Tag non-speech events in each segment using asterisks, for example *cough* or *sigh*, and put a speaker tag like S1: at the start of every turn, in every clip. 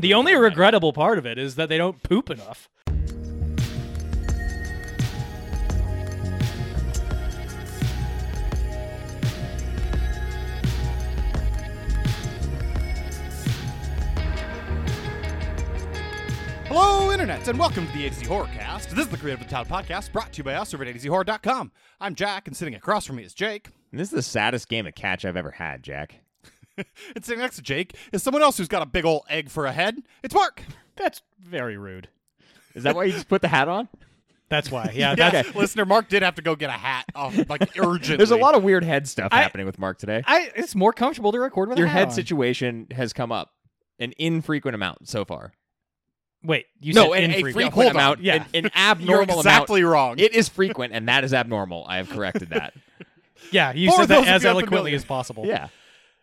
S1: The only regrettable part of it is that they don't poop enough.
S2: Hello, internets, and welcome to the A to Z Horrorcast. This is the Creative Town podcast brought to you by us over at ADZHorror.com. I'm Jack, and sitting across from me is Jake.
S3: And this is the saddest game of catch I've ever had, Jack.
S2: And sitting next to Jake is someone else who's got a big old egg for a head. It's Mark.
S1: That's very rude.
S3: Is that why you just put the hat
S1: *laughs*
S3: on?
S1: That's *laughs* why. Yeah. That's,
S2: Listener, Mark did have to go get a hat off,
S3: *laughs*
S2: like, urgently.
S3: There's a lot of weird head stuff
S1: I-
S3: happening with Mark today.
S1: I. It's more comfortable to record with a
S3: Your
S1: hat
S3: head
S1: on.
S3: situation has come up an infrequent amount so far.
S1: Wait. You
S3: no,
S1: said
S3: an
S1: infrequent.
S3: infrequent
S2: hold on.
S3: amount.
S1: Yeah. *laughs*
S3: An, an
S2: You're
S3: abnormal
S2: exactly wrong.
S3: amount. It is frequent, and that is abnormal. I have corrected that.
S1: Yeah. You
S2: For
S1: said
S2: those
S1: that
S2: of
S1: as
S2: you
S1: eloquently
S2: unfamiliar.
S1: as
S3: *laughs*
S1: possible.
S3: yeah.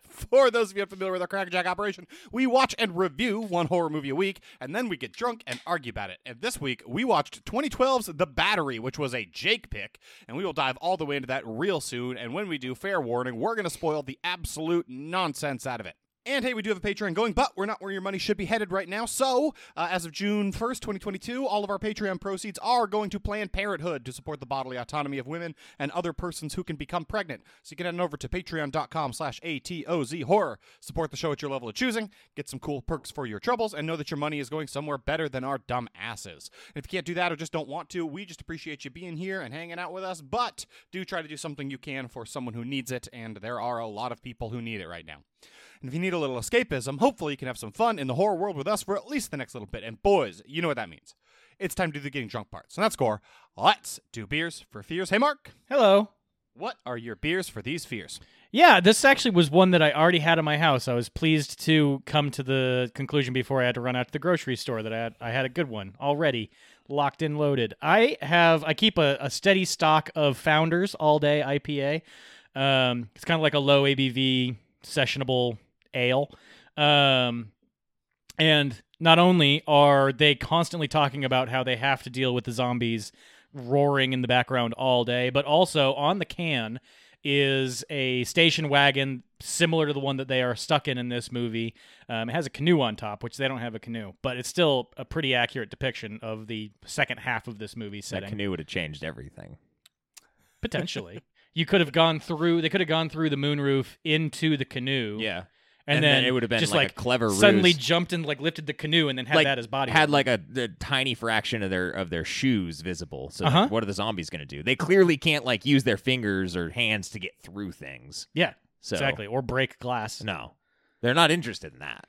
S2: For those of you unfamiliar with our Crackerjack operation, we watch and review one horror movie a week, and then we get drunk and argue about it. And this week, we watched 2012's The Battery, which was a Jake pick, and we will dive all the way into that real soon. And when we do, fair warning, we're going to spoil the absolute nonsense out of it. And hey, we do have a Patreon going, but we're not where your money should be headed right now. So, uh, as of June 1st, 2022, all of our Patreon proceeds are going to Planned Parenthood to support the bodily autonomy of women and other persons who can become pregnant. So you can head on over to patreon.com slash A-T-O-Z horror. Support the show at your level of choosing, get some cool perks for your troubles, and know that your money is going somewhere better than our dumb asses. And if you can't do that or just don't want to, we just appreciate you being here and hanging out with us, but do try to do something you can for someone who needs it, and there are a lot of people who need it right now. And if you need a little escapism, hopefully you can have some fun in the horror world with us for at least the next little bit. And boys, you know what that means. It's time to do the getting drunk part. So that's score. Let's do beers for fears. Hey, Mark,
S1: Hello.
S2: what are your beers for these fears?
S1: Yeah, this actually was one that I already had in my house. I was pleased to come to the conclusion before I had to run out to the grocery store that I had, I had a good one already locked and loaded. I have I keep a, a steady stock of Founders All Day IPA. Um, it's kind of like a low ABV sessionable ale. Um, and not only are they constantly talking about how they have to deal with the zombies roaring in the background all day, but also on the can is a station wagon similar to the one that they are stuck in in this movie. Um, it has a canoe on top, which they don't have a canoe, but it's still a pretty accurate depiction of the second half of this movie setting.
S3: That canoe would have changed everything.
S1: Potentially. You could have gone through. They could have gone through the moonroof into the canoe.
S3: Yeah.
S1: and,
S3: And
S1: then,
S3: then it would have been
S1: just
S3: like a
S1: like
S3: clever
S1: Suddenly
S3: ruse.
S1: jumped and like lifted the canoe and then had
S3: like
S1: that as body.
S3: had like a, the tiny fraction of their of their shoes visible. So
S1: Uh-huh.
S3: like, what are the zombies going to do? They clearly can't like use their fingers or hands to get through things.
S1: yeah,
S3: So
S1: exactly, or break glass.
S3: No, they're not interested in that.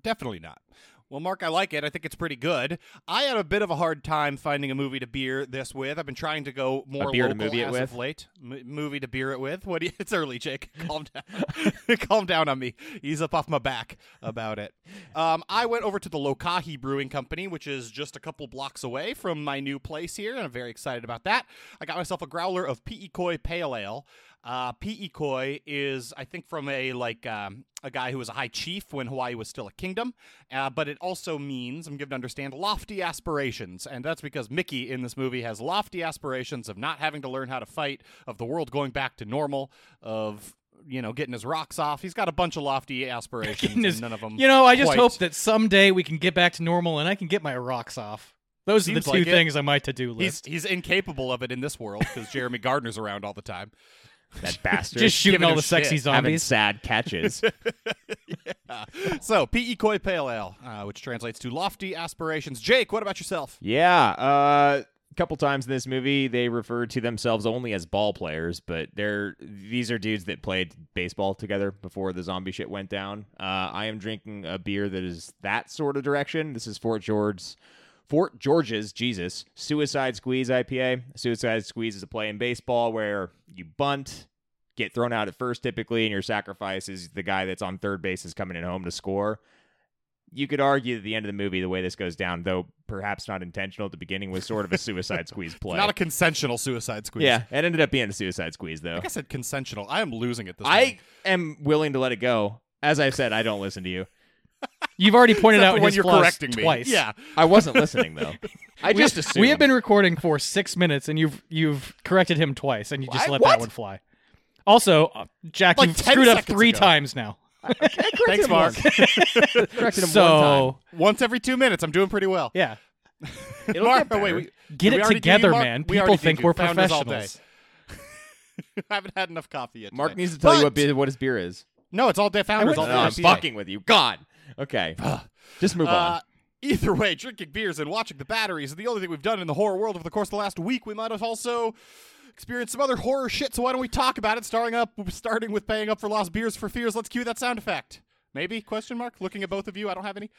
S2: Definitely not. Well, Mark, I like it. I think it's pretty good. I had a bit of a hard time finding a movie to beer this with. I've been trying to go more
S3: beer to
S2: local
S3: movie it
S2: as
S3: with?
S2: of late. M- movie to beer it with. What? Do you- *laughs* it's early, Jake. Calm down. *laughs* Calm down on me. Ease up off my back about it. Um, I went over to the Lokahi Brewing Company, which is just a couple blocks away from my new place here, and I'm very excited about that. I got myself a growler of P.E. Koi Pale Ale. Uh, P.E. Koi is, I think, from a like um, a guy who was a high chief when Hawaii was still a kingdom, uh, but it also means I'm given to understand lofty aspirations, and that's because Mickey in this movie has lofty aspirations of not having to learn how to fight, of the world going back to normal, of you know getting his rocks off. He's got a bunch of lofty aspirations,
S1: Goodness.
S2: and *laughs* none of them.
S1: You know, I just
S2: quite.
S1: hope that someday we can get back to normal and I can get my rocks off. Those are the
S2: Seems
S1: two
S2: like it.
S1: things on my to-do
S2: He's
S1: list.
S2: he's incapable of it in this world because Jeremy Gardner's around all the time.
S1: *laughs*
S3: That bastard
S1: just shooting
S2: giving
S1: all
S2: him
S1: the sexy
S2: shit.
S3: having
S1: zombies.
S3: sad
S1: *laughs*
S3: catches.
S2: Uh, so P.E. Koi Pale Ale, uh, which translates to lofty aspirations. Jake, what about yourself?
S3: yeah, uh, a couple times in this movie they refer to themselves only as ball players, but they're these are dudes that played baseball together before the zombie shit went down. Uh, I am drinking a beer that is that sort of direction. This is Fort George's. Fort George's Jesus Suicide Squeeze IPA. Suicide Squeeze is a play in baseball where you bunt, get thrown out at first typically, and your sacrifice is the guy that's on third base is coming in home to score. You could argue at the end of the movie, the way this goes down, though perhaps not intentional at the beginning, was sort of a *laughs* suicide squeeze play.
S2: Not a consensual suicide squeeze.
S3: yeah, it ended up being a suicide squeeze though.
S2: I think I said consensual. I am losing it this
S3: I
S2: morning.
S3: am willing to let it go. As I've said, I don't listen to you.
S1: You've already pointed
S2: Except
S1: out
S2: for when
S1: his
S2: you're
S1: flaws
S2: correcting me.
S1: twice. *laughs*
S2: Yeah.
S3: I wasn't listening though. *laughs* I just
S1: we,
S3: assumed
S1: we have been recording for six minutes, and you've you've corrected him twice, and you just
S3: I-
S1: let that
S3: what?
S1: one fly. Also, uh, Jack,
S2: Like
S1: you've
S2: 10
S1: screwed up
S2: seconds
S1: three
S2: ago.
S1: times now.
S2: Thanks,
S1: *laughs*
S2: Mark.
S3: Corrected him
S1: so
S2: Once every two minutes, I'm doing pretty well.
S1: yeah,
S3: one time. *laughs* It'll
S2: Mark,
S3: get
S2: wait,
S3: better.
S2: we,
S1: get
S2: we
S1: it
S2: already did you,
S1: together,
S2: Mark?
S1: man.
S2: We
S1: People
S2: already did
S1: think
S2: you.
S1: we're
S2: Found us all
S1: professionals.
S2: day. *laughs* I haven't had enough coffee yet.
S3: Mark
S2: today.
S3: needs to tell you
S2: But-
S3: what, beer, what his beer is.
S2: No, it's all day founders.
S1: went-
S2: All
S1: Oh,
S2: day
S3: I'm
S2: IPA.
S3: fucking with you. God. Okay. Just move on.
S2: Uh, either way, drinking beers and watching the batteries is the only thing we've done in the horror world over the course of the last week. We might have also experienced some other horror shit. So why don't we talk about it? Starting up, starting with paying up for lost beers for fears. Let's cue that sound effect. Maybe question mark? Looking at both of you, I don't have any.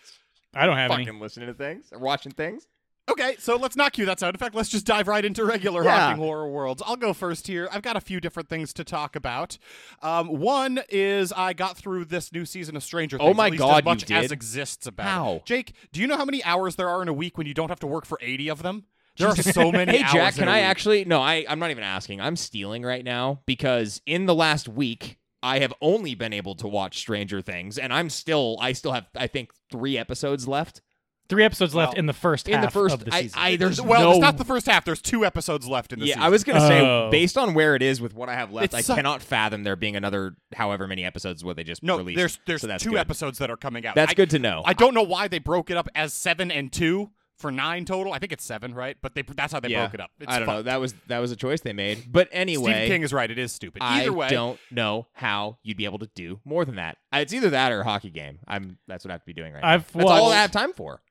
S1: I don't have any.
S3: Fucking listening to things or watching things.
S2: Okay, so let's not cue that sound effect. Let's just dive right into regular
S3: Yeah.
S2: hawking horror worlds. I'll go first here. I've got a few different things to talk about. Um, one is I got through this new season of Stranger
S3: Oh
S2: Things.
S3: my
S2: at least
S3: God,
S2: as
S3: you
S2: much as
S3: did?
S2: exists about.
S3: How?
S2: it. Jake, do you know how many hours there are in a week when you don't have to work for eighty of them? There
S3: *laughs*
S2: are so many.
S3: Hey,
S2: hours
S3: Jack,
S2: in
S3: can
S2: a
S3: I
S2: week.
S3: actually? No, I, I'm not even asking. I'm stealing right now because in the last week, I have only been able to watch Stranger Things, and I'm still, I still have, I think, three episodes left
S1: Three episodes left
S2: Well,
S1: in the first
S3: in the
S1: half
S3: first.
S1: of the
S3: I,
S1: season.
S3: I there's
S2: Well,
S3: no.
S2: it's not the first half. There's two episodes left in the
S3: yeah,
S2: season.
S3: I was gonna say,
S1: Oh.
S3: based on where it is with what I have left,
S2: It
S3: I
S2: suck-
S3: cannot fathom there being another however many episodes where they just
S2: no.
S3: released.
S2: There's there's
S3: so that's
S2: two
S3: good.
S2: episodes that are coming out.
S3: That's
S2: I-
S3: good to know.
S2: I don't know why they broke it up as seven and two for nine total. I think it's seven, right? But they that's how they
S3: yeah,
S2: broke it up. It's
S3: I don't know.
S2: fucked.
S3: That was that was a choice they made. But anyway,
S2: Stephen King is right. It is stupid.
S3: I
S2: Either way,
S3: don't know how you'd be able to do more than that. It's either that or a hockey game. I'm that's what I have to be doing right now.
S1: I've
S3: That's all
S1: watched-
S3: I have time for.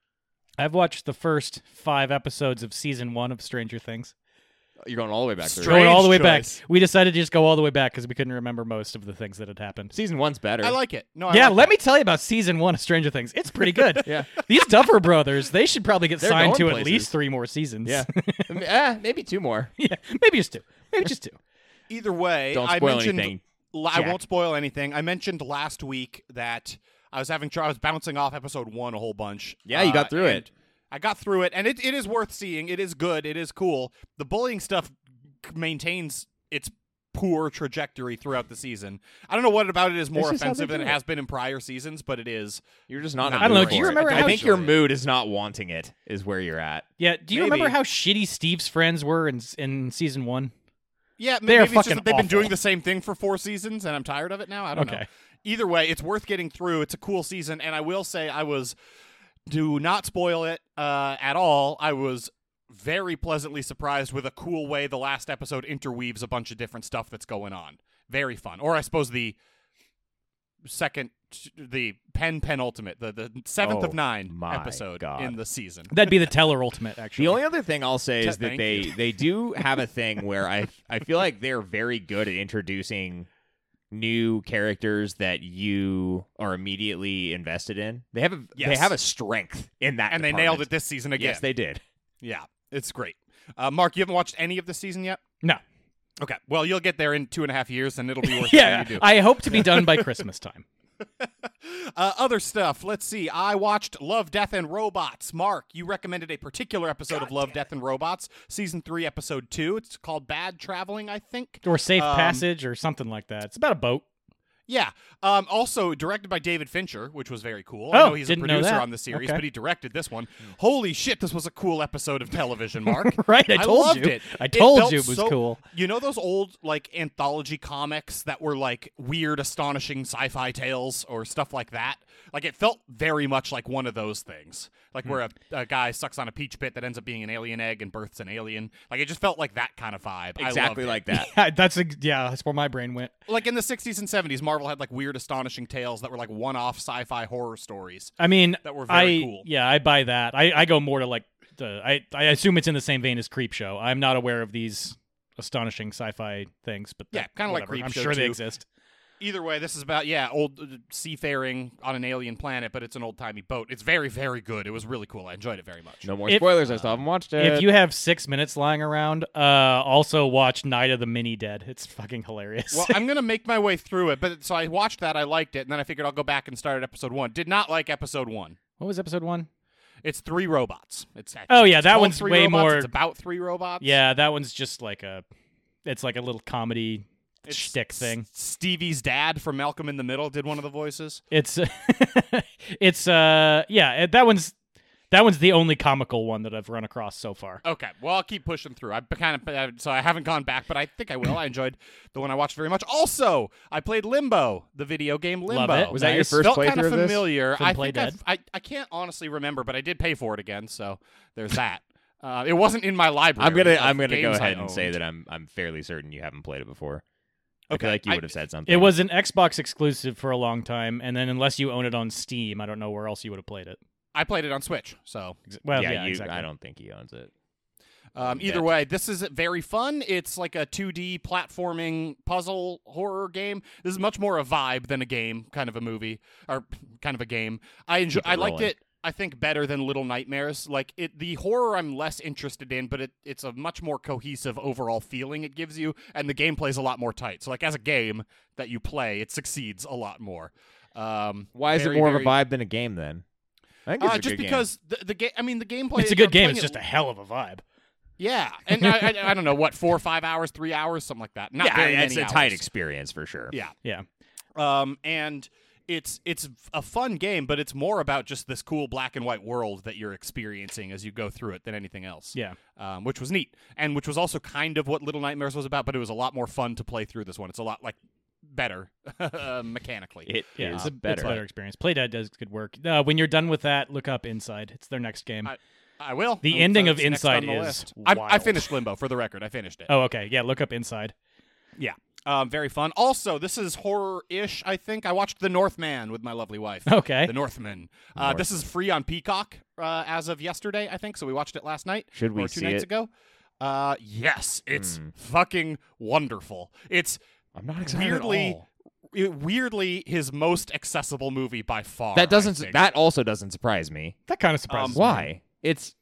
S1: I've watched the first five episodes of season one of Stranger Things.
S3: You're going all the way back through.
S2: Straight-
S1: Going all the way
S2: choice.
S1: back. We decided to just go all the way back because we couldn't remember most of the things that had happened.
S3: Season one's better.
S2: I like it. No, I
S1: *laughs* yeah,
S2: like
S1: let
S2: that.
S1: me tell you about season one of Stranger Things. It's pretty good.
S3: *laughs* Yeah.
S1: These Duffer brothers, they should probably get
S3: They're
S1: signed to
S3: going
S1: at
S3: places.
S1: least three more seasons.
S3: Yeah. I mean, eh, maybe two more.
S1: *laughs* yeah. Maybe just two. Maybe just two.
S2: Either way,
S3: Don't
S2: I
S3: spoil
S2: mentioned.
S3: anything,
S2: l- I
S3: Jack.
S2: won't spoil anything. I mentioned last week that I was having. tr- I was bouncing off episode one a whole bunch.
S3: Yeah, you got
S2: Uh,
S3: through
S2: and
S3: it.
S2: I got through it, and it, it is worth seeing. It is good. It is cool. The bullying stuff c- maintains its poor trajectory throughout the season. I don't know what about it is more
S3: This is how they
S2: offensive than
S3: do
S2: it
S3: it.
S2: has been in prior seasons, but it is.
S3: You're just not. in the
S2: I
S1: don't know,
S3: mood
S1: do you
S3: for it.
S1: remember
S3: I
S1: how-
S3: think your mood is not wanting it. Is where you're at.
S1: Yeah. Do you
S2: Maybe.
S1: remember how shitty Steve's friends were in in season one?
S2: Yeah, m-
S1: They are
S2: maybe it's just
S1: fucking
S2: that they've been
S1: awful.
S2: doing the same thing for four seasons, and I'm tired of it now. I don't know.
S1: Okay.
S2: Either way, it's worth getting through. It's a cool season, and I will say I was do not spoil it uh, at all. I was very pleasantly surprised with a cool way the last episode interweaves a bunch of different stuff that's going on. Very fun, or I suppose the second, the pen penultimate, the the seventh
S3: Oh,
S2: of nine
S3: my
S2: episode
S3: God.
S2: in the season.
S1: That'd be the Teller Ultimate, actually.
S3: The only other thing I'll say is
S2: Te-
S3: that
S2: thank
S3: they
S2: you.
S3: they *laughs* do have a thing where I I feel like they're very good at introducing new characters that you are immediately invested in. They have a they
S2: Yes.
S3: have a strength in that,
S2: and they
S3: department.
S2: nailed it this season again.
S3: Yes, they did.
S2: yeah, it's great. Uh, Mark, you haven't watched any of the season yet.
S1: no.
S2: Okay. Well, you'll get there in two and a half years,
S1: *laughs*
S2: and it'll be
S1: *laughs*
S2: worth
S1: Yeah.
S2: it when you do.
S1: I hope to be
S3: *laughs*
S1: done by Christmas time.
S2: Uh, other stuff. Let's see. I watched Love, Death, and Robots. Mark, you recommended a particular episode of Love, Death, and Robots, season three, episode two. It's called Bad Traveling, I think.
S1: Or Safe
S2: Um,
S1: Passage or something like that. It's about a boat.
S2: Yeah. Um, also directed by David Fincher, which was very cool.
S1: Oh,
S2: I know he's
S1: didn't
S2: a
S1: know
S2: producer
S1: that.
S2: on the series,
S1: Okay.
S2: but he directed this one. Holy shit, this was a cool episode of television, Mark.
S1: *laughs* Right, I told
S2: loved
S1: you.
S2: It.
S1: I
S2: It
S1: told
S2: felt
S1: you it was
S2: so-
S1: cool.
S2: You know those old like anthology comics that were like weird, astonishing sci-fi tales or stuff like that. Like it felt very much like one of those things,
S1: Hmm.
S2: like where a, a guy sucks on a peach pit that ends up being an alien egg and births an alien. Like it just felt like that kind of vibe. I loved
S3: Exactly
S2: it.
S3: like that.
S1: Yeah, *laughs* that's ex- yeah, that's where my brain went.
S2: like in the 60s and 70s, Marvel had like weird, astonishing tales that were like one-off sci-fi horror stories.
S1: I mean,
S2: That were very
S1: I,
S2: cool.
S1: Yeah, I buy that. I, I go more to like the I I assume it's in the same vein as Creep Show. I'm not aware of these astonishing sci-fi things, but
S2: Yeah,
S1: that-
S2: kinda like
S1: whatever. I'm
S2: Creepshow
S1: sure they
S2: too.
S1: exist.
S2: Either way, this is about yeah, old uh, seafaring on an alien planet, but it's an old-timey boat. It's very, very good. It was really cool. I enjoyed it very much.
S3: No more
S1: If-
S3: spoilers. I still haven't watched it.
S1: if you have six minutes lying around, uh, also watch Night of the Mini Dead. It's fucking hilarious.
S2: Well, I'm gonna make my way through it, but so I watched that, I liked it, and then I figured I'll go back and start at episode one. Did not like episode one.
S1: *laughs* what was episode one?
S2: It's three robots. It's
S1: Oh,
S2: it's
S1: yeah, that
S2: called
S1: one's
S2: Three
S1: way
S2: Robots.
S1: more-
S2: It's about three robots.
S1: Yeah, that one's just like a, it's like a little comedy
S2: It's
S1: shtick
S2: S-
S1: thing.
S2: Stevie's dad from
S1: *laughs*
S2: Malcolm in the Middle did one of the voices.
S1: It's, it's uh yeah, it- that one's That one's the only comical one that I've run across so far.
S2: Okay, well I'll keep pushing through. I kind of uh, so I haven't gone back, but I think I will. I enjoyed the one I watched very much. Also, I played Limbo, the video game Limbo.
S1: Love it.
S3: Was that your
S1: Nice.
S3: first
S2: Felt
S3: playthrough
S2: kind of
S3: of this?
S2: familiar.
S1: From
S2: I
S1: Play
S2: think I've- I, I can't honestly remember, but I did pay for it again, so there's that. uh, it wasn't in my library.
S3: I'm gonna
S2: of
S3: I'm gonna go
S2: games I
S3: ahead and say
S2: owned.
S3: that I'm I'm fairly certain you haven't played it before. I
S2: Okay,
S3: feel like you
S2: I-
S3: would have said something.
S1: It was an Xbox exclusive for a long time, and then unless you own it on Steam, I don't know where else you would have played it.
S2: I played it on Switch, so
S1: Ex- Well, yeah,
S3: yeah, you,
S1: exactly.
S3: I don't think he owns it.
S2: Um, either
S3: Bet.
S2: way, this is very fun. It's like a 2D platforming puzzle horror game. This is much more a vibe than a game, kind of a movie or kind of a game. I enjoy.
S3: Keep it
S2: I liked
S3: rolling.
S2: it. I think better than Little Nightmares. Like it, the horror I'm less interested in, but it, it's a much more cohesive overall feeling it gives you, and the gameplay's a lot more tight. So like as a game that you play, it succeeds a lot more. Um,
S3: Why is
S2: very,
S3: it more
S2: very-
S3: of a vibe than a game then? I think it's
S2: Uh,
S3: a
S2: just
S3: good game.
S2: because the, the game. I mean, the gameplay.
S1: It's a good
S2: I'm
S1: game.
S2: playing
S1: It's
S2: it
S1: just a hell of a vibe.
S2: yeah, and I, I, I don't know what four, five hours, three hours, something like that. Not
S3: yeah,
S2: very
S3: it's
S2: many
S3: a tight
S2: hours.
S3: experience for sure.
S2: Yeah,
S1: Yeah.
S2: um, and it's it's a fun game, but it's more about just this cool black and white world that you're experiencing as you go through it than anything else.
S1: Yeah.
S2: um, which was neat, and which was also kind of what Little Nightmares was about, but it was a lot more fun to play through this one. It's a lot like better *laughs* mechanically.
S3: It
S1: Yeah,
S3: is
S1: it's, a,
S3: better.
S1: it's a better experience. Playdead does good work. Uh, when you're done with that, look up Inside. It's their next game.
S2: I- I will.
S1: The
S2: Um, so
S1: ending of
S2: it's next on
S1: Inside
S2: the
S1: is
S2: list. I, I
S1: wild.
S2: finished Limbo for the record. I finished it.
S1: oh, okay. Yeah, look up Inside. *laughs*
S2: Yeah. Um, very fun. Also, this is horror ish, I think. I watched The Northman with my lovely wife.
S1: Okay.
S2: The Northman. Uh, this is free on Peacock uh, as of yesterday, I think. So we watched it last night.
S3: Should we
S2: or two
S3: see it?
S2: nights ago. Uh, yes, it's fucking wonderful. It's
S3: I'm not excited at
S2: weirdly,
S3: all.
S2: i- weirdly his most accessible movie by far. I
S3: That doesn't.
S2: think.
S3: That also doesn't surprise me.
S1: That kind of surprises me.
S2: Um,
S3: Why? It's.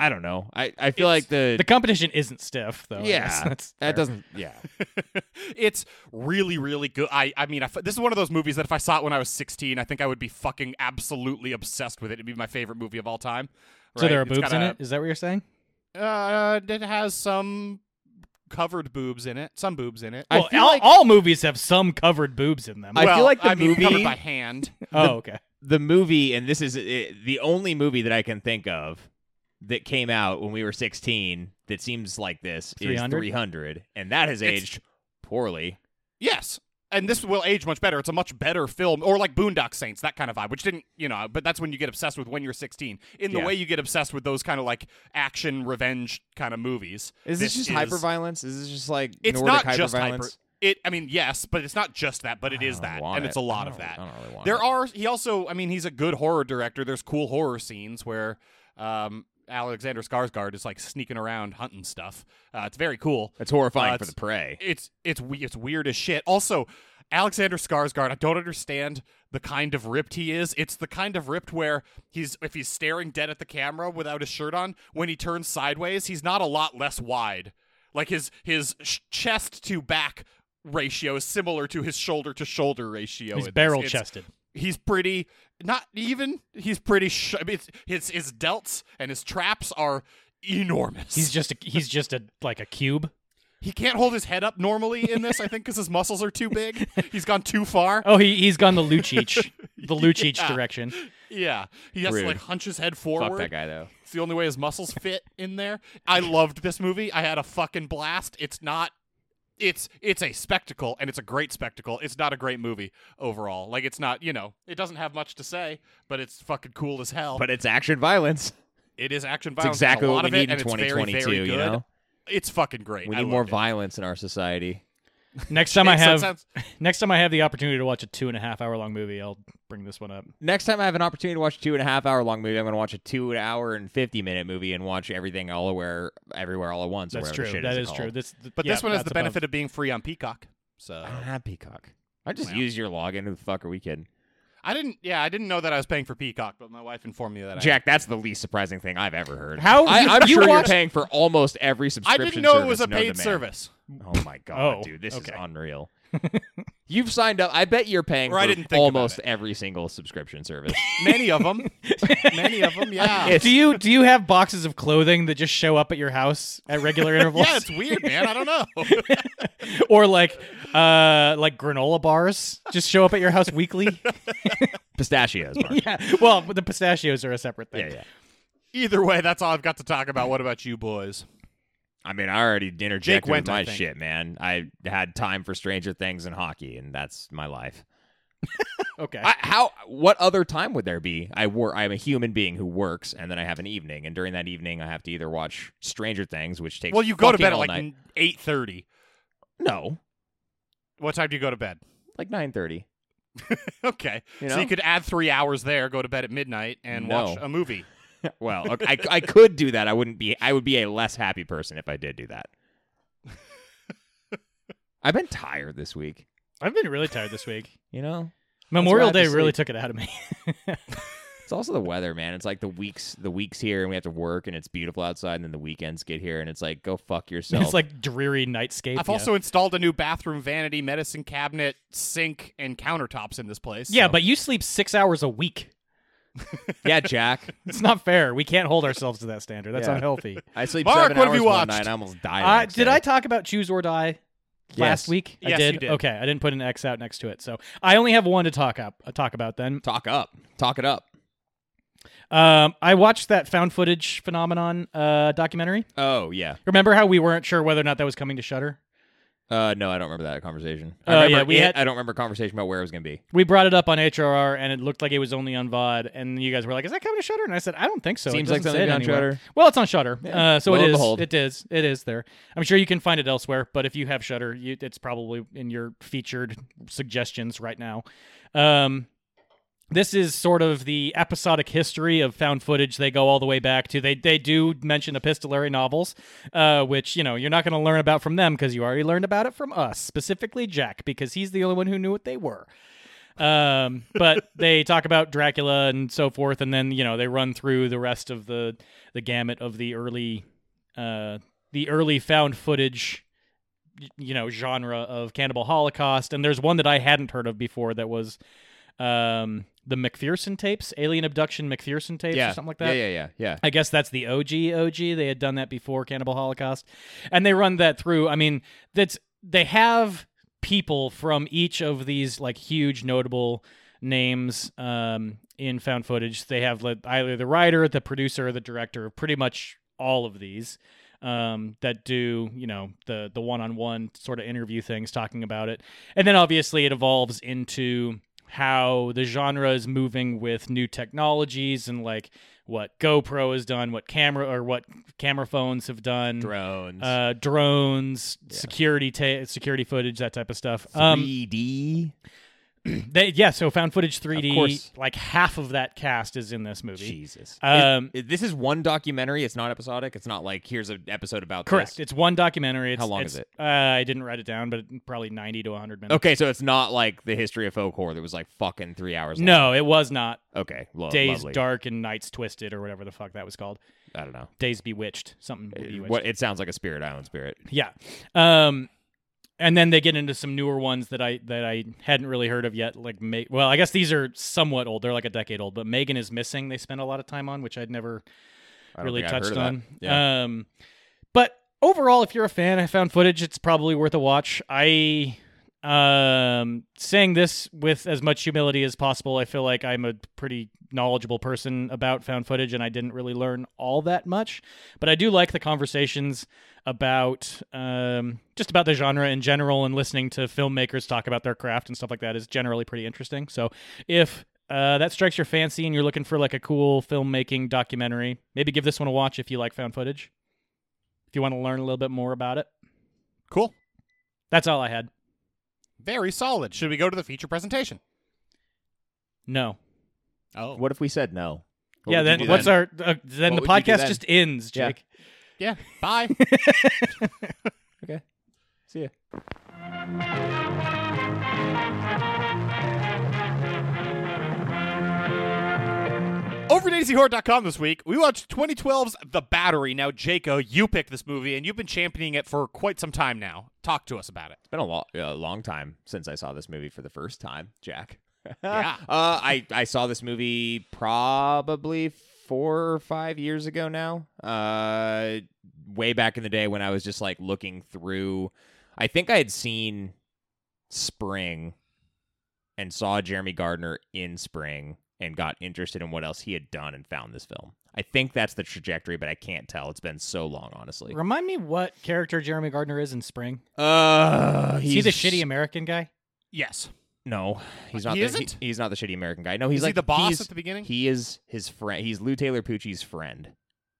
S3: I don't know. I, I feel
S2: It's-
S3: like the,
S1: The competition isn't stiff, though. I
S3: Yeah,
S1: guess. *laughs* That's
S3: that
S1: fair.
S3: doesn't. Yeah.
S2: *laughs* it's really, really good. I, I mean, I f this is one of those movies that if I saw it when I was 16, I think I would be fucking absolutely obsessed with it. It'd be my favorite movie of all time.
S1: So there
S2: right?
S1: are
S2: It's
S1: boobs
S2: got
S1: in
S2: a-
S1: it? Is that what you're saying?
S2: Uh, it has some covered boobs in it. Some boobs in it.
S3: I
S1: well,
S3: feel
S1: all,
S3: like-
S1: all movies have some covered boobs in them.
S3: I- feel
S2: Well,
S3: like the
S2: I mean, covered
S3: movie-
S2: by hand.
S1: oh, okay.
S3: The movie, and this is it, the only movie that I can think of that came out when we were 16 that seems like this is
S1: 300?
S3: 300, and that has
S2: It's-
S3: aged poorly.
S2: Yes. And this will age much better. It's a much better film, or like Boondock Saints, that kind of vibe, which didn't, you know, but that's when you get obsessed with when you're 16. In the
S3: Yeah.
S2: way you get obsessed with those kind of like action, revenge kind of movies.
S3: Is this, just hyper
S2: hyper
S3: hyperviolence? Is this just like
S2: It's
S3: Nordic
S2: not just hyper.
S3: hyperviolence?
S2: It, I mean, yes, but it's not just that, but it
S3: I
S2: is
S3: don't
S2: that,
S3: want
S2: and
S3: it.
S2: it's a lot
S3: I
S2: of
S3: don't-
S2: that.
S3: I don't really want
S2: There
S3: it.
S2: are. He also. I mean, he's a good horror director. There's cool horror scenes where um, Alexander Skarsgård is like sneaking around hunting stuff. Uh, it's very cool.
S3: It's horrifying
S2: Uh,
S3: for the
S2: it's-
S3: prey.
S2: It's it's we- it's weird as shit. Also, Alexander Skarsgård. I don't understand the kind of ripped he is. It's the kind of ripped where he's if he's staring dead at the camera without his shirt on. When he turns sideways, he's not a lot less wide. Like his his sh- chest to back ratio is similar to his shoulder to shoulder ratio. in
S1: He's
S2: this.
S1: barrel
S2: It's-
S1: chested.
S2: he's pretty not even he's pretty sh- I mean, it's- his his delts and his traps are enormous
S1: He's just a, he's just a like a cube.
S2: he can't hold his head up normally in this i think because his muscles are
S3: *laughs*
S2: too big he's gone too far
S1: Oh, he he's gone the *laughs* Lucic, the Lucic
S2: Yeah.
S1: direction.
S2: yeah he has
S3: Rude.
S2: to like hunch his head
S3: Fuck
S2: forward
S3: that guy though.
S2: it's the only way his muscles fit in there i loved this movie i had a fucking blast it's not it's it's a spectacle and it's a great spectacle it's not a great movie overall like it's not you know it doesn't have much to say but it's fucking cool as hell
S3: But it's action violence.
S2: It is action
S3: It's
S2: violence.
S3: exactly
S2: and a
S3: what we
S2: lot of it,
S3: need in
S2: and it's very,
S3: 2022.
S2: very
S3: you
S2: good.
S3: know,
S2: It's fucking great.
S3: we
S2: I
S3: need more
S2: loved it.
S3: violence in our society.
S1: Next time I
S2: So it
S1: have
S2: sounds-
S1: *laughs* next time I have the opportunity to watch a two and a half hour long movie, I'll bring this one up.
S3: Next time I have an opportunity to watch a two and a half hour long movie, I'm going to watch a two hour and fifty minute movie and watch everything all aware, everywhere all at once. or
S1: That's
S3: whatever the
S1: true.
S3: Shit
S1: That
S3: is
S1: is true. This, th-
S2: But
S1: yeah,
S2: this one has the
S1: that's above-
S2: benefit of being free on Peacock. So
S3: I don't have Ah, Peacock. I just
S2: Wow.
S3: use your login. Who the fuck are we kidding?
S2: I didn't. Yeah, I didn't know that I was paying for Peacock, but my wife informed me that.
S3: Jack, that's the least surprising thing I've ever heard.
S1: How-
S3: I,
S1: you-
S3: I'm
S1: you
S3: sure
S1: watched-
S3: you're paying for almost every
S2: I, I
S3: subscription.
S2: didn't know it
S3: service
S2: was a
S3: known to
S2: paid
S3: man.
S2: service,
S3: Oh
S2: *laughs*
S3: my god,
S1: Oh,
S3: dude, this is
S1: okay.
S3: unreal. You've signed up. I bet you're paying
S2: Or I
S3: for
S2: didn't think about
S3: almost
S2: it.
S3: every single subscription
S2: *laughs*
S3: service.
S2: many of
S3: *laughs*
S2: them, many of them. Yeah,
S3: It's-
S1: Do you do you have boxes of clothing that just show up at your house at *laughs* regular intervals,
S2: yeah, it's weird, man. I don't know.
S3: *laughs*
S1: or like uh like granola bars just show up at your *laughs* house weekly?
S3: Pistachios, Mark.
S1: yeah. Well, the pistachios are a separate
S3: yeah,
S1: thing.
S3: yeah.
S2: Either way, that's all I've got to talk about. What about you boys?
S3: I mean, I already interjected
S2: went,
S3: with
S2: I
S3: my
S2: think.
S3: shit, man. I had time for Stranger Things and hockey, and that's my life.
S1: Okay.
S3: I, how? What other time would there be? I work. I'm a human being who works, and then I have an evening, and during that evening, I have to either watch Stranger Things, which takes
S2: Well, you go to
S3: fucking
S2: bed at
S3: all
S2: like
S3: night.
S2: eight thirty.
S3: no,
S2: What time do you go to bed? *laughs*
S3: like nine thirty.
S2: Okay,
S3: You
S2: so
S3: know?
S2: you could add three hours there. Go to bed at midnight and
S3: No.
S2: watch a movie.
S3: *laughs* Well, okay, I, I could do that. I wouldn't be. I would be a less happy person if I did do *laughs* that. I've been tired this week.
S1: I've been really tired this week.
S3: You know,
S1: *laughs* Memorial
S3: That's why I
S1: Day
S3: just
S1: really
S3: sleep.
S1: took it out of me. *laughs*
S3: it's also the weather, man. It's like the weeks. The weeks here, and we have to work, and it's beautiful outside, and then the weekends get here, and it's like go fuck yourself.
S1: It's like dreary nightscape.
S2: I've
S1: yeah.
S2: also installed a new bathroom vanity, medicine cabinet, sink, and countertops in this place.
S1: Yeah, but you sleep six hours a week.
S3: *laughs* yeah,
S1: *laughs*
S3: Jack.
S1: It's not fair. We can't hold ourselves to that standard. That's
S3: Yeah.
S1: unhealthy.
S3: I sleep
S2: Mark,
S3: seven
S2: what have
S3: hours
S2: you
S3: one
S2: watched?
S3: night. *laughs* I almost died. the
S1: Uh,
S3: next
S1: did
S3: day.
S1: I talk about Choose or Die last
S3: Yes.
S1: week? I
S2: Yes,
S1: did.
S2: you did.
S1: Okay, I didn't put an X out next to it, so I only have one to talk up. Uh, talk about then.
S3: talk up? Talk it up.
S1: Um, I watched that found footage phenomenon uh, documentary.
S3: Oh yeah.
S1: Remember how we weren't sure whether or not that was coming to Shutter?
S3: Uh, no, I don't remember that conversation.
S1: Oh,
S3: I remember
S1: yeah, we
S3: it,
S1: had-
S3: I don't remember a conversation about where it was gonna be.
S1: We brought it up on HRR, and it looked like it was only on VOD. And you guys were like, "Is that coming to Shutter?" And I said, "I don't think so." It
S3: Seems like
S1: doesn't
S3: something
S1: say it
S3: on
S1: anywhere."
S3: Shudder.
S1: Well, it's on Shutter,
S3: Yeah.
S1: uh, so
S3: Lo
S1: it
S3: and
S1: is.
S3: behold.
S1: It is. It is there. I'm sure you can find it elsewhere, but if you have Shutter, you, it's probably in your featured suggestions right now. Um, this is sort of the episodic history of found footage. They go all the way back to they they do mention epistolary novels, uh, which you know you're not going to learn about from them because you already learned about it from us, specifically Jack, because he's the only one who knew what they were. Um, but they talk about Dracula and so forth, and then you know they run through the rest of the the gamut of the early uh, the early found footage y- you know genre of cannibal holocaust and there's one that i hadn't heard of before that was um the mcpherson tapes alien abduction mcpherson tapes
S3: yeah,
S1: or something like that
S3: Yeah, yeah, yeah, yeah.
S1: I guess that's the OG OG. They had done that before Cannibal Holocaust. And they run that through. I mean, that's they have people from each of these like huge notable names um in found footage. They have like, either the writer, the producer, the director, pretty much all of these um that do, you know, the the one-on-one sort of interview things talking about it. And then obviously it evolves into how the genre is moving with new technologies and like what GoPro has done, what camera or what camera phones have done,
S3: Drones.
S1: uh, drones, security ta- security footage, that type of stuff. Um,
S3: E 3D.
S1: they, yeah, so found footage
S3: Of
S1: 3D.
S3: course.
S1: Like half of that cast is in this movie.
S3: Jesus.
S1: Um,
S3: Is- this is one documentary. It's not episodic. It's not like here's an episode about
S1: correct.
S3: This.
S1: It's one documentary. It's,
S3: How long is
S1: it's- Uh, I didn't write it down, but probably ninety to hundred minutes.
S3: Okay, so it's not like the history of folk horror that was like fucking three hours. long.
S1: No, it was not
S3: Okay. Lo-
S1: Days
S3: Oh, lovely.
S1: Dark and Nights Twisted or whatever the fuck that was called.
S3: I don't know.
S1: Days Bewitched, something. Bewitched.
S3: Uh, What it sounds like a Spirit Island spirit.
S1: Yeah. Um and then they get into some newer ones that I that I hadn't really heard of yet like Ma- well, I guess these are somewhat old. They're like a decade old, but Megan is missing they spent a lot of time on which I'd never
S3: I don't
S1: really
S3: think I've heard of
S1: touched
S3: that.
S1: on.
S3: Yeah.
S1: Um but overall if you're a fan, I found footage it's probably worth a watch. I um saying this with as much humility as possible, I feel like I'm a pretty knowledgeable person about found footage and I didn't really learn all that much, but I do like the conversations about um, just about the genre in general and listening to filmmakers talk about their craft and stuff like that is generally pretty interesting. So if uh, that strikes your fancy and you're looking for like a cool filmmaking documentary, maybe give this one a watch if you like found footage. If you want to learn a little bit more about it,
S2: Cool.
S1: that's all I had.
S2: Very solid. Should we go to the feature presentation?
S1: No.
S2: Oh,
S3: Uh, what if we said no? What
S1: yeah,
S3: would you
S1: then
S3: do
S1: what's our uh,
S3: What
S1: then the
S3: would you do
S1: podcast
S3: then?
S1: just ends,
S3: Yeah.
S1: Jake.
S2: yeah. Bye. *laughs*
S3: See ya.
S2: Over at DaisyHorror.com this week, we watched 2012's The Battery. Now, Jaco, you picked this movie, and you've been championing it for quite some time now. Talk to us about it.
S3: It's been a, lo- a long time since I saw this movie for the first time, Jack. *laughs*
S2: Yeah.
S3: Uh, I, I saw this movie probably four or five years ago now. Uh, way back in the day when I was just like looking through. I think I had seen Spring and saw Jeremy Gardner in Spring and got interested in what else he had done and found this film. I think that's the trajectory, but I can't tell. It's been so long, honestly.
S1: Remind me what character Jeremy Gardner is in Spring.
S3: Uh,
S1: Is he the shitty American guy?
S2: Yes.
S3: No, he's not.
S2: He
S3: the,
S2: isn't?
S3: he's not the shitty American guy. No, he's
S2: Is he
S3: like
S2: the boss
S3: he's-
S2: at the beginning?
S3: He is his friend. He's Lou Taylor Pucci's friend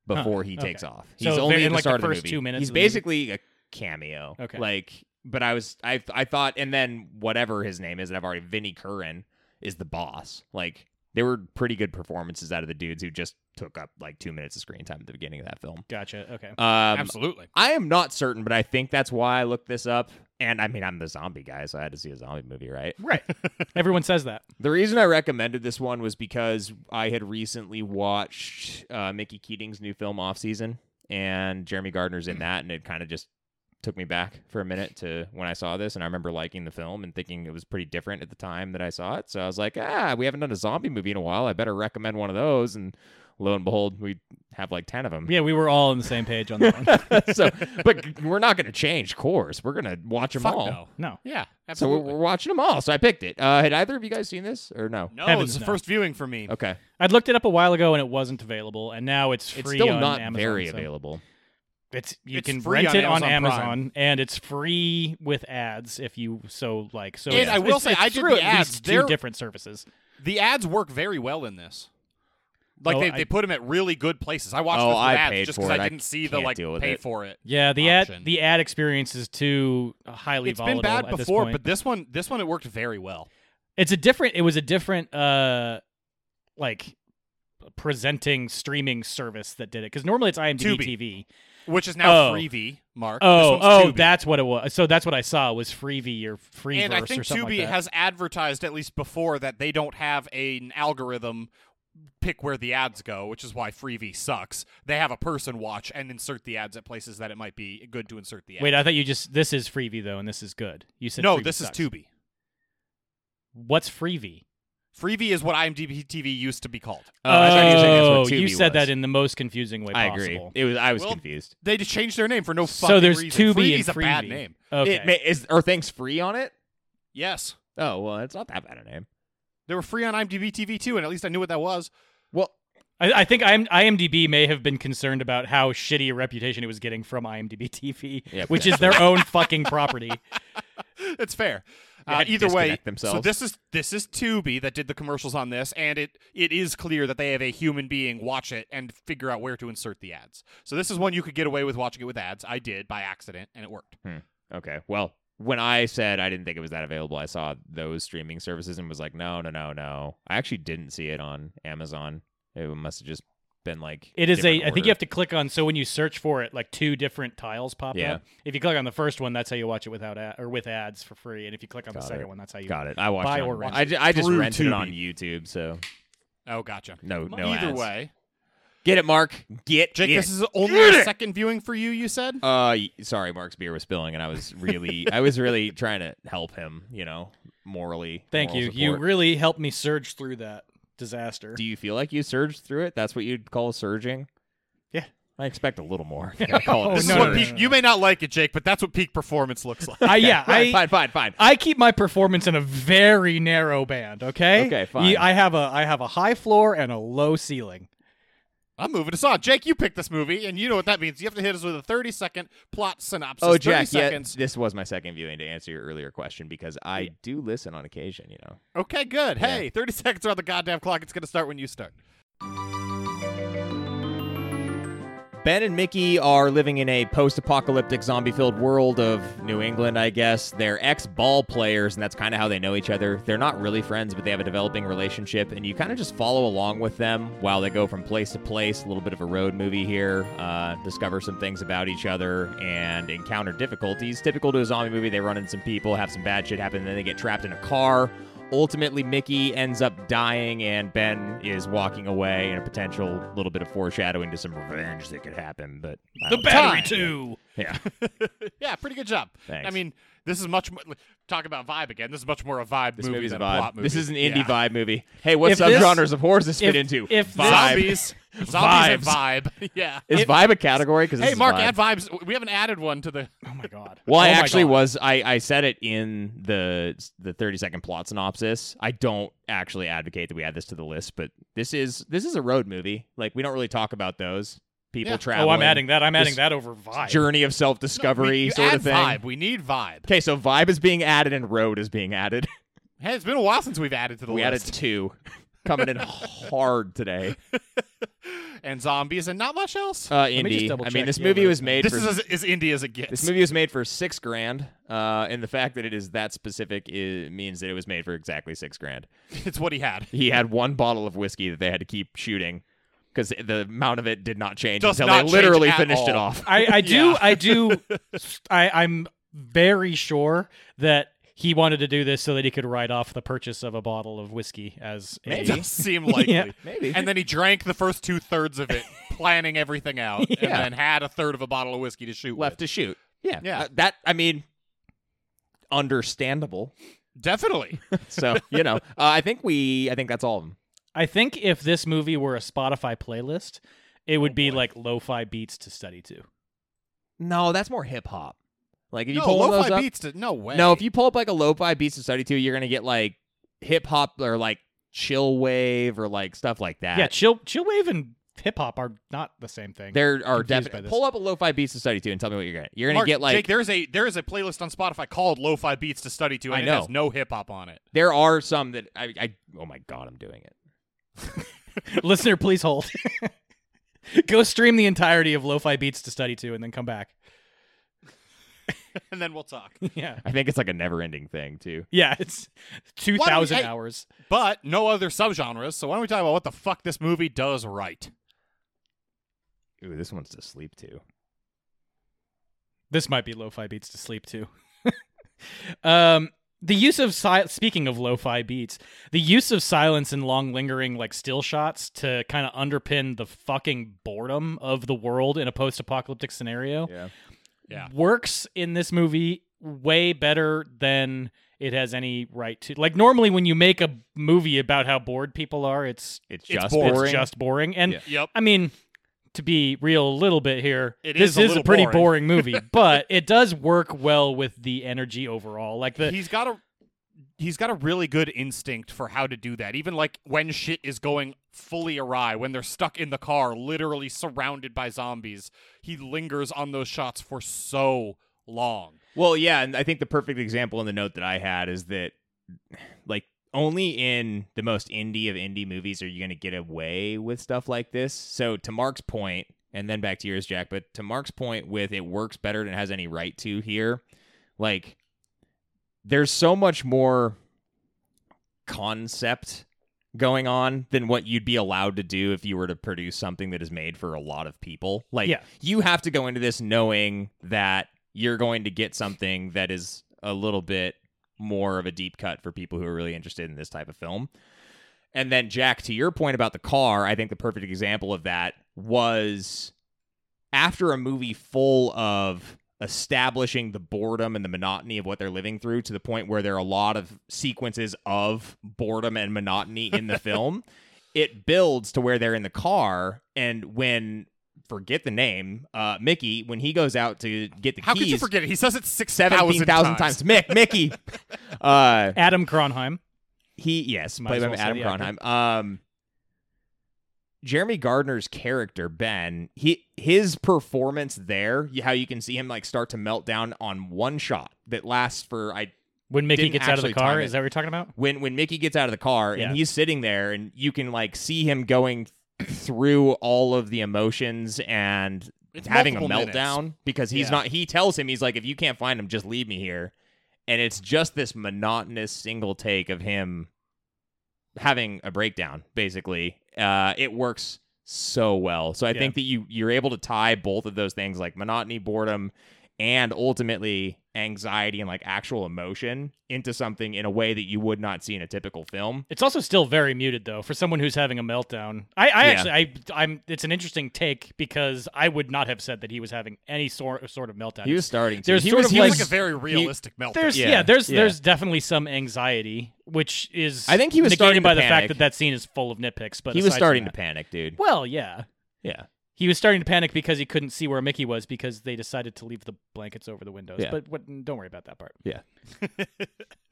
S3: before he
S1: okay.
S3: takes off.
S1: So
S3: He's
S1: they're
S3: only
S1: in,
S3: at the
S1: like, the
S3: start of the
S1: first
S3: movie.
S1: two minutes
S3: He's
S1: of the movie?
S3: basically a cameo.
S1: Okay.
S3: Like, but I was I I thought, and then whatever his name is, that I've already Vinnie Curran is the boss. Like, there were pretty good performances out of the dudes who just took up like two minutes of screen time at the beginning of that film.
S1: Gotcha. Okay. *laughs*
S3: Um,
S2: Absolutely.
S3: I am not certain, but I think that's why I looked this up. And I mean, I'm the zombie guy, so I had to see a zombie movie, right?
S1: Right. Everyone says that.
S3: The reason I recommended this one was because I had recently watched uh, Mickey Keating's new film Off Season, and Jeremy Gardner's in that, and it kind of just took me back for a minute to when I saw this, and I remember liking the film and thinking it was pretty different at the time that I saw it. So I was like, ah, we haven't done a zombie movie in a while. I better recommend one of those, and lo and behold, we have like ten of them.
S1: Yeah, we were all on the same page on that one.
S3: *laughs*
S1: *laughs*
S3: so, but we're not going to change course. We're going to watch them
S2: Fuck
S3: all.
S2: no.
S1: No.
S2: Yeah.
S3: So we're,
S2: Absolutely.
S3: we're watching them all. So I picked it. Uh, had either of you guys seen this or no?
S2: no,
S1: Heavens
S2: it's the
S1: no.
S2: first viewing for me.
S3: Okay.
S1: I looked it up a while ago and it wasn't available, and now it's free
S3: it's still
S1: on
S3: not
S1: Amazon,
S3: very
S1: so-
S3: available.
S1: It's you
S2: It's
S1: can
S2: free
S1: rent
S2: on
S1: it on
S2: Amazon Prime.
S1: Amazon, and it's free with ads if you so like. So
S2: And
S1: it's-
S2: I will
S1: it's-
S2: say,
S1: it's
S2: I did
S1: through
S2: the
S1: at
S2: ads.
S1: least
S2: They're-
S1: two different services.
S2: The ads work very well in this. Like
S1: Oh,
S2: they,
S1: I-
S2: they put them at really good places. I watched
S3: Oh,
S2: the
S3: I
S2: ads
S3: paid
S2: just
S3: for
S2: because
S3: it.
S2: I
S3: I
S2: didn't see the
S3: can't
S2: like
S3: deal with
S2: pay
S3: it.
S2: for it.
S1: Yeah, the
S2: Option.
S1: ad the ad experience is too highly
S2: It's
S1: volatile
S2: been bad
S1: at this
S2: before,
S1: point.
S2: but this one this one it worked very well.
S1: it's a different it was a different uh like presenting streaming service that did it because normally it's imdb
S2: Tubi.
S1: tv
S2: which is now
S1: Oh.
S2: free V Mark.
S1: oh
S2: this one's
S1: oh
S2: Tubi.
S1: that's what it was so that's what i saw was freebie or freeverse
S2: and I think
S1: or something
S2: Tubi
S1: like that.
S2: has advertised at least before that they don't have an algorithm pick where the ads go, which is why free V sucks. They have a person watch and insert the ads at places that it might be good to insert the ads.
S1: wait i thought you just this is freebie though and this is good you said
S2: no,
S1: Freevee
S2: this
S1: sucks.
S2: is Tubi.
S1: what's freebie
S2: Freebie is what IMDb TV used to be called.
S3: Oh, I thought you were saying that's what
S1: Oh, you
S3: Tubi
S1: said that
S3: was.
S1: in the most confusing way
S3: I agree.
S1: possible
S3: It was. I was
S2: Well,
S3: confused.
S2: They just changed their name for no fucking
S1: so there's
S2: reason.
S1: Tubi and
S2: Freebies a
S1: freebie
S2: bad name.
S1: okay
S3: It may, is are things free on it?
S2: Yes,
S3: Oh well, it's not that bad a name.
S2: they were free on IMDb TV too, and at least I knew what that was.
S3: Well,
S1: I, I think I'm, IMDb may have been concerned about how shitty a reputation it was getting from IMDb TV,
S3: Yeah,
S1: which is their own fucking property.
S2: *laughs* It's fair.
S3: They had
S2: Uh,
S3: to
S2: either way,
S3: disconnect themselves.
S2: so this is this is Tubi that did the commercials on this, and it it is clear that they have a human being watch it and figure out where to insert the ads. So this is one you could get away with watching it with ads. I did by accident, and it worked.
S3: okay. Well, when I said I didn't think it was that available, I saw those streaming services and was like, no, no, no, no. I actually didn't see it on Amazon. It must have just been like
S1: It is a. I
S3: different
S1: think
S3: order.
S1: you have to click on. So when you search for it, like two different tiles pop
S3: Yeah.
S1: up. If you click on the first one, that's how you watch it without ad, or with ads for free. And if you click on the
S3: Got
S1: second
S3: it.
S1: one, that's how you.
S3: Got it. I watched.
S1: buy
S3: it on-
S1: or rent
S3: I, ju- I just
S2: through
S3: rented it
S2: Tubi.
S3: on YouTube. So
S2: Oh, gotcha.
S3: no, no.
S2: either
S3: ads.
S2: way,
S3: get it, Mark. Get
S2: Jake,
S3: it.
S2: this is only
S3: Get
S2: a
S3: it.
S2: second viewing for you. You said.
S3: Uh, y- sorry, Mark's beer was spilling, and I was really, I was
S1: *laughs*
S3: really trying to help him. You know, morally.
S1: Thank
S3: moral
S1: you. You
S3: support.
S1: really helped me surge through that
S3: *laughs*
S1: disaster.
S3: Do you feel like you surged through it? That's what you'd call surging.
S1: Yeah.
S3: I expect a little
S1: *laughs*
S3: more. *laughs* if I call it a
S1: Oh,
S2: This is
S1: no,
S2: what
S1: no,
S3: surge.
S2: peak, You may not like it, Jake, but that's what peak performance looks like. *laughs*
S1: I, Uh, yeah,
S3: Fine,
S1: I,
S3: fine, fine, fine.
S1: I keep my performance in a very narrow band. Okay.
S3: Okay,
S1: You-
S3: fine.
S1: I have a I have a high floor and a low ceiling.
S2: I'm moving us on. Jake, you picked this movie, and you know what that means. You have to hit us with a 30 second plot synopsis.
S3: Oh,
S2: 30
S3: Jack. Yeah,
S2: seconds.
S3: this was my second viewing to answer your earlier question because I do listen on occasion. You know.
S2: Okay, good. Hey, 30 *laughs* seconds are on the goddamn clock. It's going to start when you start.
S3: Ben and Mickey are living in a post apocalyptic zombie filled world of New England, I guess. They're ex ball players, and that's kind of how they know each other. They're not really friends, but they have a developing relationship, and you kind of just follow along with them while they go from place to place. A little bit of a road movie here, uh, discover some things about each other, and encounter difficulties. Typical to a zombie movie, they run into some people, have some bad shit happen, and then they get trapped in a car. Ultimately, Mickey ends up dying, and Ben is walking away in a potential little bit of foreshadowing to some revenge that could happen. But I don't know.
S2: battery
S3: too. Yeah.
S2: yeah, pretty good job.
S3: Thanks.
S2: I mean, This is much more. Talk about vibe again. This is much more a vibe
S3: This
S2: movie
S3: movie's
S2: than
S3: a vibe.
S2: plot movie.
S3: This is an indie
S2: Yeah.
S3: vibe movie. Hey, what
S1: If this-
S3: subgenres of horrors does this fit
S1: if-
S3: into?
S1: if this-
S3: vibe.
S2: Zombies. Zombies and vibe. *laughs* Yeah.
S3: Is vibe a category? Because
S2: hey, Mark,
S3: vibe.
S2: add vibes. We haven't added one to the. *laughs*
S1: Oh my god.
S3: Well, I
S1: Oh my
S3: actually
S1: God.
S3: was. I, I said it in the the thirty second plot synopsis. I don't actually advocate that we add this to the list, but this is this is a road movie. Like we don't really talk about those people
S2: Yeah. Oh, I'm
S1: Oh,
S3: traveling.
S1: I'm adding that. I'm adding
S3: This
S1: that over vibe.
S3: journey of self discovery
S2: We- you
S3: sort
S2: add
S3: of thing.
S2: Vibe. We need vibe.
S3: Okay, so vibe is being added and road is being added.
S2: Hey, it's been a while since we've added to *laughs* the
S3: we added
S2: list.
S3: two, *laughs* coming in hard
S2: *laughs*
S3: today.
S2: and zombies and not much else.
S3: Uh,
S1: me just
S3: indie.
S1: double
S3: I mean,
S1: check
S3: this
S1: the
S3: movie
S1: other-
S3: was made.
S2: this
S3: for
S2: is as, as indie as it gets.
S3: This movie was made for six grand, uh, and the fact that it is that specific i means that it was made for exactly six grand.
S2: It's what he had.
S3: He had one bottle of whiskey that they had to keep shooting because the amount of it did not change
S2: Does
S3: until they
S2: not change
S3: literally
S2: at
S3: finished it
S2: all.
S3: off.
S1: I, I do.
S2: Yeah.
S1: I
S2: *laughs*
S1: do. I, I'm very sure that he wanted to do this so that he could write off the purchase of a bottle of whiskey as a-
S2: It does
S3: *laughs*
S2: seem likely.
S1: Yeah.
S3: Maybe.
S2: And then he drank the first two
S3: *laughs*
S2: thirds of it, planning everything out, and then had a third of a bottle of whiskey to shoot. with.
S3: left to shoot. Yeah,
S2: Yeah.
S3: Uh, that I mean, understandable.
S2: Definitely.
S3: So *laughs* you know, uh, I think we, I think that's all of them.
S1: I think if this movie were a Spotify playlist, it
S3: Oh,
S1: would be like lo-fi beats to study to.
S3: No, that's more hip hop. Like if you
S2: no,
S3: pull one of
S2: lo-fi
S3: those up,
S2: beats to no way.
S3: No, if you pull up like a lo-fi beats to study to, you're gonna get like hip hop or like chill wave or like stuff like that.
S1: Yeah, chill, chill wave and hip hop are not the same thing.
S3: there are
S1: Confused by
S3: definitely
S1: this.
S3: pull up a lo-fi beats to study to and tell me what you're gonna. You're gonna
S2: Mark,
S3: get like
S2: Jake, there's a there is a playlist on Spotify called Lo-Fi Beats to study to, and
S3: I
S2: it
S3: know.
S2: has no hip
S3: *laughs*
S2: hop on it.
S3: there are some that I, I oh my god I'm doing it.
S1: Listener, please hold. *laughs* Go stream the entirety of lo-fi beats to study to, and then come back.
S2: And then we'll talk.
S1: Yeah,
S3: I think it's like a never-ending thing too.
S1: yeah, it's two thousand
S2: I-
S1: hours.
S2: But no other subgenres. So why don't we talk about what the fuck this movie does right?
S3: Ooh, this one's to sleep to.
S1: This might be lo-fi beats to sleep to. *laughs* um, the use of si- speaking of lo-fi beats, the use of silence and long lingering like still shots to kind of underpin the fucking boredom of the world in a post-apocalyptic scenario
S3: Yeah.
S2: Yeah.
S1: works in this movie way better than it has any right to. Like normally when you make a movie about how bored people are, it's
S3: It's
S2: It's
S3: just
S2: boring.
S1: it's just boring. And
S3: Yeah.
S2: Yep.
S1: I mean, to be real a little bit here,
S2: It
S1: this
S2: is a
S1: is a
S2: little
S1: pretty
S2: boring.
S1: boring,
S2: *laughs*
S1: movie, but it does work well with the energy overall. Like the
S2: he's got a he's got a really good instinct for how to do that even like when shit is going fully awry when they're stuck in the car literally surrounded by zombies he lingers on those shots for so long
S3: Well, yeah, and I think the perfect example in the note that I had is that like only in the most indie of indie movies are you going to get away with stuff like this. So to Mark's point, and then back to yours, Jack, but to Mark's point with it works better than it has any right to here, like there's so much more concept going on than what you'd be allowed to do if you were to produce something that is made for a lot of people. Like
S1: Yeah.
S3: you have to go into this knowing that you're going to get something that is a little bit more of a deep cut for people who are really interested in this type of film. And then Jack, to your point about the car, I think the perfect example of that was after a movie full of establishing the boredom and the monotony of what they're living through to the point where there are a lot of sequences of boredom and monotony in
S2: *laughs*
S3: the film, it builds to where they're in the car and when forget the name, uh Mickey, when he goes out to get the
S2: how
S3: keys
S2: could you forget it he says it 6000
S3: 17,000 times.
S2: times
S3: Mick, Mickey. *laughs* uh
S1: Adam Kronheim.
S3: he yes,
S1: Might
S3: played
S1: as
S3: by
S1: well say
S3: Adam
S1: the actor.
S3: Cronheim. Um, Jeremy Gardner's character Ben, he his performance there, you- how you can see him like start to melt down on one shot that lasts for I
S1: When Mickey
S3: Didn't
S1: gets out of the
S3: actually time
S1: car,
S3: it.
S1: is that what you're talking about?
S3: when when Mickey gets out of the car
S1: Yeah.
S3: and he's sitting there and you can like see him going through all of the emotions and
S2: It's
S3: having a
S2: multiple minutes.
S3: meltdown because he's
S2: Yeah.
S3: not he tells him he's like if you can't find him just leave me here and it's just this monotonous single take of him having a breakdown basically uh it works so well so i
S1: Yeah.
S3: think that you you're able to tie both of those things like monotony boredom and ultimately anxiety and like actual emotion into something in a way that you would not see in a typical film.
S1: It's also still very muted though for someone who's having a meltdown. I, I
S3: Yeah.
S1: actually I I'm it's an interesting take because I would not have said that he was having any sort sort of meltdown.
S3: He was starting. To.
S1: There's
S3: he
S1: sort
S3: was,
S1: of
S3: he
S2: It's
S1: like
S2: like
S3: was-
S2: a very realistic meltdown.
S1: there's yeah,
S3: Yeah,
S1: there's
S3: yeah.
S1: there's definitely some anxiety which is
S3: I think he was starting
S1: negated
S3: to
S1: by the fact
S3: panic.
S1: that that scene is full of nitpicks. But
S3: he was
S1: aside from
S3: starting to
S1: that-
S3: panic, dude.
S1: Well, yeah.
S3: Yeah.
S1: He was starting to panic because he couldn't see where Mickey was because they decided to leave the blankets over the windows.
S3: Yeah.
S1: But what, don't worry about that part.
S3: Yeah.
S1: *laughs*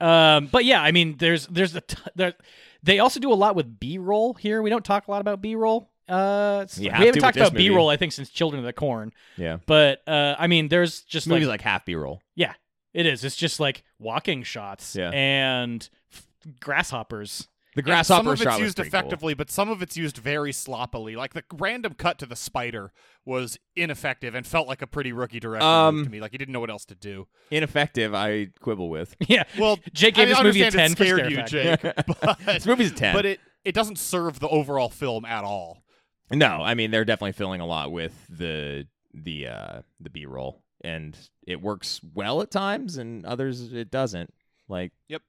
S1: um, but yeah, I mean, there's there's the t- there, they also do a lot with B-roll here. We don't talk a lot about B-roll. Uh, it's-
S3: You
S1: we
S3: have
S1: haven't
S3: to with
S1: talked
S3: this
S1: about
S3: movie.
S1: B-roll I think since Children of the Corn.
S3: Yeah.
S1: But uh, I mean, there's just
S3: This movie's like
S1: like
S3: half B roll.
S1: it is. It's just like walking shots
S3: Yeah.
S1: and f- grasshoppers. *laughs*
S3: The
S2: Yeah,
S3: grasshopper
S2: Some of
S3: shot
S2: it's
S3: was
S2: used
S3: pretty cool.
S2: effectively, but some of it's used very sloppily. Like the random cut to the spider was ineffective and felt like a pretty rookie direction
S3: Um,
S2: to me. Like he didn't know what else to do.
S3: Ineffective, I quibble
S2: *laughs*
S3: with.
S1: yeah.
S2: Well,
S1: Jake
S2: I
S1: gave
S2: mean,
S1: this movie a
S2: understand
S1: ten
S2: it
S1: for
S2: scared
S1: scare
S2: you,
S1: factor.
S2: Jake,
S1: *laughs*
S3: this
S2: but,
S3: movie's a ten.
S2: but it it doesn't serve the overall film at all.
S3: No, I mean they're definitely filling a lot with the the uh the B roll, and it works well at times, and others it doesn't. Like
S2: Yep.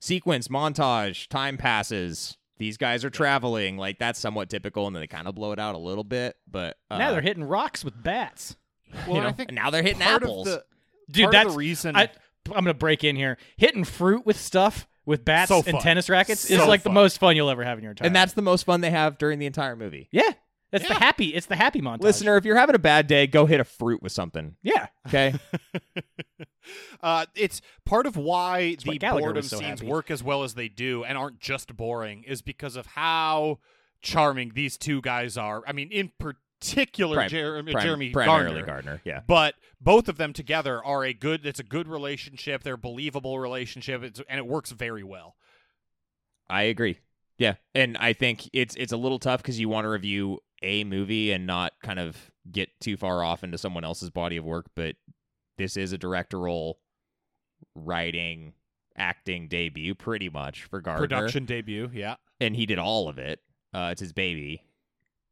S3: sequence montage, time passes. These guys are traveling, like that's somewhat typical, and then they kind of blow it out a little bit. But uh,
S1: now they're hitting rocks with bats.
S2: Well,
S3: you know,
S2: I think
S3: and now they're hitting
S2: part
S3: apples.
S2: Of the,
S1: Dude,
S2: part
S1: that's
S2: of the reason.
S1: I, I'm gonna break in here. Hitting fruit with stuff with bats
S2: So
S1: and
S2: fun.
S1: tennis rackets is
S2: So
S1: like the
S2: fun.
S1: most fun you'll ever have in your entire.
S3: and that's the most fun they have during the entire movie.
S1: yeah, that's the
S2: Yeah.
S1: happy. It's the happy montage.
S3: Listener, if you're having a bad day, go hit a fruit with something.
S1: yeah,
S3: Okay,
S2: uh, it's part of why
S1: why
S2: the
S1: Gallagher
S2: boredom
S1: was so
S2: scenes
S1: happy.
S2: work as well as they do and aren't just boring is because of how charming these two guys are. I mean, in particular,
S3: Prim-
S2: Jer- uh,
S3: Prim-
S2: *laughs* Jeremy
S3: primarily
S2: Garner.
S3: Gardner. Yeah,
S2: But both of them together are a good. It's a good relationship. They're a believable relationship, it's, and it works very well.
S3: I agree. Yeah, and I think it's it's a little tough because you want to review a movie and not kind of get too far off into someone else's body of work. But this is a directorial, writing, acting debut, pretty much for Gardner,
S2: Production debut, yeah.
S3: and he did all of it. Uh, it's his baby.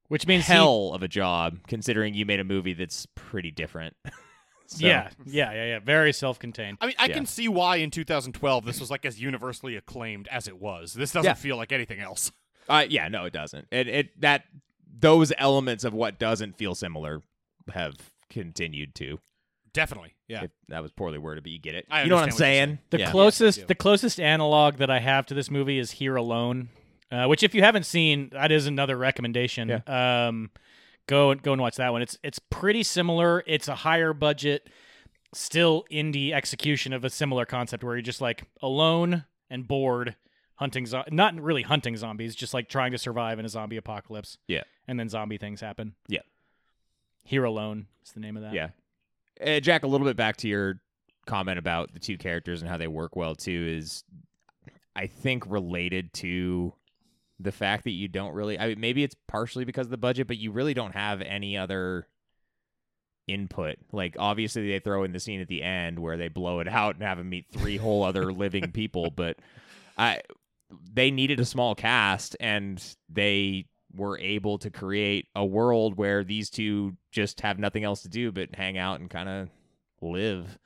S1: which means he-
S3: Hell of a job considering you made a movie that's pretty different. *laughs* So,
S1: yeah, yeah, yeah, yeah. Very self-contained.
S2: I mean, I
S3: Yeah.
S2: can see why in 2012 this was like as universally acclaimed as it was. This doesn't
S3: Yeah.
S2: feel like anything else. *laughs*
S3: Uh, yeah, no, it doesn't. It it that those elements of what doesn't feel similar have continued to.
S2: Definitely, yeah.
S3: If that was poorly worded, but you get it.
S2: I
S3: you know what I'm
S2: understand
S3: saying?
S1: The
S3: yeah.
S1: closest,
S2: do.
S1: the closest analog that I have to this movie is Here Alone, uh, which if you haven't seen, that is another recommendation. Um, go and go and watch that one. It's it's pretty similar. It's a higher budget, still indie execution of a similar concept where you're just like alone and bored, hunting zo- not really hunting zombies, just like trying to survive in a zombie apocalypse.
S3: Yeah.
S1: and then zombie things happen.
S3: Yeah.
S1: Here Alone is the name of that.
S3: yeah. Uh, Jack, a little bit back to your comment about the two characters and how they work well too is, I think related to the fact that you don't really. I mean, maybe it's partially because of the budget, but you really don't have any other input. Like obviously they throw in the scene at the end where they blow it out and have him meet three whole other living people, but I they needed a small cast and they were able to create a world where these two just have nothing else to do but hang out and kind of live.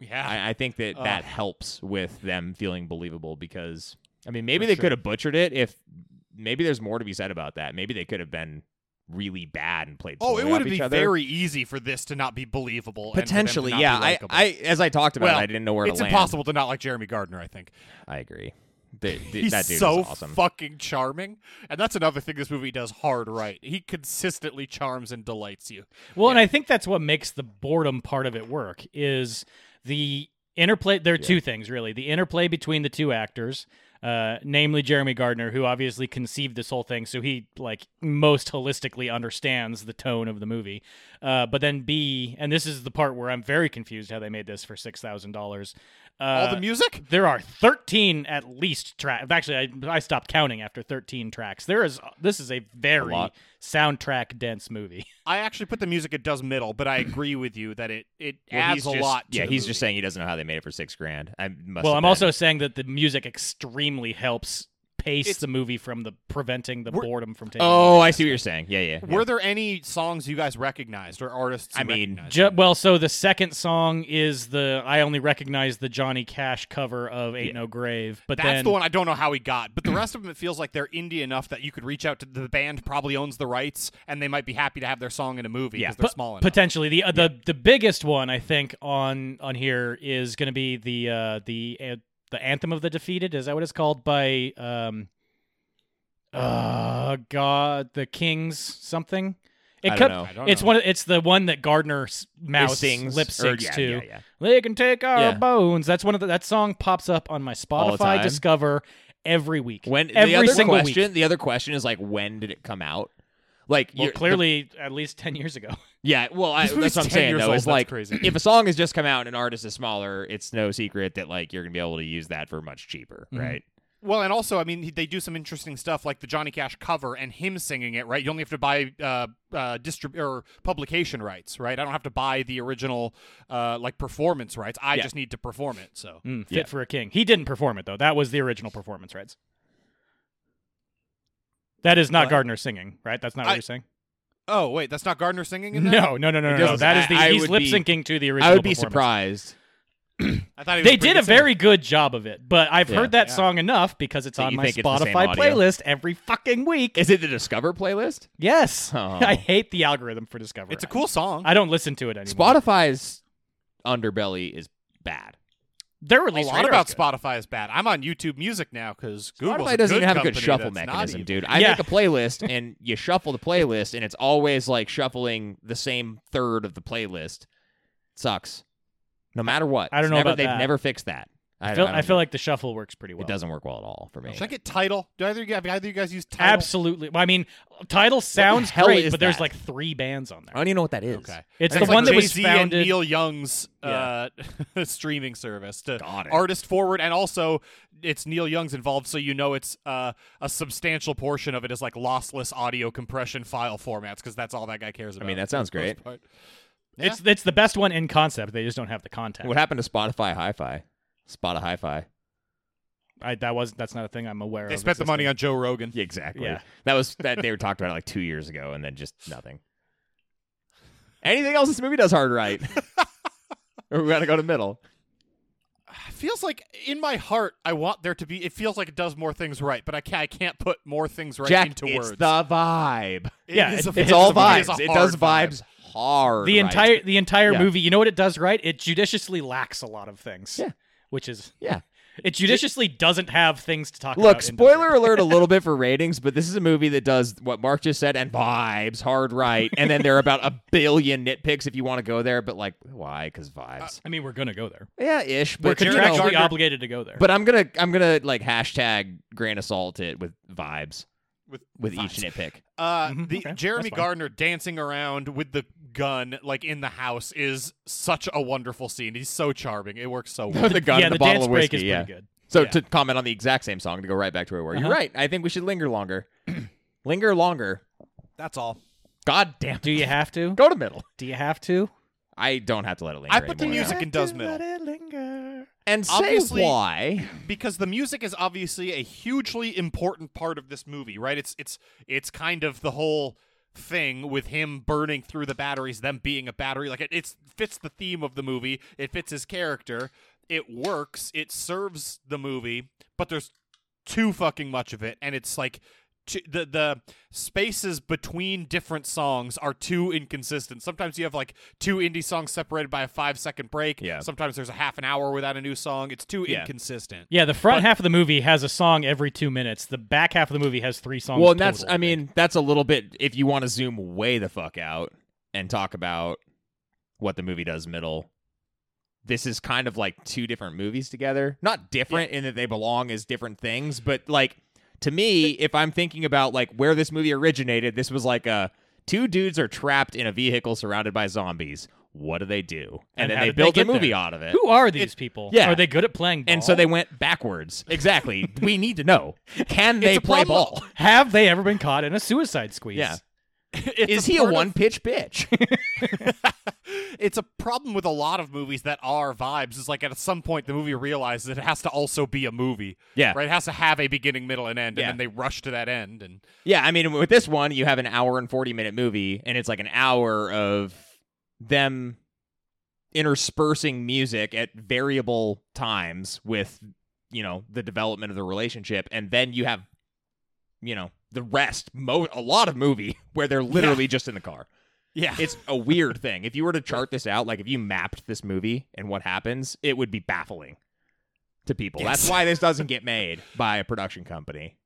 S2: Yeah.
S3: I, I think that that
S2: Ugh.
S3: helps with them feeling believable because I mean maybe
S2: For
S3: they
S2: sure.
S3: could have butchered it if maybe there's more to be said about that. Maybe they could have been really bad and played.
S2: Oh,
S3: poorly
S2: it
S3: off
S2: would have
S3: each
S2: been
S3: other.
S2: very easy for this to not be believable. and for them to
S3: Potentially,
S2: not
S3: yeah.
S2: be
S3: I,
S2: likable.
S3: I, as I talked about, it,
S2: Well,
S3: I didn't know where
S2: it's
S3: to land.
S2: impossible to not like Jeremy Gardner. I think
S3: I agree. Th- th-
S2: he's
S3: that dude
S2: so
S3: is awesome.
S2: fucking charming, and that's another thing this movie does hard right. He consistently charms and delights you.
S1: Well, and I think that's what makes the boredom part of it work is the interplay. There are two things really: the interplay between the two actors, uh, namely Jeremy Gardner, who obviously conceived this whole thing, so he like most holistically understands the tone of the movie. Uh, but then B, and this is the part where I'm very confused how they made this for six thousand dollars. uh,
S2: All
S3: Uh,
S2: the music.
S1: There are 13 at least tracks. Actually, I, I stopped counting after 13 tracks. There is this is a very
S3: lot.
S1: soundtrack dense movie.
S2: I actually put the music at does middle, but I agree with you that it it
S3: Well,
S2: adds
S3: he's
S2: a
S3: just-
S2: lot. To
S3: Yeah,
S2: the
S3: he's
S2: movie.
S3: just saying he doesn't know how they made it for six grand. I must
S1: well,
S3: have
S1: I'm
S3: been-
S1: also saying that the music extremely helps pace
S2: It's-
S1: the movie from the preventing the
S2: We're-
S1: boredom from taking.
S3: Oh, I see what you're saying. Yeah, yeah. yeah.
S2: Were there any songs you guys recognized or artists? you
S3: I mean,
S2: recognized?
S1: Ju- well, so the second song is the I only recognize the Johnny Cash cover of Ain't No Grave, but
S2: That's
S1: then
S2: the one I don't know how he got, but the rest of them it feels like they're indie enough that you could reach out to the band probably owns the rights and they might be happy to have their song in a movie because
S3: Yeah.
S2: they're
S1: Po-
S2: small enough.
S1: potentially the uh, the the biggest one I think on on here is going to be the uh, the uh, the anthem of the defeated. Is that what it's called by um uh God the Kings something? It
S3: I
S1: could-
S3: don't know.
S2: I don't
S1: It's
S2: know.
S1: one. of- It's the one that Gardner s-
S3: It
S1: Mouse
S3: Oh, sings
S1: lip
S3: or-
S1: syncs
S3: yeah,
S1: to.
S3: Yeah, yeah.
S1: They can take our
S3: Yeah.
S1: bones. That's one of the, that song pops up on my
S3: All the
S1: Spotify
S3: time?
S1: Discover every week.
S3: When
S1: every
S3: the other
S1: single
S3: question,
S1: week.
S3: the other question is like, when did it come out? Like,
S1: Well,
S3: you're- the-
S1: clearly at least ten years ago. *laughs*
S3: yeah. Well, I,
S2: *laughs* This
S3: that's
S2: movie's
S3: what I'm
S2: 10
S3: saying
S2: years
S3: though.
S2: old,
S3: Is
S2: that's
S3: like,
S2: crazy.
S3: if a song has just come out and an artist is smaller, it's no secret that like you're gonna be able to use that for much cheaper,
S1: Mhm.
S3: right?
S2: Well, and also, I mean, he- they do some interesting stuff like the Johnny Cash cover and him singing it, right? You only have to buy uh, uh, distrib- or publication rights, right? I don't have to buy the original uh, like performance rights. I
S3: Yeah.
S2: just need to perform it. So
S1: Mm, fit
S3: Yeah.
S1: for a king. He didn't perform it though. That was the original performance rights. That is not
S2: What?
S1: Gardner singing, right? That's not what
S2: I-
S1: you're saying.
S2: Oh wait, that's not Gardner singing in that?
S1: No, no, no, no, no. no.
S3: doesn't-
S1: That is the
S3: I- I
S1: he's
S3: would
S1: lip
S3: be-
S1: syncing to the original.
S3: I would be
S1: performance.
S3: surprised.
S2: I thought he was
S1: They did
S2: pretty
S1: a
S2: good singer.
S1: very good job of it, but I've
S3: Yeah.
S1: heard that
S2: Yeah.
S1: song enough because it's
S3: That
S1: on
S3: you
S1: my
S3: think it's the same
S1: Spotify
S3: audio.
S1: playlist every fucking week.
S3: Is it the Discover playlist?
S1: yes, *laughs*
S3: Oh.
S1: I hate the algorithm for Discover.
S2: It's a cool song.
S1: I don't listen to it anymore.
S3: Spotify's underbelly is bad.
S1: Their
S2: a
S1: release
S2: lot
S1: radar
S2: about
S1: is good.
S2: Spotify is bad. I'm on YouTube Music now because Google
S3: Spotify doesn't
S2: good
S3: even have a good
S2: company
S3: shuffle
S2: that's not
S3: mechanism,
S2: evil.
S3: dude. I
S1: Yeah.
S3: make a playlist and you shuffle the playlist, and it's always like shuffling the same third of the playlist. sucks, no matter what.
S1: I don't
S3: It's
S1: know
S3: never,
S1: about
S3: they've
S1: that.
S3: never fixed that.
S1: I feel,
S3: don't
S1: I feel like the shuffle works pretty
S3: know.
S1: well.
S3: it doesn't work well at all for me.
S2: Should I get title? Do either you guys, have either you guys use title?
S1: Absolutely. Well, I mean, title sounds
S3: hell
S1: great,
S3: is
S1: but there's
S3: that?
S1: like three bands
S3: I
S1: on there.
S3: don't even know what that is.
S2: Okay.
S1: It's
S2: That's
S1: the
S2: like
S1: one that was
S2: Jay-Z
S1: founded.
S2: and Neil Young's uh, *laughs* streaming service to
S3: Got it.
S2: artist forward, and also it's Neil Young's involved, so you know it's uh, a substantial portion of it is like lossless audio compression file formats because that's all that guy cares
S3: I
S2: about.
S3: mean, that sounds
S2: for the most
S3: great.
S2: part.
S1: It's it's the best one in concept. They just don't have the contact.
S3: What happened to Spotify Hi-Fi? Spotify Hi-Fi.
S1: I, that was that's not a thing I'm aware
S2: They
S1: of.
S2: spent the money on Joe Rogan.
S3: Yeah, *laughs* exactly.
S1: Yeah.
S3: That was that they were talked about it like two years ago, and then just nothing. Anything else this movie does hard *laughs* right? or we gotta go to middle.
S2: It feels like in my heart, I want there to be. It feels like it does more things right, but I can't. I can't put more things right
S3: Jack,
S2: into
S3: it's
S2: words.
S3: the vibe.
S2: It
S1: yeah,
S2: is
S1: it-
S2: a-
S3: It's all
S2: the movie is
S3: vibes.
S2: a
S3: It
S2: hard
S3: does vibes hard.
S1: the
S3: right.
S1: entire the entire
S3: Yeah.
S1: movie. You know what it does right? It judiciously lacks a lot of things.
S3: Yeah.
S1: Which is *laughs*
S3: Yeah.
S1: it judiciously doesn't have things to talk about.
S3: Look,
S1: in
S3: spoiler alert a
S1: *laughs*
S3: little bit for ratings, but this is a movie that does what Mark just said and vibes hard right. And then there are about a billion nitpicks if you want to go there, but like why? Cuz vibes.
S1: depth. I mean, we're gonna go there.
S3: yeah, ish,
S1: Uh, We're
S3: but you know,
S1: contractually
S2: Gardner-
S1: obligated to go there.
S3: but I'm going to I'm going to like hashtag grain of salt it with vibes
S2: With
S3: with
S2: vibes.
S3: each Mm-hmm. nitpick.
S2: Uh,
S1: Mhm,
S2: the
S1: okay,
S2: Jeremy
S1: that's fine.
S2: Gardner dancing around with the gun, like in the house, is such a wonderful scene. He's so charming. It works so well.
S3: the gun
S1: yeah,
S3: and the,
S1: *laughs* the,
S3: bottle
S1: dance
S3: of
S1: break
S3: whiskey,
S1: is
S3: yeah.
S1: pretty good.
S3: So
S2: Yeah.
S3: to comment on the exact same song to go right back to where we were. You're
S1: Uh-huh.
S3: right. I think we should linger longer. *clears throat* linger longer.
S2: That's all.
S3: God damn.
S1: Do you have to?
S3: Go to middle.
S1: Do you have to?
S3: I don't have to let it linger.
S2: I put the
S3: anymore.
S2: music in does middle
S3: and say
S2: Obviously-
S3: why.
S2: because the music is obviously a hugely important part of this movie, right? It's it's it's kind of the whole thing with him burning through the batteries, them being a battery. Like it it's, fits the theme of the movie. It fits his character. It works. It serves the movie. But there's too fucking much of it, and it's like. T- the the spaces between different songs are too inconsistent. Sometimes you have like two indie songs separated by a five second break.
S3: Yeah.
S2: Sometimes there's a half an hour without a new song. It's too
S3: Yeah.
S2: inconsistent.
S1: Yeah, the front half of the movie has a song every two minutes. The back half of the movie has three songs.
S3: Well, and that's
S1: total,
S3: I
S1: think.
S3: mean that's a little bit if you want to zoom way the fuck out and talk about what the movie does middle. This is kind of like two different movies together. Not different in that they belong as different things, but like to me, if I'm thinking about like where this movie originated, this was like a two dudes are trapped in a vehicle surrounded by zombies. What do they do? And,
S1: And
S3: then
S1: how
S3: they
S1: did they
S3: built a
S1: get
S3: movie
S1: there?
S3: out of it.
S1: who are these
S2: It's-
S1: people?
S3: yeah.
S1: are they good at playing? Ball?
S3: and so they went backwards. *laughs* Exactly. we need to know. Can they
S2: a
S3: play
S2: problem.
S3: ball?
S1: have they ever been *laughs* caught in a suicide squeeze?
S3: Yeah.
S2: It's
S3: Is he a *laughs*
S2: part of-
S3: one pitch bitch?
S2: it's a problem with a lot of movies that are vibes. Is like at some point the movie realizes it has to also be a movie.
S3: Yeah.
S2: Right? It has to have a beginning, middle, and end,
S3: Yeah.
S2: and then they rush to that end and
S3: Yeah, I mean, with this one, you have an hour and 40 minute movie, and it's like an hour of them interspersing music at variable times with, you know, the development of the relationship. And then you have, you know, the rest, mo- a lot of movie *laughs* where they're literally just in the car.
S2: Yeah.
S3: It's a weird thing. If you were to chart this out, like if you mapped this movie and what happens, it would be baffling to people. That's
S2: Yes.
S3: why this doesn't get made by a production company.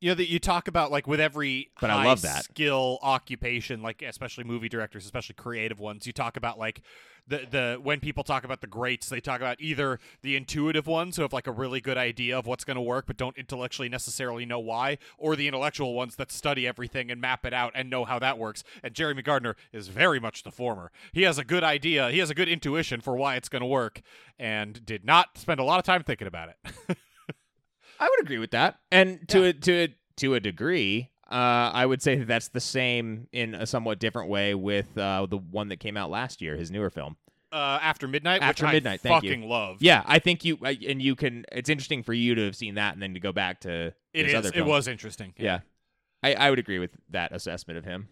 S2: you know that you talk about like with every
S3: But I
S2: high
S3: love that.
S2: skill occupation like especially movie directors especially creative ones you talk about like the the when people talk about the greats they talk about either the intuitive ones who have like a really good idea of what's going to work but don't intellectually necessarily know why or the intellectual ones that study everything and map it out and know how that works and Jeremy Gardner is very much the former he has a good idea he has a good intuition for why it's going to work and did not spend a lot of time thinking about it *laughs*
S3: I would agree with that, and to a, to a, to a degree, uh, I would say that that's the same in a somewhat different way with uh, the one that came out last year, his newer film.
S2: uh, after midnight
S3: After
S2: which
S3: Midnight,
S2: I
S3: thank you.
S2: fucking love
S3: Yeah, I think you I- and you can. It's interesting for you to have seen that and then to go back to
S2: It
S3: his
S2: is.
S3: other.
S2: It
S3: film.
S2: was interesting.
S3: Yeah, I, I would agree with that assessment of him.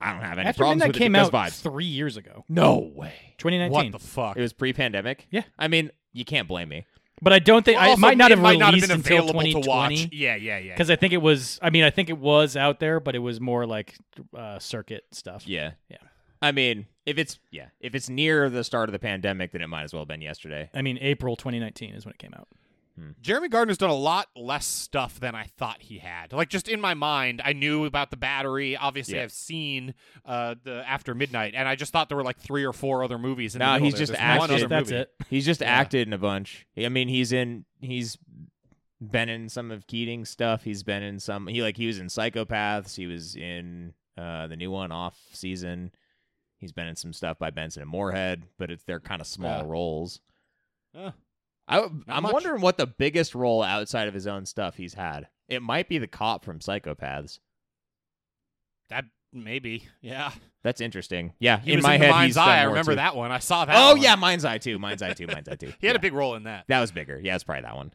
S3: I don't have any
S1: After
S3: problems
S1: Midnight
S3: with it
S1: came
S3: because
S1: out
S3: vibes.
S1: three years ago,
S3: No way.
S2: What
S1: 2019.
S2: the fuck?
S3: It was pre-pandemic.
S1: Yeah.
S3: I mean, you can't blame me.
S1: but I don't think I it
S2: Also,
S1: might not
S2: it
S1: have
S2: might not have
S1: released
S2: been
S1: until
S2: available to watch.
S1: 2020
S2: Yeah, yeah, yeah.
S1: because I think it was. I mean, I think it was out there, but it was more like uh, circuit stuff.
S3: Yeah.
S1: Yeah.
S3: I mean, if it's yeah, if it's near the start of the pandemic, then it might as well have been yesterday.
S1: I mean, April 2019 is when it came out.
S2: Jeremy Gardner's done a lot less stuff than I thought he had. Like just in my mind, I knew about the battery. Obviously,
S3: Yeah.
S2: I've seen uh, the After Midnight, and I just thought there were like three or four other movies. In
S3: No,
S2: the middle
S3: he's
S2: there.
S3: just
S2: There's
S3: acted.
S2: One other
S1: That's
S2: movie.
S1: it.
S3: He's just
S2: Yeah.
S3: acted in a bunch. I mean, he's in he's been in some of Keating's stuff. He's been in some he like he was in Psychopaths. He was in uh the new one off season. He's been in some stuff by Benson and Moorhead, but it's they're kind of small
S2: Yeah.
S3: roles.
S2: Uh,
S3: I, am
S2: much.
S3: wondering what the biggest role outside of his own stuff he's had. It might be the cop from Psychopaths.
S2: that maybe. Yeah.
S3: That's interesting. Yeah,
S2: He
S3: in
S2: was
S3: my
S2: in
S3: head,
S2: the Mind's
S3: he's done
S2: Eye. I
S3: more,
S2: remember
S3: too.
S2: that one. I saw that.
S3: Oh
S2: one.
S3: yeah, Mind's Eye too. Mind's Eye
S2: *laughs*
S3: too. Mind's Eye too.
S2: He had
S3: Yeah.
S2: a big role in that.
S3: That was bigger. Yeah, it's probably that one.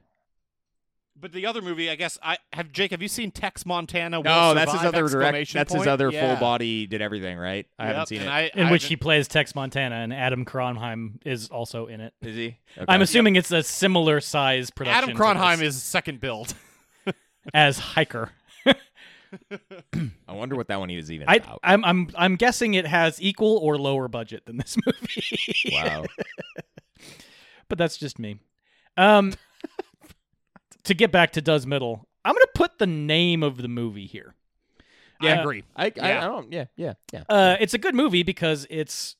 S2: But the other movie, I guess, I have Jake. Have you seen Tex Montana? Will
S3: No, Oh, that's his
S2: Survive?
S3: other direct.
S2: Exclamation
S3: That's his
S2: point?
S3: other
S2: Yeah.
S3: full body did everything right. I haven't
S2: Yep,
S3: seen
S2: and
S3: it. Is
S2: I,
S1: in
S2: I
S1: which
S2: haven't-
S1: he plays Tex Montana, and Adam Kronheim is also in it.
S3: he?
S1: I'm assuming it's a similar size production.
S2: Adam Kronheim
S1: to this
S2: is
S1: *laughs*
S2: second build.
S1: as hiker.
S3: I wonder what that one he was even
S1: I,
S3: about.
S2: *laughs*
S1: I'm I'm I'm guessing it has equal or lower budget than this *laughs* movie,
S3: wow.
S1: but that's just me.
S2: *laughs*
S1: Um, to get back to Does Middle, I'm gonna put the name of the movie here.
S2: Yeah, I
S1: Uh,
S2: agree.
S3: I, I,
S2: Yeah.
S3: I don't. Yeah, yeah, yeah.
S1: Uh, it's a good movie because it's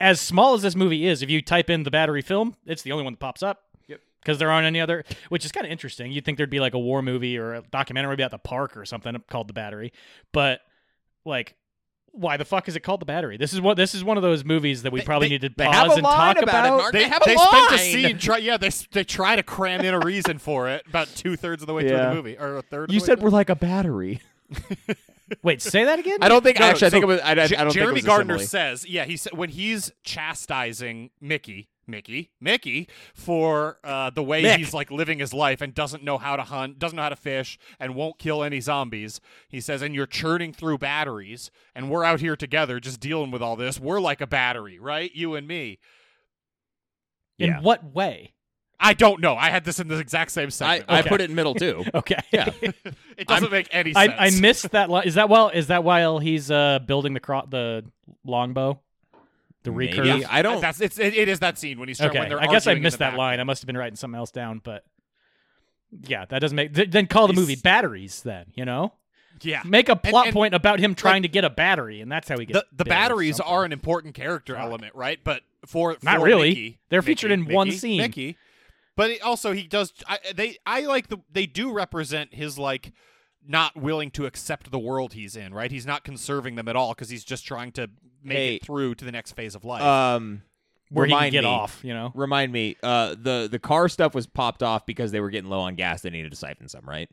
S1: as small as this movie is. If you type in the battery film, it's the only one that pops up.
S3: Yep.
S1: Because there aren't any other, which is kind of interesting. You'd think there'd be like a war movie or a documentary about the park or something called The Battery, but like, why the fuck is it called The Battery? This is what this is one of those movies that we
S3: They-
S1: probably
S3: they-
S1: need to
S3: they have a
S1: pause and
S3: line
S1: talk
S3: about it,
S1: about.
S3: Mark. They have a
S2: spent a
S3: line!
S2: scene. Try, yeah, they s- they try to cram in a reason for it about two thirds of the way through
S3: Yeah.
S2: the movie or a third.
S3: you
S2: of the
S3: said
S2: way
S3: we're like a battery.
S1: Wait, say that again.
S3: I don't think.
S2: No,
S3: actually, I think
S2: so
S3: it was. I, I
S2: through.
S3: don't
S2: Jeremy
S3: think it was a
S2: Gardner
S3: simile.
S2: says, yeah, he said when he's chastising Mickey, Mickey, Mickey for uh, the way
S3: Mick.
S2: he's like living his life and doesn't know how to hunt, doesn't know how to fish, and won't kill any zombies. He says, and you're churning through batteries, and we're out here together just dealing with all this. We're like a battery, right? You and me.
S1: in
S3: Yeah.
S1: what way?
S2: I don't know. I had this in the exact same
S3: I,
S2: segment.
S3: I
S1: Okay.
S3: put it in middle
S2: *laughs*
S3: too.
S1: Okay. *laughs*
S3: Yeah.
S2: it doesn't make any
S1: I,
S2: sense.
S1: I missed that. Li- is that while is that while he's uh building the cro- the longbow, the
S3: Maybe.
S1: recurve?
S3: I don't.
S2: That's it's it, it is that scene when he's trying,
S1: Okay,
S2: when they're
S1: I guess I
S2: arguing in the
S1: missed that
S2: back.
S1: line. I must have been writing something else down, but yeah, that doesn't make. Th- then call the movie
S2: He's-
S1: batteries. Then you know,
S2: Yeah.
S1: make a plot
S2: and-
S1: point about him trying to get a battery, and that's how he gets.
S2: The, the
S1: bit or
S2: batteries
S1: something.
S2: are an important character element, right? But for
S1: Not
S2: for
S1: really.
S2: Mickey-
S1: They're featured
S2: Mickey-
S1: in one
S2: Mickey-
S1: scene.
S2: Mickey, but it also he does. I, they I like the they do represent his like not willing to accept the world he's in, right? He's not conserving them at all because he's just trying to make
S3: Hey.
S2: it through to the next phase of life.
S1: Uh,
S3: um,
S1: where he can
S3: remind
S1: get
S3: me-
S1: off. You know,
S3: Remind me. Uh, the the car stuff was popped off because they were getting low on gas. They needed to siphon some. Right.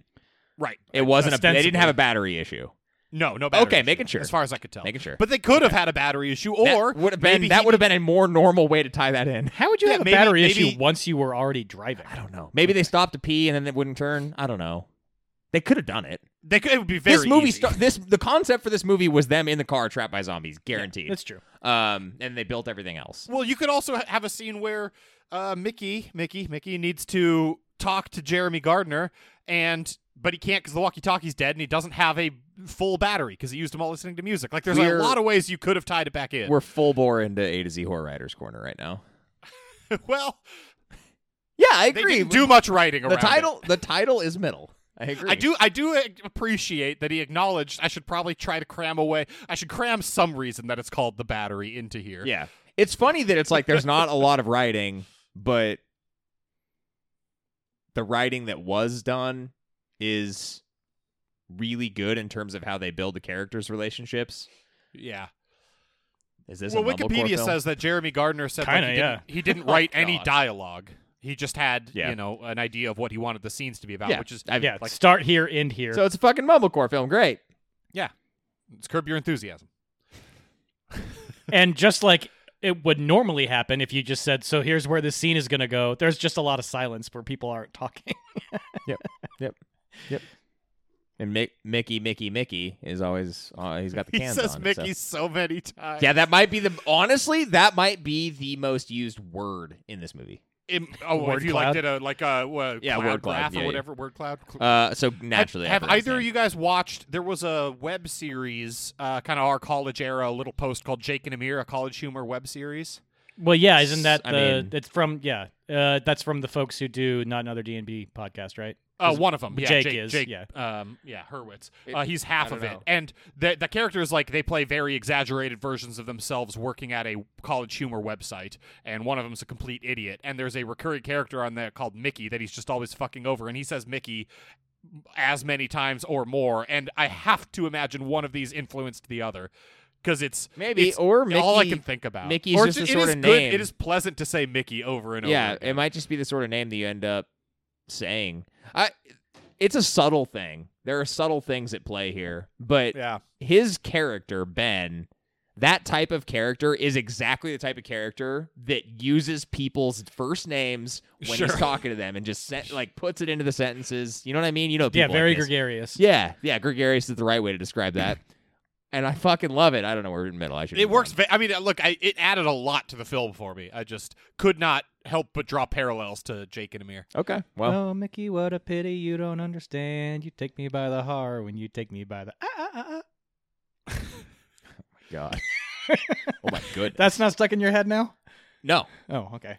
S2: right.
S3: It wasn't. A, they didn't
S1: Ostensibly.
S3: have a battery issue.
S2: No, no battery.
S3: Okay,
S2: issue,
S3: making sure.
S2: As far as I could tell,
S3: Making sure.
S2: But they could have had a battery issue, or
S3: would have been
S2: maybe
S3: that
S2: he
S3: would have been a more normal way to tie that in.
S1: How would you
S2: Yeah,
S1: have a
S2: maybe-
S1: battery
S2: maybe-
S1: issue once you were already driving?
S3: I don't know. Maybe they stopped to pee and then it wouldn't turn. I don't know. They could have done it.
S2: They could, it would be very
S3: this movie
S2: easy.
S3: sta- this the concept for this movie was them in the car trapped by zombies, guaranteed.
S1: That's true.
S3: um and they built everything else.
S2: Well, you could also ha- have a scene where uh, Mickey, Mickey, Mickey needs to talk to Jeremy Gardner, and but he can't because the walkie-talkie's dead, and he doesn't have a full battery because he used them all listening to music. Like, there's
S3: We're-
S2: a lot of ways you could have tied it back in.
S3: We're full bore into A to Z horror writers corner right now.
S2: *laughs* well,
S3: Yeah, I
S2: they
S3: agree.
S2: didn't do much writing around
S3: the
S2: it.
S3: title the title is middle. I agree.
S2: I do I do ac- appreciate that he acknowledged I should probably try to cram away I should cram some reason that it's called the battery into here.
S3: Yeah. It's funny that it's like there's not a lot of writing, but the writing that was done is really good in terms of how they build the characters' relationships.
S2: Yeah.
S3: Is this
S2: well,
S3: a Mumblecore
S2: Wikipedia
S3: film?
S2: says that Jeremy Gardner said that
S1: Kinda,
S2: he,
S1: yeah.
S2: didn't, he didn't write
S3: *laughs* Oh,
S2: any
S3: God.
S2: dialogue. He just had,
S3: Yeah.
S2: you know, an idea of what he wanted the scenes to be about,
S3: Yeah.
S2: which is
S3: I-
S1: Yeah,
S2: like-
S1: start here, end here.
S2: *laughs*
S3: so it's a fucking Mumblecore film. Great.
S2: it's curb your enthusiasm.
S1: and just like it would normally happen if you just said, "So here's where this scene is going to go." There's just a lot of silence where people aren't talking.
S3: And Mick, Mickey, Mickey, Mickey is always uh, he's got the
S2: *laughs* He
S3: cans on.
S2: says
S3: so-
S2: Mickey so, many times.
S3: Yeah, that might be the honestly that might be the most used word in this movie.
S2: Im- oh,
S1: Word
S2: if you
S1: cloud?
S2: like did a like a uh,
S3: Yeah,
S2: cloud
S3: word cloud,
S2: graph
S3: yeah,
S2: or
S3: yeah.
S2: whatever word cloud. Cl-
S3: Uh, so naturally,
S2: have,
S3: I forgot
S2: have
S3: his
S2: either of
S3: name.
S2: you guys watched? There was a web series, uh, kind of our college era, little post called Jake and Amir, a college humor web series.
S1: Well, yeah, isn't that the?
S3: I mean-
S1: it's from yeah, uh, that's from the folks who do not another D and B podcast, right?
S2: Uh,
S1: Is-
S2: one of them, yeah,
S1: Jake
S2: Jake
S1: is,
S2: Jake,
S1: yeah.
S2: um, yeah, Hurwitz. Uh, he's half
S3: I
S2: of
S3: don't
S2: it,
S3: know.
S2: and the the characters like they play very exaggerated versions of themselves working at a college humor website, and one of them's a complete idiot. And there's a recurring character on there called Mickey that he's just always fucking over, and he says Mickey as many times or more. And I have to imagine one of these influenced the other because it's
S3: Maybe,
S2: it's
S3: or
S2: all I
S3: Mickey-
S2: can think about.
S3: Mickey's
S2: or
S3: just
S2: it's-
S3: the
S2: it
S3: sort
S2: is
S3: of
S2: good-
S3: name-
S2: It is pleasant to say Mickey over and over.
S3: Yeah,
S2: again.
S3: it might just be the sort of name that you end up saying. I it's a subtle thing. There are subtle things at play here, but
S2: yeah.
S3: his character, Ben, that type of character is exactly the type of character that uses people's first names when
S2: Sure.
S3: he's talking to them and just sent, like puts it into the sentences. You know what I mean? You know, people
S1: yeah,
S3: like
S1: very
S3: this.
S1: gregarious.
S3: Yeah, yeah, gregarious is the right way to describe that. and I fucking love it. I don't know, we're in middle. I should.
S2: It
S3: move
S2: works.
S3: on.
S2: Ve- I mean, uh, look, I, it added a lot to the film for me. I just could not help but draw parallels to Jake and Amir.
S3: Okay. Well,
S1: oh, Mickey, what a pity you don't understand. You take me by the har when you take me by the ah, ah, ah, ah.
S3: *laughs* God. oh my goodness.
S1: That's not stuck in your head now.
S3: No.
S1: Oh, *laughs* okay.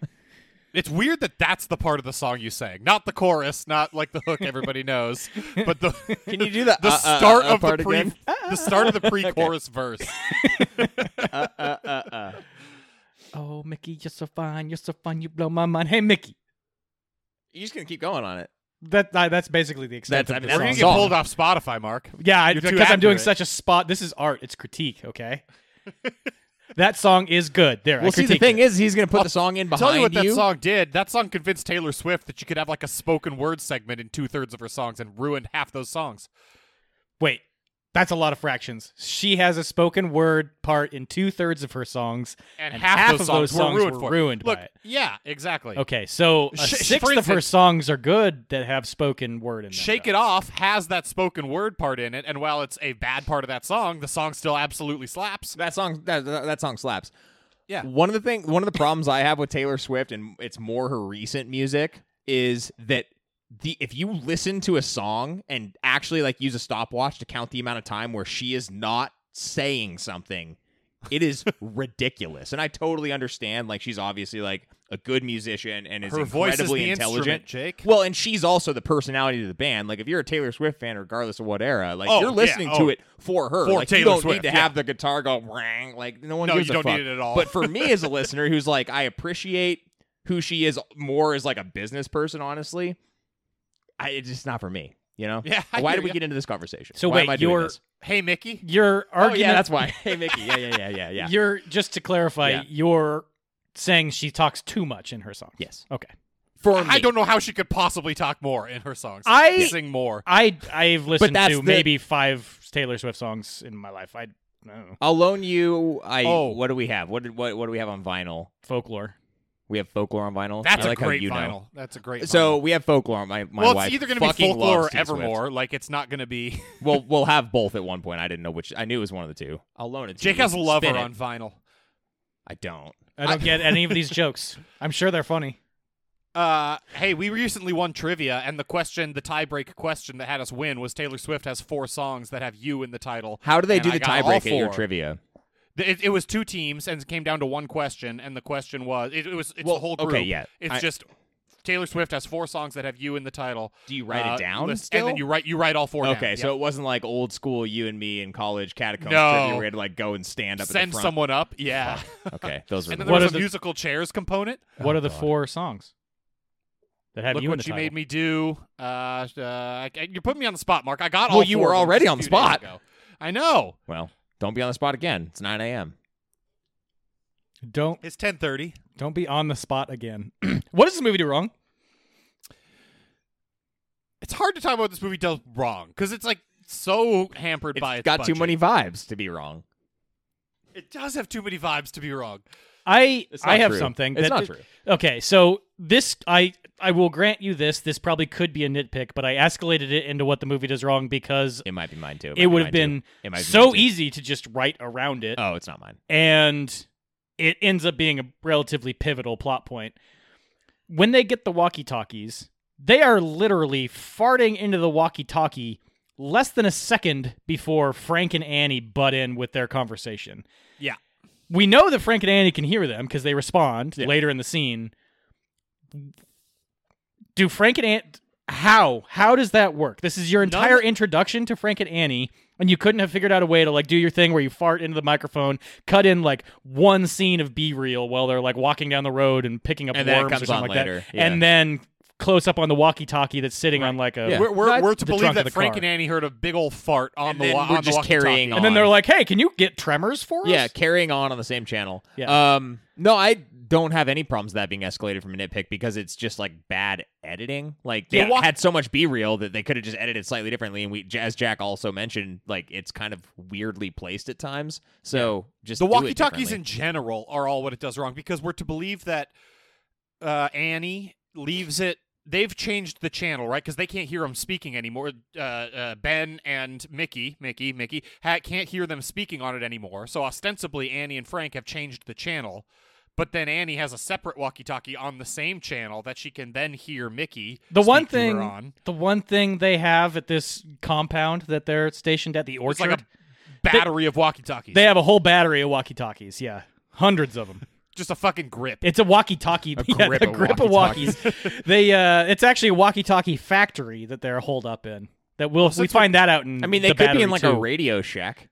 S2: It's weird that that's the part of the song you sang, not the chorus, not like the hook everybody knows, but the
S3: Can you do *laughs* the
S2: the
S3: uh, uh,
S2: start
S3: uh, uh,
S2: of the
S3: part
S2: pre
S3: again?
S1: ah,
S2: the start of the pre-chorus verse.
S3: Uh, uh, uh, uh.
S1: Oh, Mickey, you're so fine. You're so fine. You blow my mind. Hey, Mickey.
S3: You're just gonna keep going on it.
S1: That I that's basically the extent
S3: That's-
S1: of
S3: I mean,
S1: the
S2: We're
S3: that's
S2: gonna
S1: song.
S2: get
S3: Song.
S2: pulled off Spotify, Mark.
S1: Yeah, I,
S2: You're too
S1: because I'm doing
S2: accurate.
S1: such a spot. This is art. It's critique.
S3: *laughs*
S1: Okay. that song is good. There. I
S3: Well, see, the
S1: critiqued
S3: thing
S1: it.
S3: is, he's gonna put the song in behind
S2: Tell you what that song did. That song convinced Taylor Swift that she could have like a spoken word segment in two thirds of her songs and ruined half those songs.
S1: wait. That's a lot of fractions. She has a spoken word part in two thirds of her songs,
S2: And, half, those
S1: of
S2: songs
S1: those songs
S2: were ruined for
S1: were
S2: it.
S1: ruined
S2: Look,
S1: by it.
S2: yeah, exactly.
S1: Okay, so a
S2: Sh-
S1: sixth
S2: for
S1: of her
S2: instance-
S1: songs are good that have spoken word in them.
S2: Shake
S1: though.
S2: It Off has that spoken word part in it, and while it's a bad part of that song, the song still absolutely slaps.
S3: That song, that, that that song slaps.
S2: Yeah.
S3: One of the thing, one of the problems I have with Taylor Swift, and it's more her recent music, is that the if you listen to a song and actually like use a stopwatch to count the amount of time where she is not saying something, it
S2: *laughs*
S3: is ridiculous. And I totally understand. Like she's obviously like a good musician and is
S2: Her voice is
S3: incredibly
S2: the
S3: intelligent.
S2: instrument, Jake.
S3: Well, and she's also the personality of the band. Like, if you're a Taylor Swift fan, regardless of what era, like
S2: Oh,
S3: you're
S2: yeah,
S3: listening
S2: oh.
S3: to it for her.
S2: For
S3: like,
S2: Taylor
S3: you don't
S2: Swift,
S3: need to
S2: yeah.
S3: have the guitar go rang. Like, no one
S2: No,
S3: gives
S2: you
S3: a
S2: don't
S3: fuck.
S2: need it at all.
S3: But for me
S2: *laughs*
S3: as a listener, who's like, I appreciate who she is more as like a business person. Honestly, I, it's just not for me. You know?
S2: Yeah, I
S3: Why
S2: hear
S3: did we
S2: ya.
S3: get into this conversation?
S1: So
S3: why
S1: wait,
S3: am I doing
S1: you're-
S3: this?
S2: Hey, Mickey.
S1: Your
S3: Oh
S1: argument.
S3: yeah, that's why. *laughs* Hey Mickey. Yeah, yeah, yeah, yeah,
S2: *laughs*
S3: yeah.
S1: You're just to clarify.
S3: Yeah.
S1: You're saying she talks too much in her song.
S3: yes.
S1: Okay.
S3: For me.
S2: I don't know how she could possibly talk more in her songs.
S1: I-
S2: sing more.
S1: I I've listened
S3: that's
S1: to
S3: the-
S1: maybe five Taylor Swift songs in my life. I don't know.
S3: I'll loan you. I.
S2: Oh.
S3: What do we have? What did, what what do we have on vinyl?
S1: folklore.
S3: We have folklore on vinyl.
S2: That's
S3: I
S2: a
S3: like how
S2: great
S3: you know.
S2: vinyl. That's a great.
S3: So
S2: vinyl.
S3: we have folklore. My my
S2: well,
S3: wife
S2: it's either going to be
S3: fucking
S2: folklore
S3: loves
S2: or
S3: Taylor Swift.
S2: evermore. Like it's not going
S3: *laughs*
S2: to be.
S3: we'll we'll have both at one point. I didn't know which. I knew it was one of the two. I'll loan it. To
S2: Jake
S3: you.
S2: has lover
S3: Spin it.
S2: on vinyl.
S3: I don't.
S1: I don't get any of
S3: *laughs*
S1: these jokes. I'm sure they're funny.
S2: Uh, hey, we recently won trivia, and the question, the tiebreak question that had us win, was Taylor Swift has four songs that have you in the title.
S3: How do they
S2: And
S3: do
S2: I
S3: the
S2: got all
S3: tiebreak at your
S2: four.
S3: trivia?
S2: Th- It, it was two teams, and it came down to one question, and the question was, it, it was, it's
S3: Well,
S2: the whole
S3: okay,
S2: group.
S3: yeah.
S2: It's
S3: I-
S2: just Taylor Swift has four songs that have you in the title.
S3: Do you write it
S2: Uh,
S3: down
S2: list-
S3: still?
S2: And then you write, you write all four. down.
S3: okay,
S2: Yeah.
S3: so it wasn't like old school you and me in college catacombs
S2: No.
S3: trivia where we had to like go and stand up
S2: send
S3: at the front.
S2: someone up. Yeah.
S3: *laughs* Okay, those are
S2: and
S3: the
S2: then
S1: What are
S2: there was a
S1: the-
S2: musical chairs component.
S1: What
S3: Oh,
S1: are the
S3: God.
S1: four songs that have
S2: Look
S1: you in
S2: what
S1: the
S2: you
S1: title?
S2: made me do. Uh, uh, I- I- you put me on the spot, Mark. I got
S3: Well,
S2: all.
S3: you
S2: four
S3: were
S2: of them
S3: already
S2: just
S3: on the
S2: a few days
S3: spot.
S2: ago. I know.
S3: Well, don't be on the spot again. It's 9 a.m.
S1: Don't
S2: It's ten thirty.
S1: don't be on the spot again. *clears throat* what does this movie do wrong?
S2: It's hard to talk about what this movie does wrong because it's like so hampered by
S3: It's
S2: its
S3: got too
S2: budget.
S3: many vibes to be wrong.
S2: It does have too many vibes to be wrong.
S1: I
S3: It's not
S1: I have
S3: true.
S1: something.
S3: It's
S1: that-
S3: not true.
S1: Okay, so this I I will grant you this. This probably could be a nitpick, but I escalated it into what the movie does wrong because
S3: It might be mine too.
S1: it would have been so e- easy to just write around it.
S3: Oh, it's not mine.
S1: and it ends up being a relatively pivotal plot point. When they get the walkie talkies, they are literally farting into the walkie talkie less than a second before Frank and Annie butt in with their conversation.
S2: Yeah.
S1: We know that Frank and Annie can hear them because they respond
S3: Yeah.
S1: later in the scene. Do Frank and Annie. How? How does that work? This is your
S2: None-
S1: entire introduction to Frank and Annie, and you couldn't have figured out a way to like do your thing where you fart into the microphone, cut in like one scene of B reel while they're like walking down the road and picking up
S3: And then it
S1: worms
S3: comes
S1: or something
S3: on
S1: like
S3: later,
S1: that,
S3: yeah.
S1: and then close up on the walkie talkie that's sitting on like a.
S3: Yeah.
S2: We're, we're,
S3: That's
S2: we're to
S1: the
S2: believe
S1: trunk of
S2: that
S1: the
S2: Frank
S1: car.
S2: and Annie heard a big old fart on
S3: And
S2: the
S3: then
S2: wa-
S3: we're
S2: on the
S3: just carrying
S2: walkie-talkie.
S1: And then they're like, "Hey, can you get tremors for us?"
S3: Yeah, carrying on on the same channel.
S1: Yeah.
S3: Um, no, I don't have any problems with that being escalated from a nitpick because it's just like bad editing. Like they
S2: Yeah. Walk-
S3: had so much B reel that they could have just edited slightly differently. And we, as Jack also mentioned, like it's kind of weirdly placed at times. So just
S2: The
S3: do it
S2: walkie talkies
S3: differently.
S2: in general are all what it does wrong because we're to believe that uh, Annie leaves it. They've changed the channel, right? Because they can't hear them speaking anymore. Uh, uh, ben and Mickey, Mickey, Mickey, ha- can't hear them speaking on it anymore. So ostensibly, Annie and Frank have changed the channel. But then Annie has a separate walkie talkie on the same channel that she can then hear Mickey.
S1: The one
S2: speak to her
S1: thing,
S2: on.
S1: the one thing they have at this compound that they're stationed at, the
S2: It's
S1: orchard,
S2: like a battery of walkie talkies.
S1: they have a whole battery of walkie talkies. Yeah, hundreds of them.
S2: Just a fucking grip.
S1: It's a walkie-talkie. A *laughs* yeah,
S3: grip
S1: a
S3: of
S1: grip of walkies. they, uh, it's actually a walkie-talkie factory that they're holed up in. That we'll we
S2: that's what-
S1: find that out in.
S3: I mean, they
S1: the
S3: could be
S1: battery,
S3: in like a
S1: too.
S3: Radio Shack.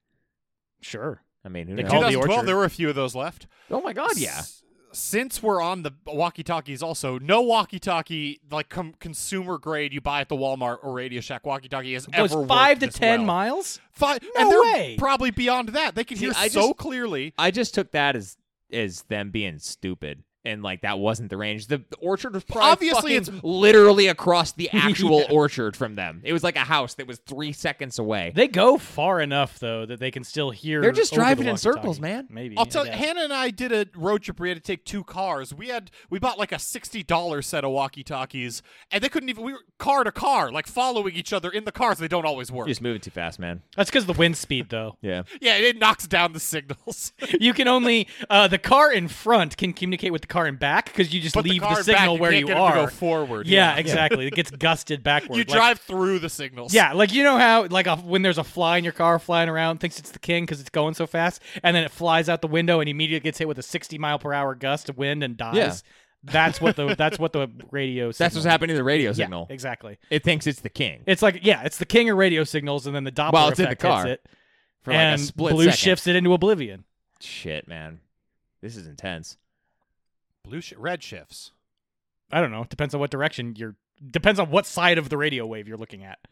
S1: Sure.
S3: I mean, who
S1: They
S3: knows?
S1: call the
S2: 2012,
S1: orchard.
S2: there were a few of those left.
S3: oh my god, yeah.
S2: S- Since we're on the walkie talkies, also no walkie talkie like com- consumer grade you buy at the Walmart or Radio Shack walkie talkie is
S1: It was
S2: ever
S1: five
S2: worked
S1: to
S2: this
S1: ten
S2: well.
S1: miles.
S2: Five,
S1: No
S2: and they're
S1: way.
S2: Probably beyond that, they can
S3: See,
S2: hear
S3: I
S2: so
S3: just-
S2: clearly.
S3: I just took that as as them being stupid. And like that wasn't the range. The, the orchard was probably
S2: Obviously,
S3: fucking literally across *laughs* the actual
S1: Yeah.
S3: orchard from them. It was like a house that was three seconds away.
S1: They go far enough though that they can still hear.
S3: They're just
S1: over the
S3: driving in circles,
S1: walkie-talkie.
S3: man.
S1: Maybe.
S2: I'll
S1: I
S2: tell you,
S1: guess.
S2: Hannah and I did a road trip. where We had to take two cars. We had we bought like a sixty dollar set of walkie talkies, and they couldn't even. We were car to car, like following each other in the cars. They don't always work.
S3: You just move it too fast, man.
S1: That's because the wind speed though.
S3: Yeah.
S2: Yeah, it knocks down
S1: *laughs*
S2: the signals.
S1: you can only uh, the car in front can communicate with the car in back because you just
S2: But the
S1: leave the,
S2: car in back,
S1: signal
S2: you
S1: where
S2: can't
S1: you
S2: get 'em
S1: are.
S2: to go forward,
S1: Yeah,
S2: yeah.
S1: exactly. it gets gusted backward.
S2: you
S1: like-
S2: drive through the signals.
S1: Yeah, like you know how like a, when there's a fly in your car flying around, thinks it's the king because it's going so fast, and then it flies out the window and immediately gets hit with a 60 mile per hour gust of wind and dies.
S3: Yeah.
S1: That's what the that's what the radio.
S3: That's what's
S1: signal-
S3: happening to the radio
S1: Yeah,
S3: signal.
S1: exactly.
S3: It thinks it's the king
S1: It's like yeah, it's the king of radio signals, and then the Doppler
S3: While it's in the
S1: effect
S3: car.
S1: hits it,
S3: for like
S1: and
S3: a split
S1: blue
S3: second.
S1: shifts it into oblivion.
S3: Shit, man. This is intense.
S2: blue sh- red shifts.
S1: I don't know. Depends on what direction you're. Depends on what side of the radio wave you're looking at. I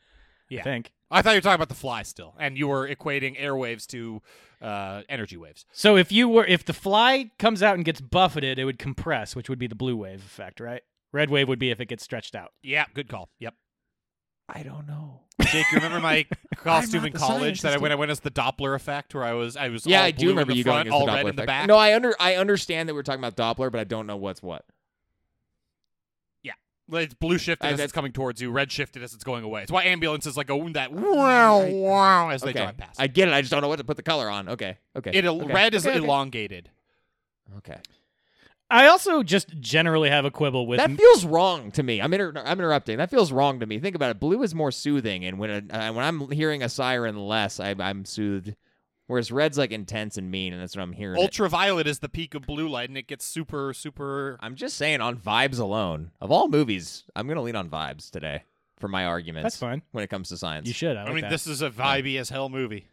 S2: Yeah.
S1: think.
S2: I thought you were talking about the fly still, and you were equating airwaves to uh, energy waves.
S1: So if you were if the fly comes out and gets buffeted, it would compress, which would be the blue wave effect, right? Red wave would be if it gets stretched out.
S2: Yeah, good call. Yep.
S3: I don't know.
S2: Jake, you remember *laughs* my costume
S3: not
S2: in
S3: the
S2: college that I
S3: scientist.
S2: when I went as the Doppler effect, where I was I was
S3: yeah,
S2: all
S3: I
S2: blue
S3: do remember
S2: in the
S3: you
S2: front,
S3: going
S2: all
S3: as the
S2: red
S3: Doppler
S2: in the
S3: effect.
S2: back.
S3: No, I under I understand that we're talking about Doppler, but I don't know what's what.
S2: Like, it's blue shifted
S3: I-
S2: as it's
S3: that's-
S2: coming towards you, red shifted as it's going away. It's why ambulances like go that wow wow as they
S3: okay,
S2: drive past.
S3: I get it. I just don't know what to put the color on. Okay, okay.
S2: it el-
S3: okay.
S2: red is
S3: okay, okay.
S2: elongated.
S3: Okay,
S1: I also just generally have a quibble with
S3: that feels wrong to me. I'm inter- I'm interrupting. That feels wrong to me. Think about it. Blue is more soothing, and when a, uh, when I'm hearing a siren less, I, I'm soothed. Whereas red's like intense and mean, and that's what I'm hearing. it.
S2: Ultraviolet is the peak of blue light, and it gets super super.
S3: I'm just saying, on vibes alone, of all movies, I'm gonna lean on vibes today for my arguments.
S1: That's fine.
S3: when it comes to science.
S1: you should. I,
S2: I,
S1: like
S2: mean,
S1: that.
S2: this is a vibey as hell movie.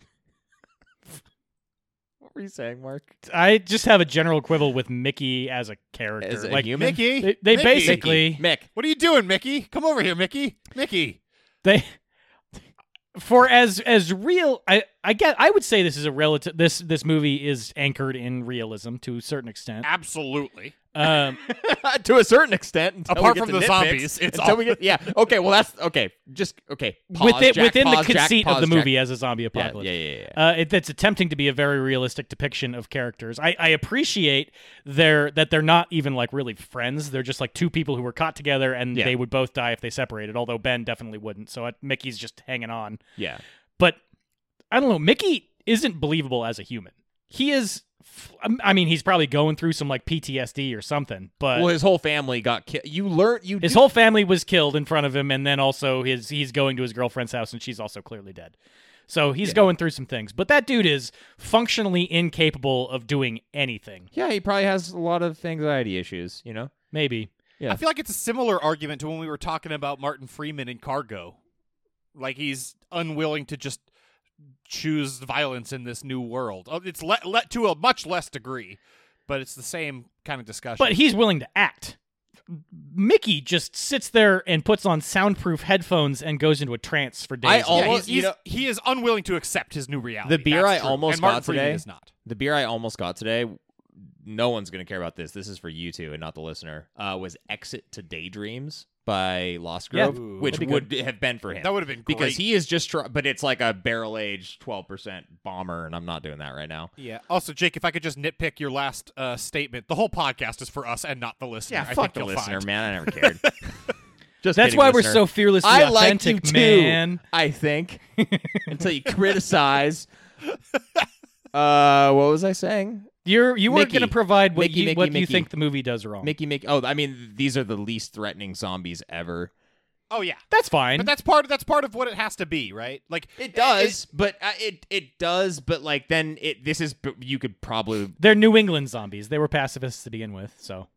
S3: What were you saying, Mark?
S1: I just have a general quibble with Mickey as a character.
S3: As a
S1: like
S3: human,
S2: Mickey,
S1: they, they
S2: Mickey!
S1: basically
S3: Mick. *laughs*
S2: What are you doing, Mickey? Come over here, Mickey. Mickey.
S1: they for as as real I I get I would say this is a relative this this movie is anchored in realism to a certain extent.
S2: Absolutely.
S1: Um
S3: to a certain extent. until we
S2: Apart
S3: get
S2: from
S3: to
S2: the
S3: nitpicks,
S2: zombies, it's
S3: until
S2: all-
S3: we get yeah. Okay, well that's okay. Just okay. *laughs* Pause,
S1: within
S3: Jack,
S1: within
S3: pause,
S1: the
S3: Jack,
S1: conceit
S3: pause,
S1: of the
S3: Jack.
S1: movie as a zombie
S3: Yeah,
S1: apocalypse.
S3: yeah, yeah, yeah.
S1: Uh, it, that's attempting to be a very realistic depiction of characters. I, I appreciate their that they're not even like really friends. They're just like two people who were caught together, and
S3: Yeah.
S1: they would both die if they separated. Although Ben definitely wouldn't. So uh, Mickey's just hanging on.
S3: yeah.
S1: But I don't know. Mickey isn't believable as a human. He is. f- I mean, he's probably going through some like PTSD or something. But
S3: Well, his whole family got killed. You learn you
S1: his
S3: do-
S1: whole family was killed in front of him, and then also his he's going to his girlfriend's house, and she's also clearly dead. So he's going through some things, but that dude is functionally incapable of doing anything.
S3: Yeah, he probably has a lot of anxiety issues. You know.
S1: Maybe
S3: Yeah.
S2: I feel like it's a similar argument to when we were talking about Martin Freeman in Cargo. Like he's unwilling to just choose violence in this new world. Oh, It's le- le- to a much less degree, but it's the same kind of discussion.
S1: but he's willing to act. Mickey just sits there and puts on soundproof headphones and goes into a trance for days.
S3: I
S1: and
S2: Yeah,
S1: days.
S3: almost-
S2: he's-
S3: you
S2: he's- he is unwilling to accept his new reality.
S3: The beer
S2: That's
S3: I
S2: true.
S3: almost
S2: and Martin
S3: got
S2: Freeman
S3: today-
S2: is not.
S3: The beer I almost got today, no one's going to care about this. This is for you two and not the listener. Uh, was Exit to Daydreams by Lost
S1: Yeah.
S3: Grove,
S2: Ooh.
S3: which
S1: That'd be
S3: would have been for him.
S2: That would have been great.
S3: because he is just, try- but it's like a barrel aged 12% bomber, and I'm not doing that right now.
S2: Yeah. Also, Jake, if I could just nitpick your last uh, statement, the whole podcast is for us and not the listener. I
S3: fuck
S2: think
S3: the
S2: you'll
S3: listener,
S2: find.
S3: man. I never
S2: *laughs*
S3: cared. just
S1: That's
S3: kidding,
S1: why
S3: listener.
S1: we're so fearlessly
S3: I like you
S1: authentic,
S3: too.
S1: man.
S3: I
S1: *laughs*
S3: think until you criticize. Uh, what was I saying?
S1: You're you weren't
S3: Mickey.
S1: going to provide what
S3: Mickey,
S1: you
S3: Mickey,
S1: what you
S3: Mickey.
S1: think the movie does wrong.
S3: Mickey, Mickey. Oh, I mean, these are the least threatening zombies ever.
S2: Oh yeah,
S1: That's fine.
S2: but that's part. That's part of what it has to be, right? Like
S3: It does, but uh, it it does, but like then it this is but you could probably *sighs*
S1: They're New England zombies. They were pacifists to begin with, so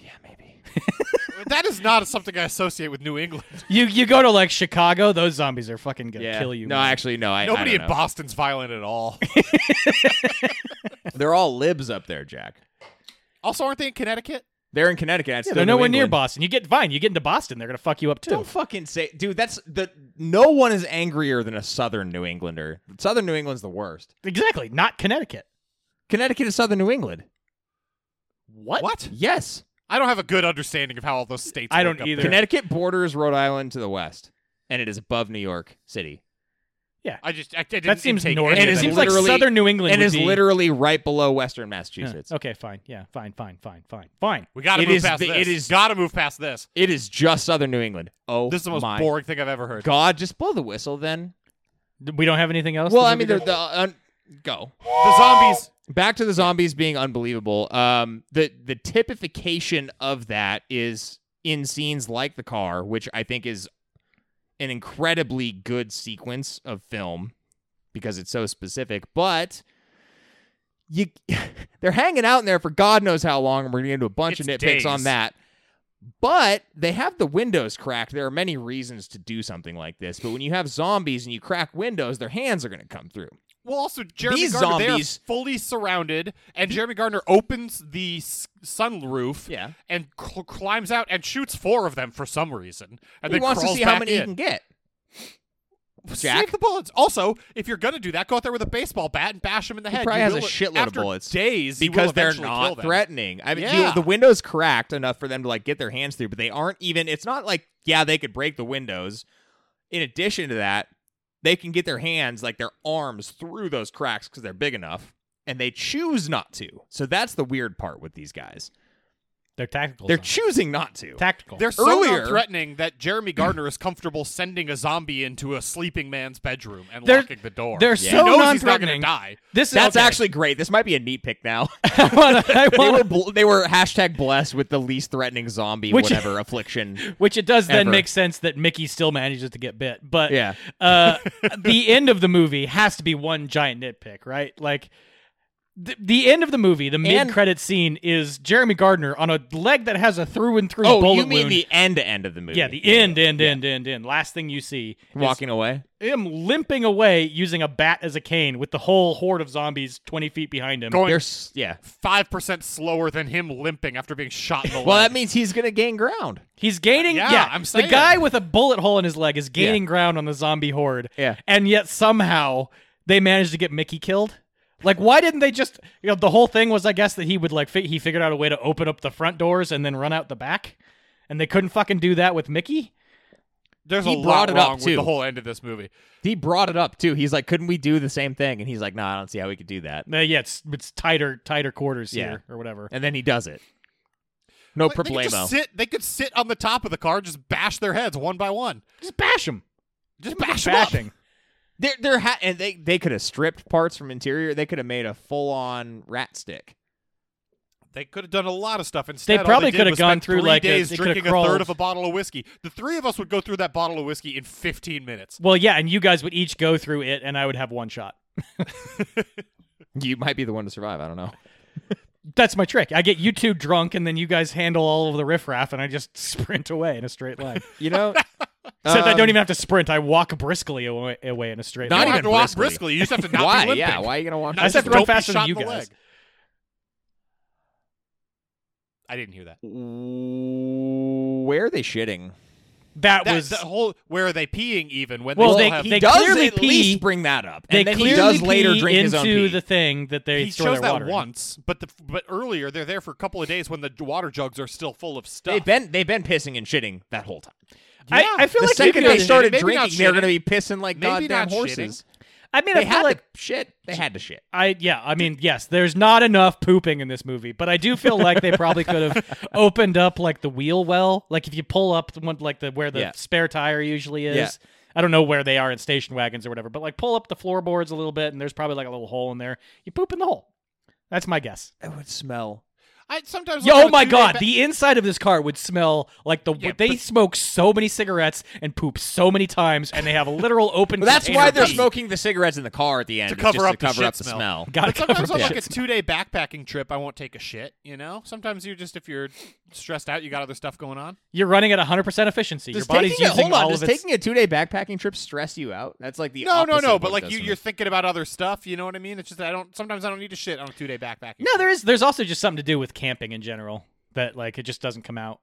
S3: yeah maybe
S2: that is not something I associate with New England.
S1: You you go to like Chicago, those zombies are fucking gonna
S3: yeah
S1: kill you.
S3: No,
S1: man.
S3: actually no, I
S2: Nobody
S3: I
S2: in
S3: don't know.
S2: Boston's violent
S3: *laughs*
S2: at all.
S3: They're all libs up there, Jack.
S2: also, aren't they in Connecticut?
S3: They're in Connecticut. It's
S1: Yeah,
S3: still
S1: they're
S3: New
S1: nowhere near
S3: England.
S1: Boston. You get fine, you get into Boston, they're gonna fuck you up too.
S3: Don't fucking say, dude. That's the no one is angrier than a Southern New Englander. Southern New England's the worst.
S1: Exactly, not Connecticut.
S3: Connecticut is Southern New England.
S2: What? What?
S3: Yes,
S2: I don't have a good understanding of how all those states.
S1: I
S2: work
S1: don't
S2: up
S1: either.
S2: there.
S3: Connecticut borders Rhode Island to the west, and it is above New York City.
S2: I just I, I didn't
S1: That seems
S2: intake
S1: northern.
S2: any
S3: And
S2: of
S1: It
S3: is
S2: that.
S1: seems like
S3: literally-
S1: southern New England.
S3: and
S1: would
S3: is
S1: be-
S3: literally right below Western
S1: Yeah,
S3: Massachusetts.
S1: *laughs* Okay, fine. Yeah, fine, fine, fine, fine, fine.
S2: we got to
S3: It
S2: move
S3: is
S2: past
S3: the-
S2: this.
S3: it is-
S2: got to move past this.
S3: It is just Southern New England. Oh,
S2: This is the most
S3: my
S2: boring thing I've ever heard.
S3: God, just blow the whistle then.
S1: We don't have anything else.
S3: well,
S1: the
S3: I
S1: movie
S3: mean, they're,
S1: does?
S3: the un- go
S2: The zombies.
S3: back to the zombies being unbelievable. Um, the the typification of that is in scenes like the car, which I think is an incredibly good sequence of film because it's so specific. But you, *laughs* they're hanging out in there for God knows how long, and we're gonna get into a bunch of
S2: It's
S3: nitpicks
S2: days.
S3: on that. But they have the windows cracked. There are many reasons to do something like this. But when you have zombies and you crack windows, their hands are going to come through.
S2: Well, also Jeremy
S3: These
S2: Gardner,
S3: zombies-
S2: they are fully surrounded, and Jeremy Gardner opens the s- sunroof,
S3: Yeah.
S2: and cl- climbs out and shoots four of them for some reason, and
S3: he
S2: then
S3: wants to
S2: crawls
S3: see how
S2: back
S3: many
S2: in.
S3: he can get. Jack?
S2: Save the bullets. Also, if you're gonna do that, go out there with a baseball bat and bash him in the head.
S3: probably
S2: You
S3: has
S2: will-
S3: a shitload of
S2: after
S3: bullets.
S2: Days you will
S3: because they're
S2: eventually kill
S3: not
S2: them.
S3: threatening. I mean,
S2: Yeah.
S3: the, the window's cracked enough for them to like get their hands through, but they aren't even. It's not like yeah, they could break the windows. In addition to that, they can get their hands like their arms through those cracks because they're big enough, and they choose not to. So that's the weird part with these guys.
S1: They're tactical.
S3: They're
S1: zombies.
S3: choosing not to.
S1: tactical.
S2: They're so
S3: Earlier-
S2: non-threatening that Jeremy Gardner is comfortable sending a zombie into a sleeping man's bedroom and
S1: They're-
S2: locking the door.
S1: they're
S2: He
S1: so
S2: knows he's not gonna
S1: non-threatening.
S2: die.
S1: this is
S3: that's
S1: okay.
S3: actually great. This might be a neat pick now.
S1: *laughs*
S3: *laughs*
S1: I wanna- I
S3: they
S1: wanna-
S3: were bl- they were hashtag blessed with the least threatening zombie
S1: Which-
S3: whatever *laughs* affliction.
S1: Which it does then
S3: Ever.
S1: make sense that Mickey still manages to get bit. But
S3: Yeah. *laughs*
S1: uh, the end of the movie has to be one giant nitpick, right? Like the, the end of the movie, the mid credit scene is Jeremy Gardner on a leg that has a through and through
S3: Oh,
S1: bullet
S3: you mean
S1: wound.
S3: the end to end of the movie?
S1: yeah, the end, end, end, end, end. Last thing you see is
S3: Walking away.
S1: him limping away using a bat as a cane with the whole horde of zombies 20 feet behind him.
S2: Going
S3: There's yeah.
S2: five percent slower than him limping after being shot in the
S3: Well,
S2: leg.
S3: that means he's gonna gain ground.
S1: He's gaining.
S2: Yeah,
S1: Yeah,
S2: I'm
S1: the
S2: saying.
S1: guy with a bullet hole in his leg is gaining ground on the zombie horde.
S3: Yeah.
S1: and yet somehow they managed to get Mickey killed. Like, why didn't they just? You know, the whole thing was, I guess, that he would like fi- he figured out a way to open up the front doors and then run out the back, and they couldn't fucking do that with Mickey.
S2: there's
S3: he
S2: a
S3: brought
S2: lot
S3: it up,
S2: wrong with
S3: too.
S2: the whole end of this movie.
S3: He brought it up too. He's like, "Couldn't we do the same thing?" And he's like, "No, I don't see how we could do that."
S1: Uh, yeah, it's it's tighter tighter quarters
S3: Yeah.
S1: here or whatever.
S3: And then he does it. No
S2: Like, they could just
S3: problemo.
S2: sit. They could sit on the top of the car, and just bash their heads one by one.
S1: Just bash him.
S2: Just bash 'em up.
S1: Bashing.
S3: They're, they're ha- and they they could have stripped parts from interior. They could have made a full on rat stick.
S2: They could have done a lot of stuff instead. all
S1: probably
S2: did
S1: could have
S2: was
S1: gone
S2: spend
S1: through,
S2: three
S1: like, a-
S2: days
S1: they could have
S2: drinking a third
S1: crawled.
S2: of a bottle of whiskey. The three of us would go through that bottle of whiskey in 15 minutes.
S1: Well, yeah, and you guys would each go through it, and I would have one shot.
S3: You might be the one to survive. I don't know.
S1: That's my trick. I get you two drunk, and then you guys handle all of the riffraff, and I just *laughs* sprint away in a straight line.
S3: You
S2: *laughs*
S3: know.
S1: Except I
S3: um,
S1: don't even have to sprint. I walk briskly away, away in a straight
S3: Not
S1: line.
S2: you don't
S3: even
S2: have to walk
S3: briskly.
S2: briskly. You just have
S1: *laughs*
S2: to not be
S3: Um, Why?
S2: limping.
S3: Yeah. Why are you gonna walk?
S2: Not
S1: I just have
S2: just
S1: to run
S2: don't be
S1: faster than
S2: shot
S1: you
S2: in the
S1: guys.
S2: leg. I didn't hear that.
S3: Where are they shitting?
S1: That,
S2: That
S1: was
S2: the whole where are they peeing even when
S1: Well,
S2: they,
S1: they-
S2: still have,
S3: he
S1: they
S3: does
S1: clearly
S3: at least
S1: pee-
S3: bring that up,
S1: they
S3: and then
S1: clearly
S3: he does later
S1: pee
S3: drink
S1: into
S3: his own pee.
S1: the thing that they
S2: he
S1: store
S2: shows
S1: their
S2: that
S1: water. in.
S2: once, but the but earlier they're there for a couple of days when the water jugs are still full of stuff.
S3: They've been they've been pissing and shitting that whole time.
S1: I, I feel
S3: the
S1: like
S3: second
S1: you
S3: they
S1: could,
S2: start-
S3: started
S2: Maybe not
S3: drinking, they're
S2: shitting.
S3: going to be pissing like
S2: Maybe
S3: goddamn
S2: not
S3: horses.
S1: I mean,
S3: They
S1: I feel
S3: had
S1: like
S3: to shit. They had to shit.
S1: I yeah. I mean, yes. There's not enough pooping in this movie, but I do feel like they probably could
S3: *laughs*
S1: have opened up like the wheel well. Like if you pull up the one like the where the
S3: Yeah.
S1: spare tire usually is.
S3: Yeah.
S1: I don't know where they are in station wagons or whatever, but like pull up the floorboards a little bit, and there's probably like a little hole in there. You poop in the hole. That's my guess.
S3: It would smell.
S2: I sometimes
S1: Yeah,
S2: look at
S1: oh
S2: a
S1: my
S2: two-day
S1: god,
S2: ba-
S1: the inside of this car would smell like the
S2: Yeah,
S1: they
S2: but-
S1: smoke so many cigarettes and poop so many times, and they have
S3: *laughs*
S1: a literal open.
S3: But that's
S1: container
S3: why
S1: of
S3: they're
S1: pee.
S3: smoking the cigarettes in the car at the end
S2: To
S3: is
S2: cover
S3: just
S2: up the
S3: to cover
S2: shit
S3: up the
S2: smell.
S3: smell.
S1: Gotta
S2: but sometimes
S1: cover
S2: on
S1: that.
S2: like a two day backpacking trip, I won't take a shit. You know, sometimes you're just if you're stressed out, you got other stuff going on.
S1: You're running at 100 percent efficiency. Your
S3: Does
S1: body's
S3: taking a,
S1: using
S3: hold on,
S1: all
S3: does
S1: of its.
S3: taking a two day backpacking trip stress you out? That's like the
S2: No, no,
S3: opposite
S2: no.
S3: of
S2: But
S3: what
S2: like
S3: does
S2: you,
S3: for me.
S2: you're thinking about other stuff. You know what I mean? It's just that I don't. Sometimes I don't need to shit on a two day backpacking.
S1: no, there is. There's also just something to do with camping in general that like it just doesn't come out.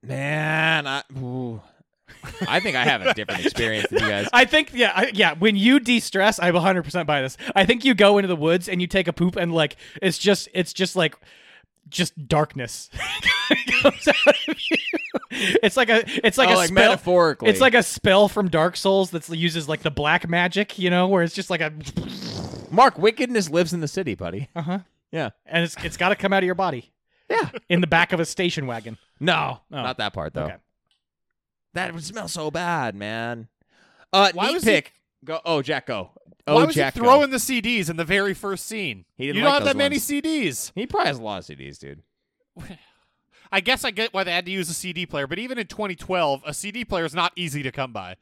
S3: man. I, ooh. I think I have a *laughs* different experience than you guys.
S1: I think yeah, I, yeah. When you de-stress, I'm 100 percent by this. I think you go into the woods and you take a poop, and like it's just it's just like just darkness *laughs* comes out of you. It's like a it's like
S3: Oh,
S1: a
S3: like
S1: spell.
S3: metaphorically.
S1: It's like a spell from Dark Souls that uses like the black magic, you know, where it's just like a
S3: Mark wickedness lives in the city, buddy.
S1: uh huh,
S3: Yeah,
S1: and it's it's got to come out of your body
S3: yeah.
S1: in the back of a station wagon.
S3: No,
S1: Oh.
S3: not that part though.
S1: Okay.
S3: That would smell so bad, man. Uh,
S2: Why
S3: neat
S2: was he-
S3: pick. Go. Oh, Jack. Go. Oh,
S2: Why was
S3: Jack.
S2: he
S3: go.
S2: throwing the CDs in the very first scene?
S3: He didn't
S2: you
S3: like
S2: don't have that
S3: those
S2: many
S3: ones.
S2: CDs.
S3: He probably has a lot of CDs, dude.
S2: I guess I get why they had to use a CD player, but even in 2012, a CD player is not easy to come by.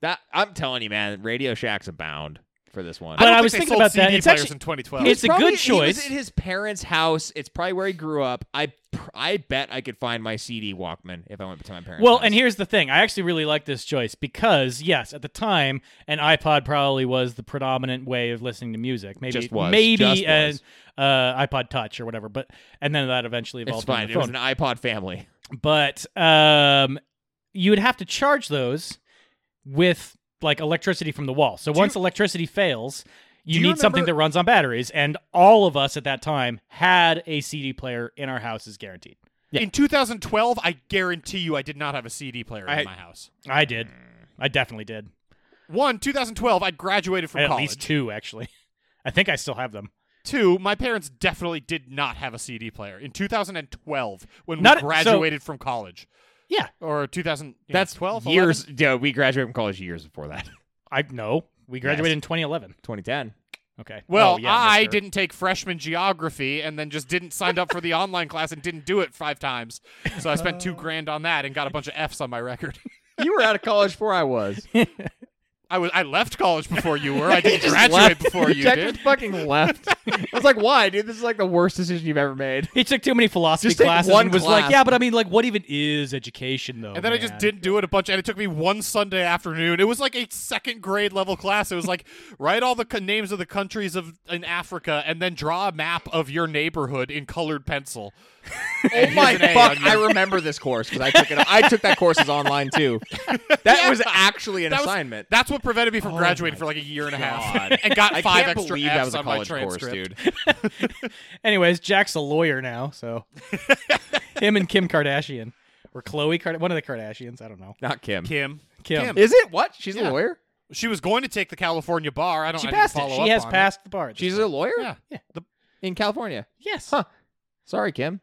S3: That I'm telling you, man. Radio Shack's abound for this one.
S1: But
S2: don't
S1: I
S2: think
S1: was
S2: they
S1: thinking
S2: sold
S1: about that.
S2: CD
S1: It's
S2: players
S1: actually-
S2: in 2012.
S1: it's-
S3: He's
S1: a good
S3: probably- He
S1: choice.
S3: was at his parents' house. It's probably where he grew up. I pr- I bet I could find my CD Walkman if I went to my parents.
S1: Well,
S3: house.
S1: and here's the thing. I actually really like this choice because, yes, at the time, an iPod probably was the predominant way of listening to music. Maybe
S3: Just was. Just
S1: maybe an
S3: was.
S1: uh, iPod Touch or whatever, but and then that eventually evolved
S3: it's fine.
S1: into
S3: It
S1: the
S3: was
S1: phone.
S3: an iPod family.
S1: but um, you would have to charge those with like electricity from the wall. So once electricity fails, you,
S2: you
S1: need something
S2: remember-
S1: that runs on batteries. And all of us at that time had a CD player in our houses, guaranteed.
S2: In 2012, I guarantee you, I did not have a CD player
S3: I-
S2: in my house.
S1: I did. I definitely did.
S2: One, 2012, I graduated from
S1: At
S2: college.
S1: least two, actually. *laughs* I think I still have them.
S2: Two, my parents definitely did not have a CD player in 2012 when
S1: Not-
S2: we
S1: so-
S2: graduated from college.
S1: Yeah,
S2: Or 2000.
S3: That's
S2: 12
S3: years. Yeah, we graduated from college years before that. *laughs*
S1: I know. We graduated in 2011. *laughs*
S3: 2010.
S1: Okay.
S2: Well,
S1: Oh, yeah,
S2: I
S1: mister.
S2: didn't take freshman geography and then just didn't sign up for the online class and didn't do it five times. So I spent two grand on that and got a bunch of Fs on my record. *laughs*
S3: you were out of college before I was.
S2: I was I left college before you were. I
S3: You
S2: didn't
S3: just
S2: graduate
S3: left. *laughs*
S2: before you
S3: Jack
S2: did.
S3: just fucking
S2: *laughs*
S3: left. I was like, why, dude? This is like the worst decision you've ever made.
S1: He took too many philosophy
S3: Just take
S1: classes
S3: one
S1: and was
S3: class.
S1: like, "Yeah, but I mean, like, what even is education,
S3: Oh,
S1: though?"
S2: And then I just
S1: man?"
S2: didn't do it a bunch, and it took me one Sunday afternoon. It was like a second grade level class. It was like *laughs* write all the co- names of the countries of in Africa, and then draw a map of your neighborhood in colored pencil.
S3: Oh my
S2: here's an A
S3: fuck!
S2: on your-
S3: I remember this course because I took it. I took that course as online
S2: *laughs*
S3: too. That was actually an
S2: That was-
S3: assignment. Oh
S2: That's what prevented me from graduating for like a year and a half, *laughs* and got
S3: I
S2: five
S3: can't
S2: extra
S3: believe
S2: Fs
S3: that was a
S2: on my
S3: college course,
S2: transcript.
S3: dude.
S2: *laughs*
S1: Anyways, Jack's a lawyer now, so him and Kim Kardashian or Chloe Card- one of the Kardashians, I don't know.
S3: Not Kim.
S2: Kim.
S1: Kim.
S2: Kim.
S3: Is it what? She's a
S2: Yeah.
S3: lawyer.
S2: She was going to take the California bar. I don't.
S1: She
S2: I didn't
S1: passed it.
S2: follow
S1: She
S2: up
S1: has
S2: on
S1: passed the bar.
S3: She's a lawyer
S2: It. Yeah.
S3: in California.
S1: yes.
S3: Huh. Sorry, Kim.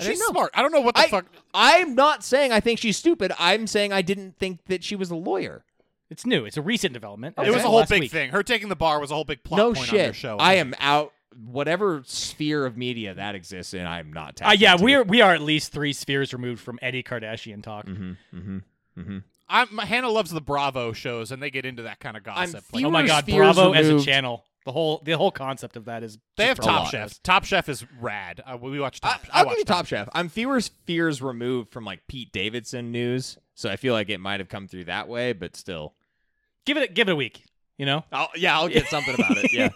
S3: I didn't
S2: She's
S3: know.
S2: smart. I don't know what the
S3: I-
S2: fuck.
S3: I'm not saying I think she's stupid. I'm saying I didn't think that she was a lawyer.
S1: It's new. It's a recent development.
S3: It
S2: It
S1: As
S2: was
S1: of
S2: a whole
S1: last
S2: big
S1: week.
S2: thing. Her taking the bar was a whole big plot
S3: no
S2: point
S3: shit.
S2: on their show.
S3: I am out. Whatever sphere of media that exists in, I'm not.
S1: Uh, yeah,
S3: tapped into.
S1: we're we are at least three spheres removed from any Kardashian talk.
S2: Mm.
S3: Mm-hmm,
S2: I'm, Hannah loves the Bravo shows, and they get into that kind of
S3: I'm
S2: gossip.
S3: few-
S1: Oh my
S3: Fewer
S1: God,
S3: spheres
S1: Bravo as a
S3: removed.
S1: channel. The whole the whole concept of that is
S2: they
S1: just
S2: have
S1: for a lot
S2: Top
S1: of
S2: Chef.
S1: us.
S2: Top Chef is rad. Uh, we watch
S3: I,
S2: Top. I
S3: I'll
S2: watch
S3: give you Top Chef. I'm fewer fears removed from like Pete Davidson news, so I feel like it might have come through that way, but still.
S1: Give it a- give it a week. You know, *laughs*
S3: I'll, yeah, I'll get something about it. Yeah,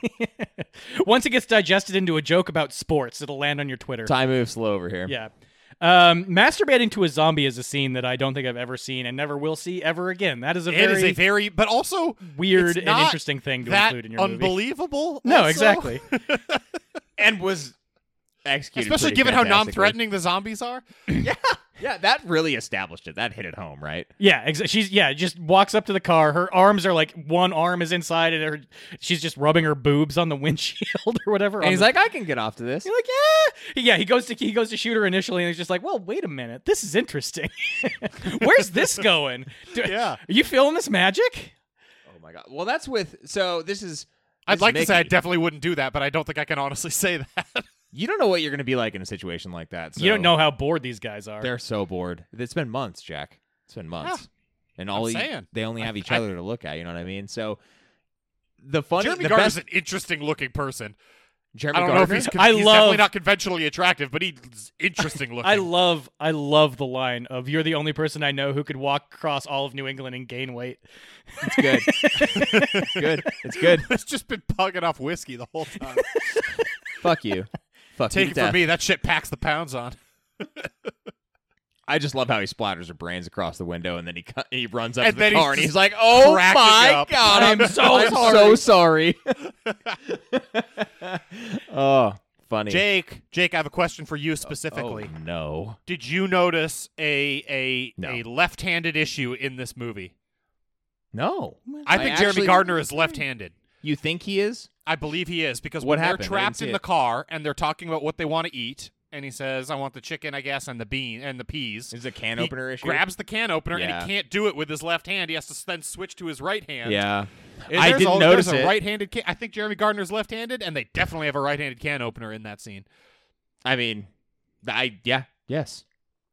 S1: once it gets digested into a joke about sports, it'll land on your Twitter.
S3: *laughs* time moves slow over here.
S1: Yeah. Um, masturbating to a zombie is a scene that I don't think I've ever seen and never will see ever again. That is a
S2: It
S1: very
S2: is a very, but also
S1: weird
S2: it's
S1: and
S2: not
S1: interesting thing to
S2: that
S1: include in your movie.
S2: unbelievable.
S1: *laughs* No,
S2: also.
S1: exactly.
S3: and was executed,
S2: Especially
S3: pretty
S2: given how
S3: fantastically.
S2: non-threatening the zombies are.
S3: Yeah, that really established it. That hit it home, right?
S1: yeah, exa- she's yeah, just walks up to the car. Her arms are like one arm is inside, and her she's just rubbing her boobs on the *laughs* windshield or whatever.
S3: And
S1: on
S3: he's
S1: the-
S3: like, I can get off to this.
S1: You're *laughs* like, "Ah!" yeah, yeah. He goes to he goes to shoot her initially, and he's just like, well, wait a minute, this is interesting. *laughs* Where's this going? Do-
S2: Yeah.
S1: are you feeling this magic?
S3: Oh my god. Well, that's with. So this is.
S2: I'd
S3: this
S2: like to say I
S3: Mickey.
S2: definitely wouldn't do that, but I don't think I can honestly *laughs* say that.
S3: you don't know what you're going to be like in a situation like that. So
S1: You don't know how bored these guys are.
S3: They're so bored. It's been months, Jack. It's been months, and all
S2: I'm
S3: you-
S2: saying.
S3: they only
S2: I-
S3: have each
S2: I-
S3: other to look at. You know what I mean? So the funny,
S2: Jeremy
S3: the
S2: Garner's
S3: best,
S2: an interesting-looking person.
S3: Jeremy
S2: I don't know
S3: Garner.
S2: if he's, con-
S1: I
S2: he's
S1: love-
S2: definitely not conventionally attractive, but he's
S3: *laughs*
S2: interesting-looking.
S1: I love I love the line of you're the only person I know who could walk across all of New England and gain weight.
S3: It's good. good. It's
S2: *laughs*
S3: good.
S2: It's just been pugging off whiskey the
S3: *laughs*
S2: whole time.
S3: Fuck you. Fuck you
S2: Take
S3: to
S2: it from
S3: death.
S2: me, that shit packs the pounds on.
S3: I just love how he splatters her brains across the window, and then he cu- he runs up
S2: And
S3: to
S2: then
S3: the car,
S2: he's
S3: and
S2: just
S3: he's like, "Oh
S2: cracking
S3: my
S2: up.
S3: god,
S2: *laughs*
S3: I'm so
S1: sorry."
S3: so sorry." *laughs* oh, funny.
S2: Jake, Jake, I have a question for you specifically.
S3: Oh, no.
S2: Did you notice a a
S3: No.
S2: a left-handed issue in this movie?
S3: No.
S2: I think Jeremy
S3: actually-
S2: Gardner is left-handed.
S3: You think he is?
S2: I believe he is because
S3: What
S2: when
S3: happened? I
S2: they're
S3: didn't
S2: trapped
S3: see
S2: in
S3: it.
S2: the car and they're talking about what they want to eat, and he says, "I want the chicken, I guess, and the bean and the peas."
S3: Is it a can
S2: He
S3: opener issue?
S2: Grabs the can opener and
S3: Yeah.
S2: he can't do it with his left hand. He has to then switch to his right hand.
S3: Yeah.
S2: And
S3: I
S2: there's
S3: didn't
S2: a,
S3: notice
S2: there's a
S3: it.
S2: right-handed can. I think Jeremy Gardner's left-handed, and they definitely have a right-handed can opener in that scene.
S3: I mean, I yeah, yes.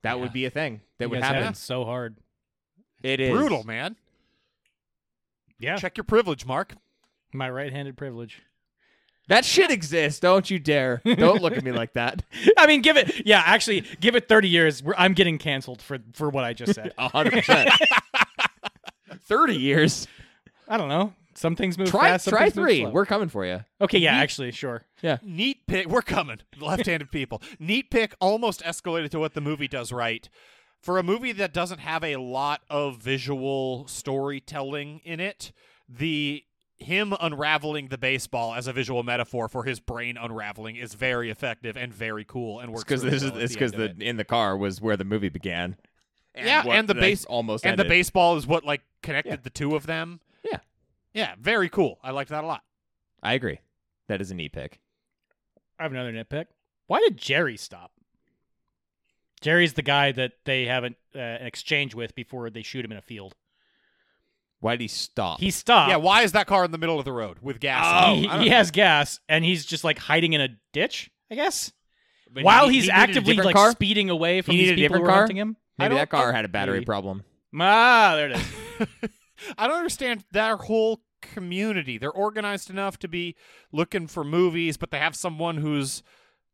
S3: That
S2: Yeah.
S3: would be a thing that
S1: You
S3: would
S1: guys have
S3: happen.
S1: it so hard.
S3: It is
S2: Brutal, man.
S1: Yeah,
S2: Check your privilege, Mark.
S1: my right-handed privilege. *laughs*
S3: That shit exists. Don't you dare. Don't look at me like that.
S1: I mean, give it. Yeah, actually, give it 30 years. We're, I'm getting canceled for for what I
S3: *laughs*
S1: just said.
S3: A hundred percent. Thirty years.
S1: I don't know. Some things move
S3: Try
S1: fast. some
S3: try
S1: things move
S3: three.
S1: slow.
S3: We're coming for you.
S1: okay. Yeah, actually, sure.
S2: Neat *laughs* pick. We're coming, left-handed people. Neat pick almost escalated to what the movie does right. for a movie that doesn't have a lot of visual storytelling in it, the him unraveling the baseball as a visual metaphor for his brain unraveling is very effective and very cool and works
S3: It's because
S2: really
S3: this is
S2: well at
S3: it's
S2: the
S3: because
S2: end of
S3: the,
S2: it.
S3: in the car was where the movie began.
S2: Yeah,
S3: what
S2: and the
S3: they
S2: base-
S3: almost
S2: and the
S3: ended.
S2: baseball is what like connected
S3: Yeah.
S2: the two of them.
S3: Yeah.
S2: yeah, very cool. I liked that a lot.
S3: I agree. That is an e pick.
S1: I have another nitpick. Why did Jerry stop? Jerry's the guy that they have an, uh, an exchange with before they shoot him in a field.
S3: Why did he stop?
S1: He stopped.
S2: yeah, why is that car in the middle of the road with gas?
S3: Oh,
S1: Uh, he,
S3: I don't
S1: he
S3: know.
S1: has gas, and he's just like hiding in a ditch, I guess,
S3: But
S1: while
S3: he-
S1: he's
S3: he needed a
S1: actively
S3: different
S1: like
S3: car?
S1: speeding away from
S3: He
S1: these
S3: needed a
S1: people who
S3: different
S1: are
S3: car?
S1: hunting him. I
S3: maybe
S1: don't-
S3: that car had a battery
S1: maybe.
S3: problem.
S1: Ah, there it is.
S2: I don't understand their whole community. They're organized enough to be looking for movies, but they have someone who's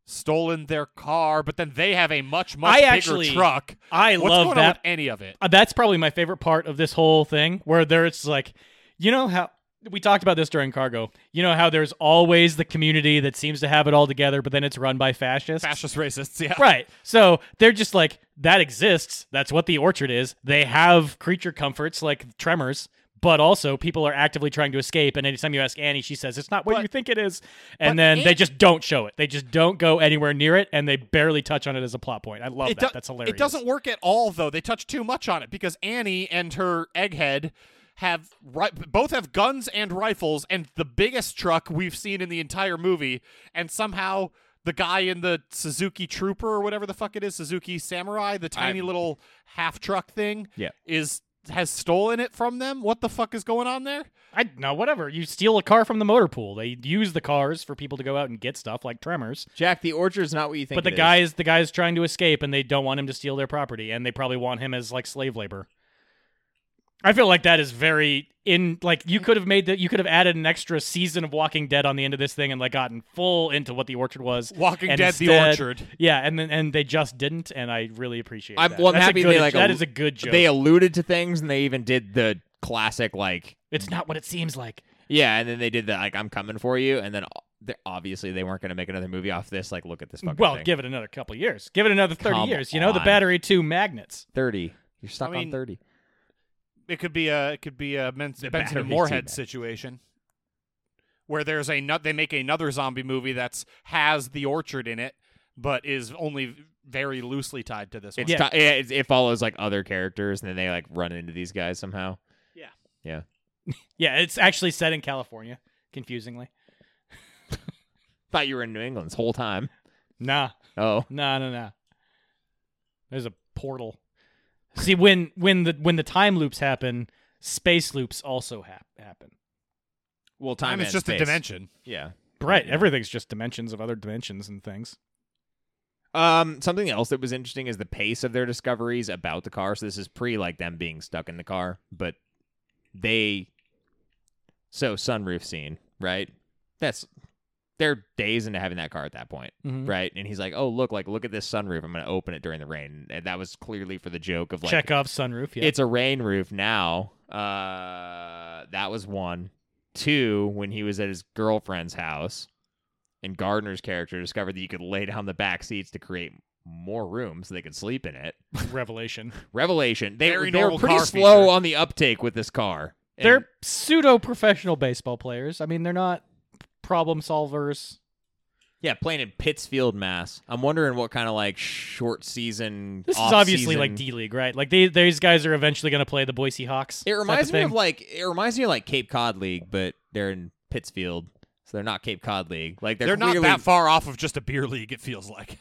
S2: stolen their car, but then they have a much much
S1: I
S2: bigger
S1: actually-
S2: truck.
S1: *laughs* I
S2: What's
S1: love
S2: going on
S1: that
S2: with any of it?
S1: Uh, that's probably my favorite part of this whole thing where there it's like you know how we talked about this during cargo you know how there's always the community that seems to have it all together but then it's run by fascists
S2: Fascist racists, *laughs* yeah.
S1: right so they're just like that exists that's what the orchard is they have creature comforts like tremors but also people are actively trying to escape and anytime you ask annie she says it's not what
S2: But-
S1: you think it is and
S2: but
S1: then they
S2: Annie-
S1: just don't show it they just don't go anywhere near it and they barely touch on it as a plot point i love
S2: It
S1: that
S2: do-
S1: that's hilarious
S2: It doesn't work at all though. They touch too much on it because Annie and her egghead have ri- both have guns and rifles and the biggest truck we've seen in the entire movie and somehow the guy in the Suzuki Trooper or whatever the fuck it is, Suzuki Samurai, the tiny
S3: I'm-
S2: little half truck thing
S3: Yeah.
S2: is has stolen it from them. What the fuck is going on there?
S1: I no, whatever. You steal a car from the motor pool. They use the cars for people to go out and get stuff like tremors.
S3: Jack, the orchard's not what you think.
S1: But the
S3: it is.
S1: guy is the guy is trying to escape, and they don't want him to steal their property, and they probably want him as like slave labor. I feel like that is very in like you could have made that you could have added an extra season of Walking Dead on the end of this thing and like gotten full into what the orchard was.
S2: Walking
S1: And
S2: Dead the
S1: instead-
S2: Orchard.
S1: Yeah, and then and they just didn't, and I really appreciate.
S3: I'm-
S1: that.
S3: well, I'm
S1: That's a
S3: happy
S1: good-
S3: they, like,
S1: that
S3: al-
S1: is a good joke.
S3: they alluded to things, and they even did the classic like
S1: it's not what it seems like.
S3: yeah, and then they did the like I'm coming for you, and then o- they- obviously they weren't going to make another movie off this. Like, look at this fucking
S1: Well,
S3: thing.
S1: give it another couple years. Give it another thirty
S3: Come
S1: years. You know the
S3: on.
S1: battery two magnets.
S3: thirty. You're stuck
S2: mean,
S3: on thirty.
S2: it could be a it could be a Benson,
S3: The
S2: Benson
S3: battery
S2: and
S3: too
S2: Moorhead
S3: bad.
S2: situation where there's a nut they make another zombie movie that's has the orchard in it but is only very loosely tied to this one.
S3: It's
S1: Yeah.
S3: ti- yeah, it, it follows like other characters, and then they like run into these guys somehow.
S1: Yeah, it's actually set in California, confusingly.
S3: Thought you were in New England this whole time.
S1: Nah,
S3: Oh,
S1: nah, nah, nah. There's a portal. See, when when the when the time loops happen, space loops also hap- happen.
S3: well, time,
S2: Time is
S3: and
S2: just a
S3: space.
S2: dimension.
S3: Yeah.
S1: Right,
S3: Yeah.
S1: everything's just dimensions of other dimensions and things.
S3: Um, something else that was interesting is the pace of their discoveries about the car. So this is pre like them being stuck in the car, but they so sunroof scene, right? That's they're days into having that car at that point,
S1: Mhm.
S3: right? And he's like, "Oh, look, like look at this sunroof. I'm gonna open it during the rain." And that was clearly for the joke of like
S1: Chekhov's sunroof. Yeah,
S3: it's a rain roof now. Uh, that was one. Two, when he was at his girlfriend's house, and Gardner's character discovered that you could lay down the back seats to create more room so they could sleep in it.
S1: *laughs* revelation.
S3: Revelation. They,
S2: Very
S3: they were
S2: normal
S3: pretty
S2: car
S3: slow
S2: feature.
S3: on the uptake with this car. And
S1: they're pseudo professional baseball players. I mean, they're not problem solvers.
S3: yeah, playing in Pittsfield, Mass. I'm wondering what kind of like short season.
S1: This is
S3: off
S1: obviously
S3: season-
S1: like D League, right? Like they, these guys are eventually going to play the Boise Hawks.
S3: It
S1: type
S3: reminds me
S1: thing.
S3: of like it reminds me of like Cape Cod League, but they're in Pittsfield, so they're not Cape Cod League. Like
S2: They're,
S3: they're,
S2: not
S3: clearly-
S2: that far off of just a beer league it feels like.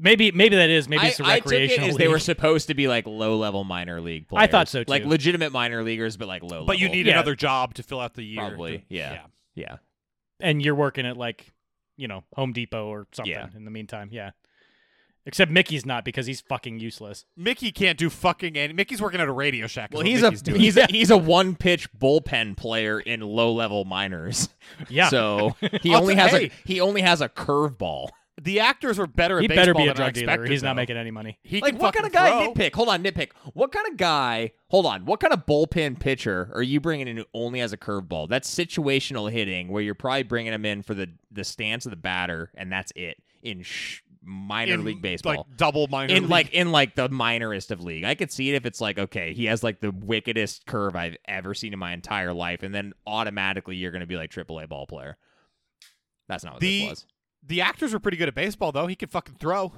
S1: Maybe maybe that is. Maybe
S3: I-
S1: it's a
S3: I took it
S1: recreational.
S3: as they
S1: league.
S3: were supposed to be like low level minor league players.
S1: I thought so,
S3: Like
S1: too.
S3: legitimate minor leaguers, but like low level.
S2: But you need
S1: Yeah.
S2: another job to fill out the year.
S3: Probably, yeah. Yeah.
S1: and you're working at like, you know, Home Depot or something
S3: Yeah.
S1: in the meantime. Yeah. Except Mickey's not because he's fucking
S2: *laughs*
S1: useless.
S2: Mickey can't do fucking any. Mickey's working at a radio shack. is
S3: Well
S2: what
S3: he's a
S2: Mickey's doing.
S3: he's a *laughs* he's a one pitch bullpen player in low level minors.
S1: Yeah.
S3: So he *laughs*
S2: I'll
S3: only
S2: t-
S3: has
S2: hey.
S3: a he only has a curveball.
S2: the actors are better at
S1: he
S2: baseball
S1: better be a
S2: than I
S1: drug dealer.
S2: expected,
S1: He's not
S2: though.
S1: making any money.
S2: He
S3: like
S2: can
S3: what kind of
S2: fucking
S3: guy
S2: throw.
S3: nitpick? Hold on, nitpick. What kind of guy? Hold on. What kind of bullpen pitcher are you bringing in who only has a curveball? That's situational hitting where you're probably bringing him in for the the stance of the batter and that's it in sh- minor
S2: in
S3: league baseball.
S2: like double minor
S3: in
S2: league.
S3: like in like the minorest of league. I could see it if it's like okay, he has like the wickedest curve I've ever seen in my entire life, and then automatically you're gonna be like AAA ball player. That's not what
S2: The-
S3: this was.
S2: the actors were pretty good at baseball though. He could fucking throw.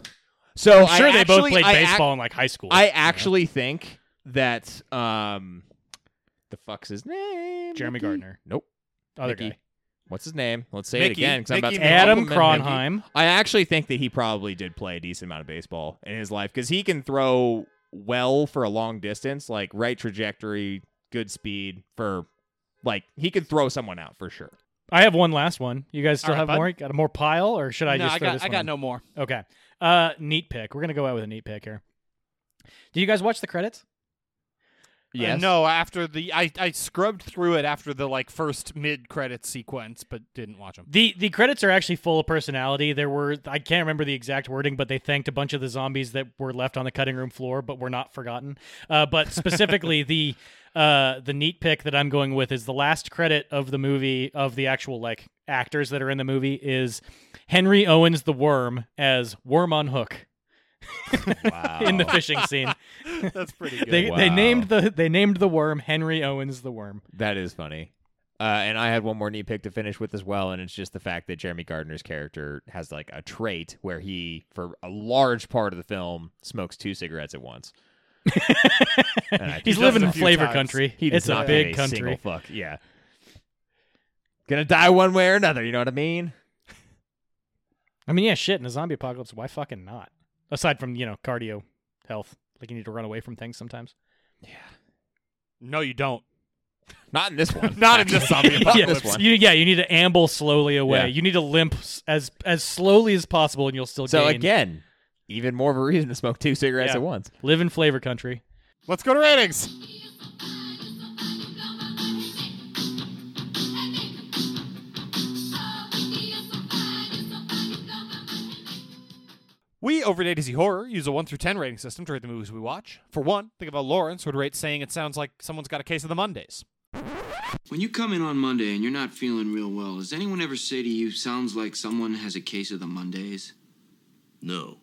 S3: So
S1: I'm sure
S3: I
S1: they both
S3: actually-
S1: played
S3: I ac-
S1: baseball in like high school.
S3: I actually think that um, the fuck's his name?
S1: Jeremy
S3: Mickey?
S1: Gardner,
S3: Nope.
S1: other
S3: Mickey.
S1: guy,
S3: What's his name? Let's say it
S2: Mickey-
S3: again because I'm about
S2: Mickey
S3: to
S2: Mickey.
S1: Adam
S3: compliment him.
S1: Cronheim.
S3: I actually think that he probably did play a decent amount of baseball in his life because he can throw well for a long distance, like right trajectory, good speed for like he could throw someone out for sure.
S1: I have one last one. You guys still
S2: All right,
S1: have
S2: bud.
S1: more? Got a more pile, or should I
S2: no,
S1: just
S2: I
S1: throw
S2: got
S1: this
S2: I
S1: one
S2: got
S1: in?
S2: no more.
S1: Okay. Uh, neat pick. We're gonna go out with a neat pick here. Did you guys watch the credits?
S2: Uh, no, after the I, I scrubbed through it after the like first mid credit sequence, but didn't watch them.
S1: The the credits are actually full of personality. There were I can't remember the exact wording, but they thanked a bunch of the zombies that were left on the cutting room floor, but were not forgotten. Uh, but specifically the *laughs* uh, the neat pick that I'm going with is the last credit of the movie of the actual like actors that are in the movie is Henry Owens the Worm as Worm on Hook
S3: Wow.
S1: in the fishing scene.
S2: *laughs* That's pretty good.
S1: They
S3: Oh. Wow.
S1: they named the they named the worm Henry Owens the worm.
S3: *laughs* that is funny. Uh, and I had one more neat pick to finish with as well, and it's just the fact that Jeremy Gardner's character has like a trait where he, for a large part of the film, smokes two cigarettes at once. *laughs* And I
S1: He's
S3: think
S1: living
S2: it
S1: in
S2: a few
S1: flavor
S2: times.
S1: country.
S3: He does
S1: it's
S3: not
S1: a
S3: give
S1: big
S3: Single
S1: country.
S3: fuck, yeah. Gonna die one way or another. You know what I mean?
S1: I mean, yeah, shit. In a zombie apocalypse, why fucking not? Aside from you know cardio, health, like you need to run away from
S3: *laughs*
S1: things sometimes.
S2: No, you don't.
S3: *laughs* Not in this one.
S2: Not in
S1: *laughs*
S2: this zombie
S3: Not
S2: apocalypse.
S3: in this one.
S1: You, yeah, you need to amble slowly away.
S3: Yeah.
S1: You need to limp s- as as slowly as possible, and you'll still
S3: So
S1: gain.
S3: again, even more of a reason to smoke two cigarettes
S1: Yeah.
S3: at once.
S1: live in flavor country.
S2: Let's go to ratings. We over at A to Z Horror use a 1 through 10 rating system to rate the movies we watch. For one, think about Lawrence would rate saying it sounds like someone's got a case of the Mondays.
S4: When you come in on Monday and you're not feeling real well, does anyone ever say to you, sounds like someone has a case of the Mondays?
S5: No.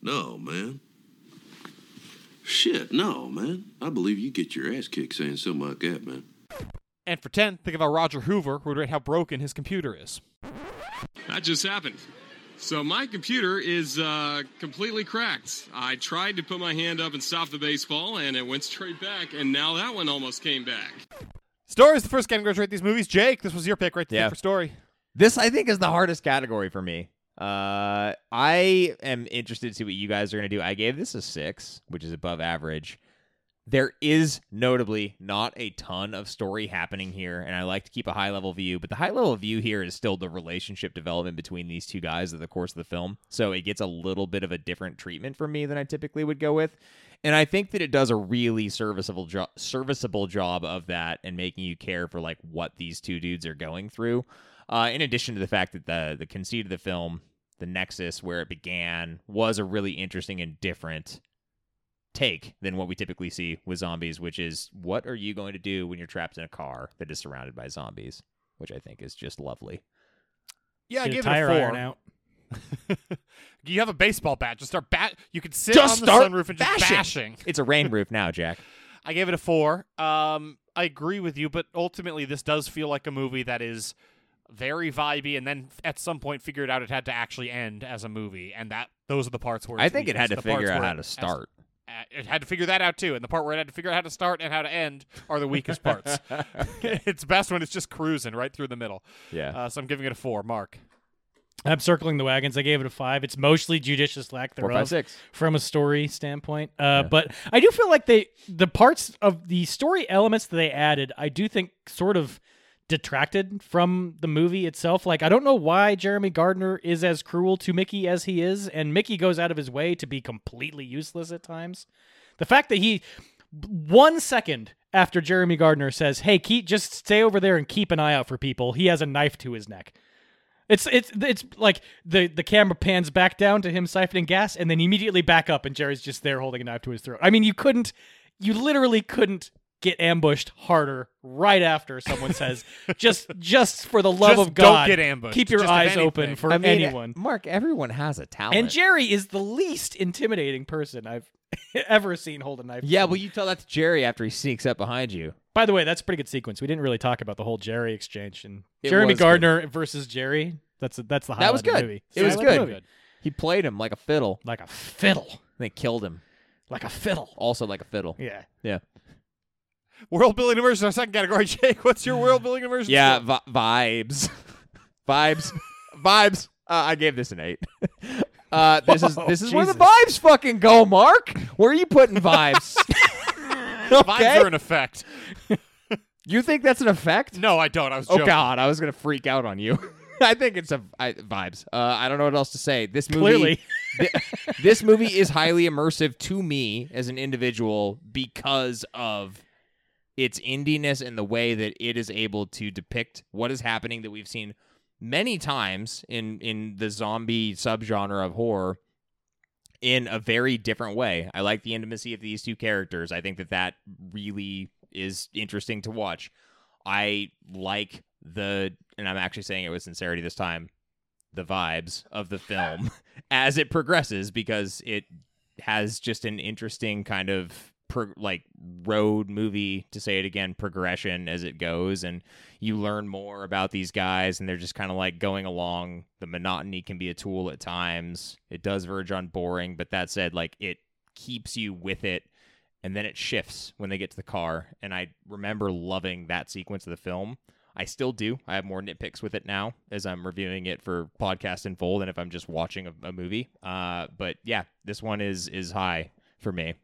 S5: No, man. Shit, no, man. I believe you get your ass kicked saying something like that, man.
S2: And for 10, think about Roger Hoover who would rate how broken his computer is.
S6: That just happened. So my computer is uh, completely cracked. I tried to put my hand up and stop the baseball, and it went straight back. And now that one almost came back.
S2: Story is the first category to rate these movies. Jake, this was your pick, right? The
S3: Yeah.
S2: pick for story.
S3: This I think is the hardest category for me. Uh, I am interested to see what you guys are gonna do. I gave this a six, which is above average. There is notably not a ton of story happening here, and I like to keep a high level view, but the high level view here is still the relationship development between these two guys over the course of the film. So it gets a little bit of a different treatment from me than I typically would go with. And I think that it does a really serviceable jo- serviceable job of that and making you care for like what these two dudes are going through. Uh, in addition to the fact that the the conceit of the film, the nexus where it began, was a really interesting and different take than what we typically see with zombies, which is what are you going to do when you're trapped in a car that is surrounded by zombies, which I think is just lovely.
S2: Yeah, I
S1: Get a
S2: gave
S1: tire
S2: it a
S1: iron
S2: four.
S1: out.
S2: *laughs* You have a baseball bat. Just start bat. You could sit
S3: Just
S2: on the
S3: start
S2: sunroof and just
S3: bashing.
S2: bashing.
S3: It's a rain roof now,
S2: *laughs*
S3: Jack.
S2: I gave it a four. Um, I agree with you, but ultimately, this does feel like a movie that is very vibey, and then at some point figured out it had to actually end as a movie, and that those are the parts where
S3: I
S2: it's
S3: think it
S2: weakest,
S3: had to
S2: the parts
S3: figure out
S2: where
S3: how
S2: it
S3: to
S2: has
S3: start.
S2: uh, It had to figure that out too, and the part where it had to figure out how to start and how to end are the
S3: *laughs*
S2: weakest parts. *laughs* it's best when it's just cruising right through the middle.
S3: Yeah.
S2: Uh, so I'm giving it a four. Mark.
S1: I'm circling the wagons. I gave it a five. It's mostly judicious lack thereof
S3: Four, five, six.
S1: from a story standpoint. Uh, But I do feel like they the parts of the story elements that they added, I do think sort of detracted from the movie itself. Like I don't know why Jeremy Gardner is as cruel to Mickey as he is, and Mickey goes out of his way to be completely useless at times. The fact that he one second after Jeremy Gardner says, "Hey, Keith, just stay over there and keep an eye out for people," he has a knife to his neck. It's it's it's like the the camera pans back down to him siphoning gas, and then immediately back up, and Jerry's just there holding a knife to his throat. I mean, you couldn't, you literally couldn't get ambushed harder right after someone
S2: *laughs*
S1: says, "Just, just for the love
S2: Just
S1: of
S2: don't
S1: God,
S2: get ambushed.
S1: keep your
S2: Just if
S1: eyes
S2: anything."
S1: open for
S3: I mean,
S1: anyone."
S3: Mark, everyone has a talent.
S1: And Jerry is the least intimidating person I've *laughs* ever seen hold a knife.
S3: yeah, well, you tell that to Jerry after he sneaks up behind you.
S1: By the way, that's a pretty good sequence. We didn't really talk about the whole Jerry exchange and
S3: It
S1: Jeremy
S3: was good.
S1: Gardner versus Jerry. That's that's the highlight
S3: That was
S1: of the
S3: good.
S1: movie.
S3: It was
S1: Highlight of the
S3: good.
S1: movie.
S3: He played him like a fiddle.
S1: Like a fiddle,
S3: They killed him,
S1: like a fiddle.
S3: also like a fiddle.
S1: Yeah.
S3: Yeah,
S2: World building immersion, our second category. *laughs* Jake, what's your world building immersion?
S3: yeah.
S2: score?
S3: Vi- vibes, *laughs* vibes, vibes. Uh, I gave this an eight. *laughs* Uh, this is
S1: Whoa,
S3: this is where the vibes
S1: Jesus.
S3: fucking go, Mark. Where are you putting vibes? *laughs* okay,
S2: Vibes are an effect.
S3: you think that's an effect?
S2: No, I don't. I was
S3: Oh
S2: joking.
S3: God, I was gonna freak out on you. *laughs* I think it's a I, vibes. Uh, I don't know what else to say. This movie,
S1: Clearly.
S3: thi- this movie is highly immersive to me as an individual because of its indiness and the way that it is able to depict what is happening that we've seen many times in in the zombie subgenre of horror in a very different way. I like the intimacy of these two characters. I think that that really is interesting to watch. I like the, and I'm actually saying it with sincerity this time, the vibes of the film as it progresses because it has just an interesting kind of pro- like road movie to say it again progression as it goes and you learn more about these guys and they're just kind of like going along the monotony can be a tool at times it does verge on boring but that said like it keeps you with it and then it shifts when they get to the car and i remember loving that sequence of the film i still do i have more nitpicks with it now as i'm reviewing it for podcast in full than if i'm just watching a, a movie uh, but yeah this one is is high for me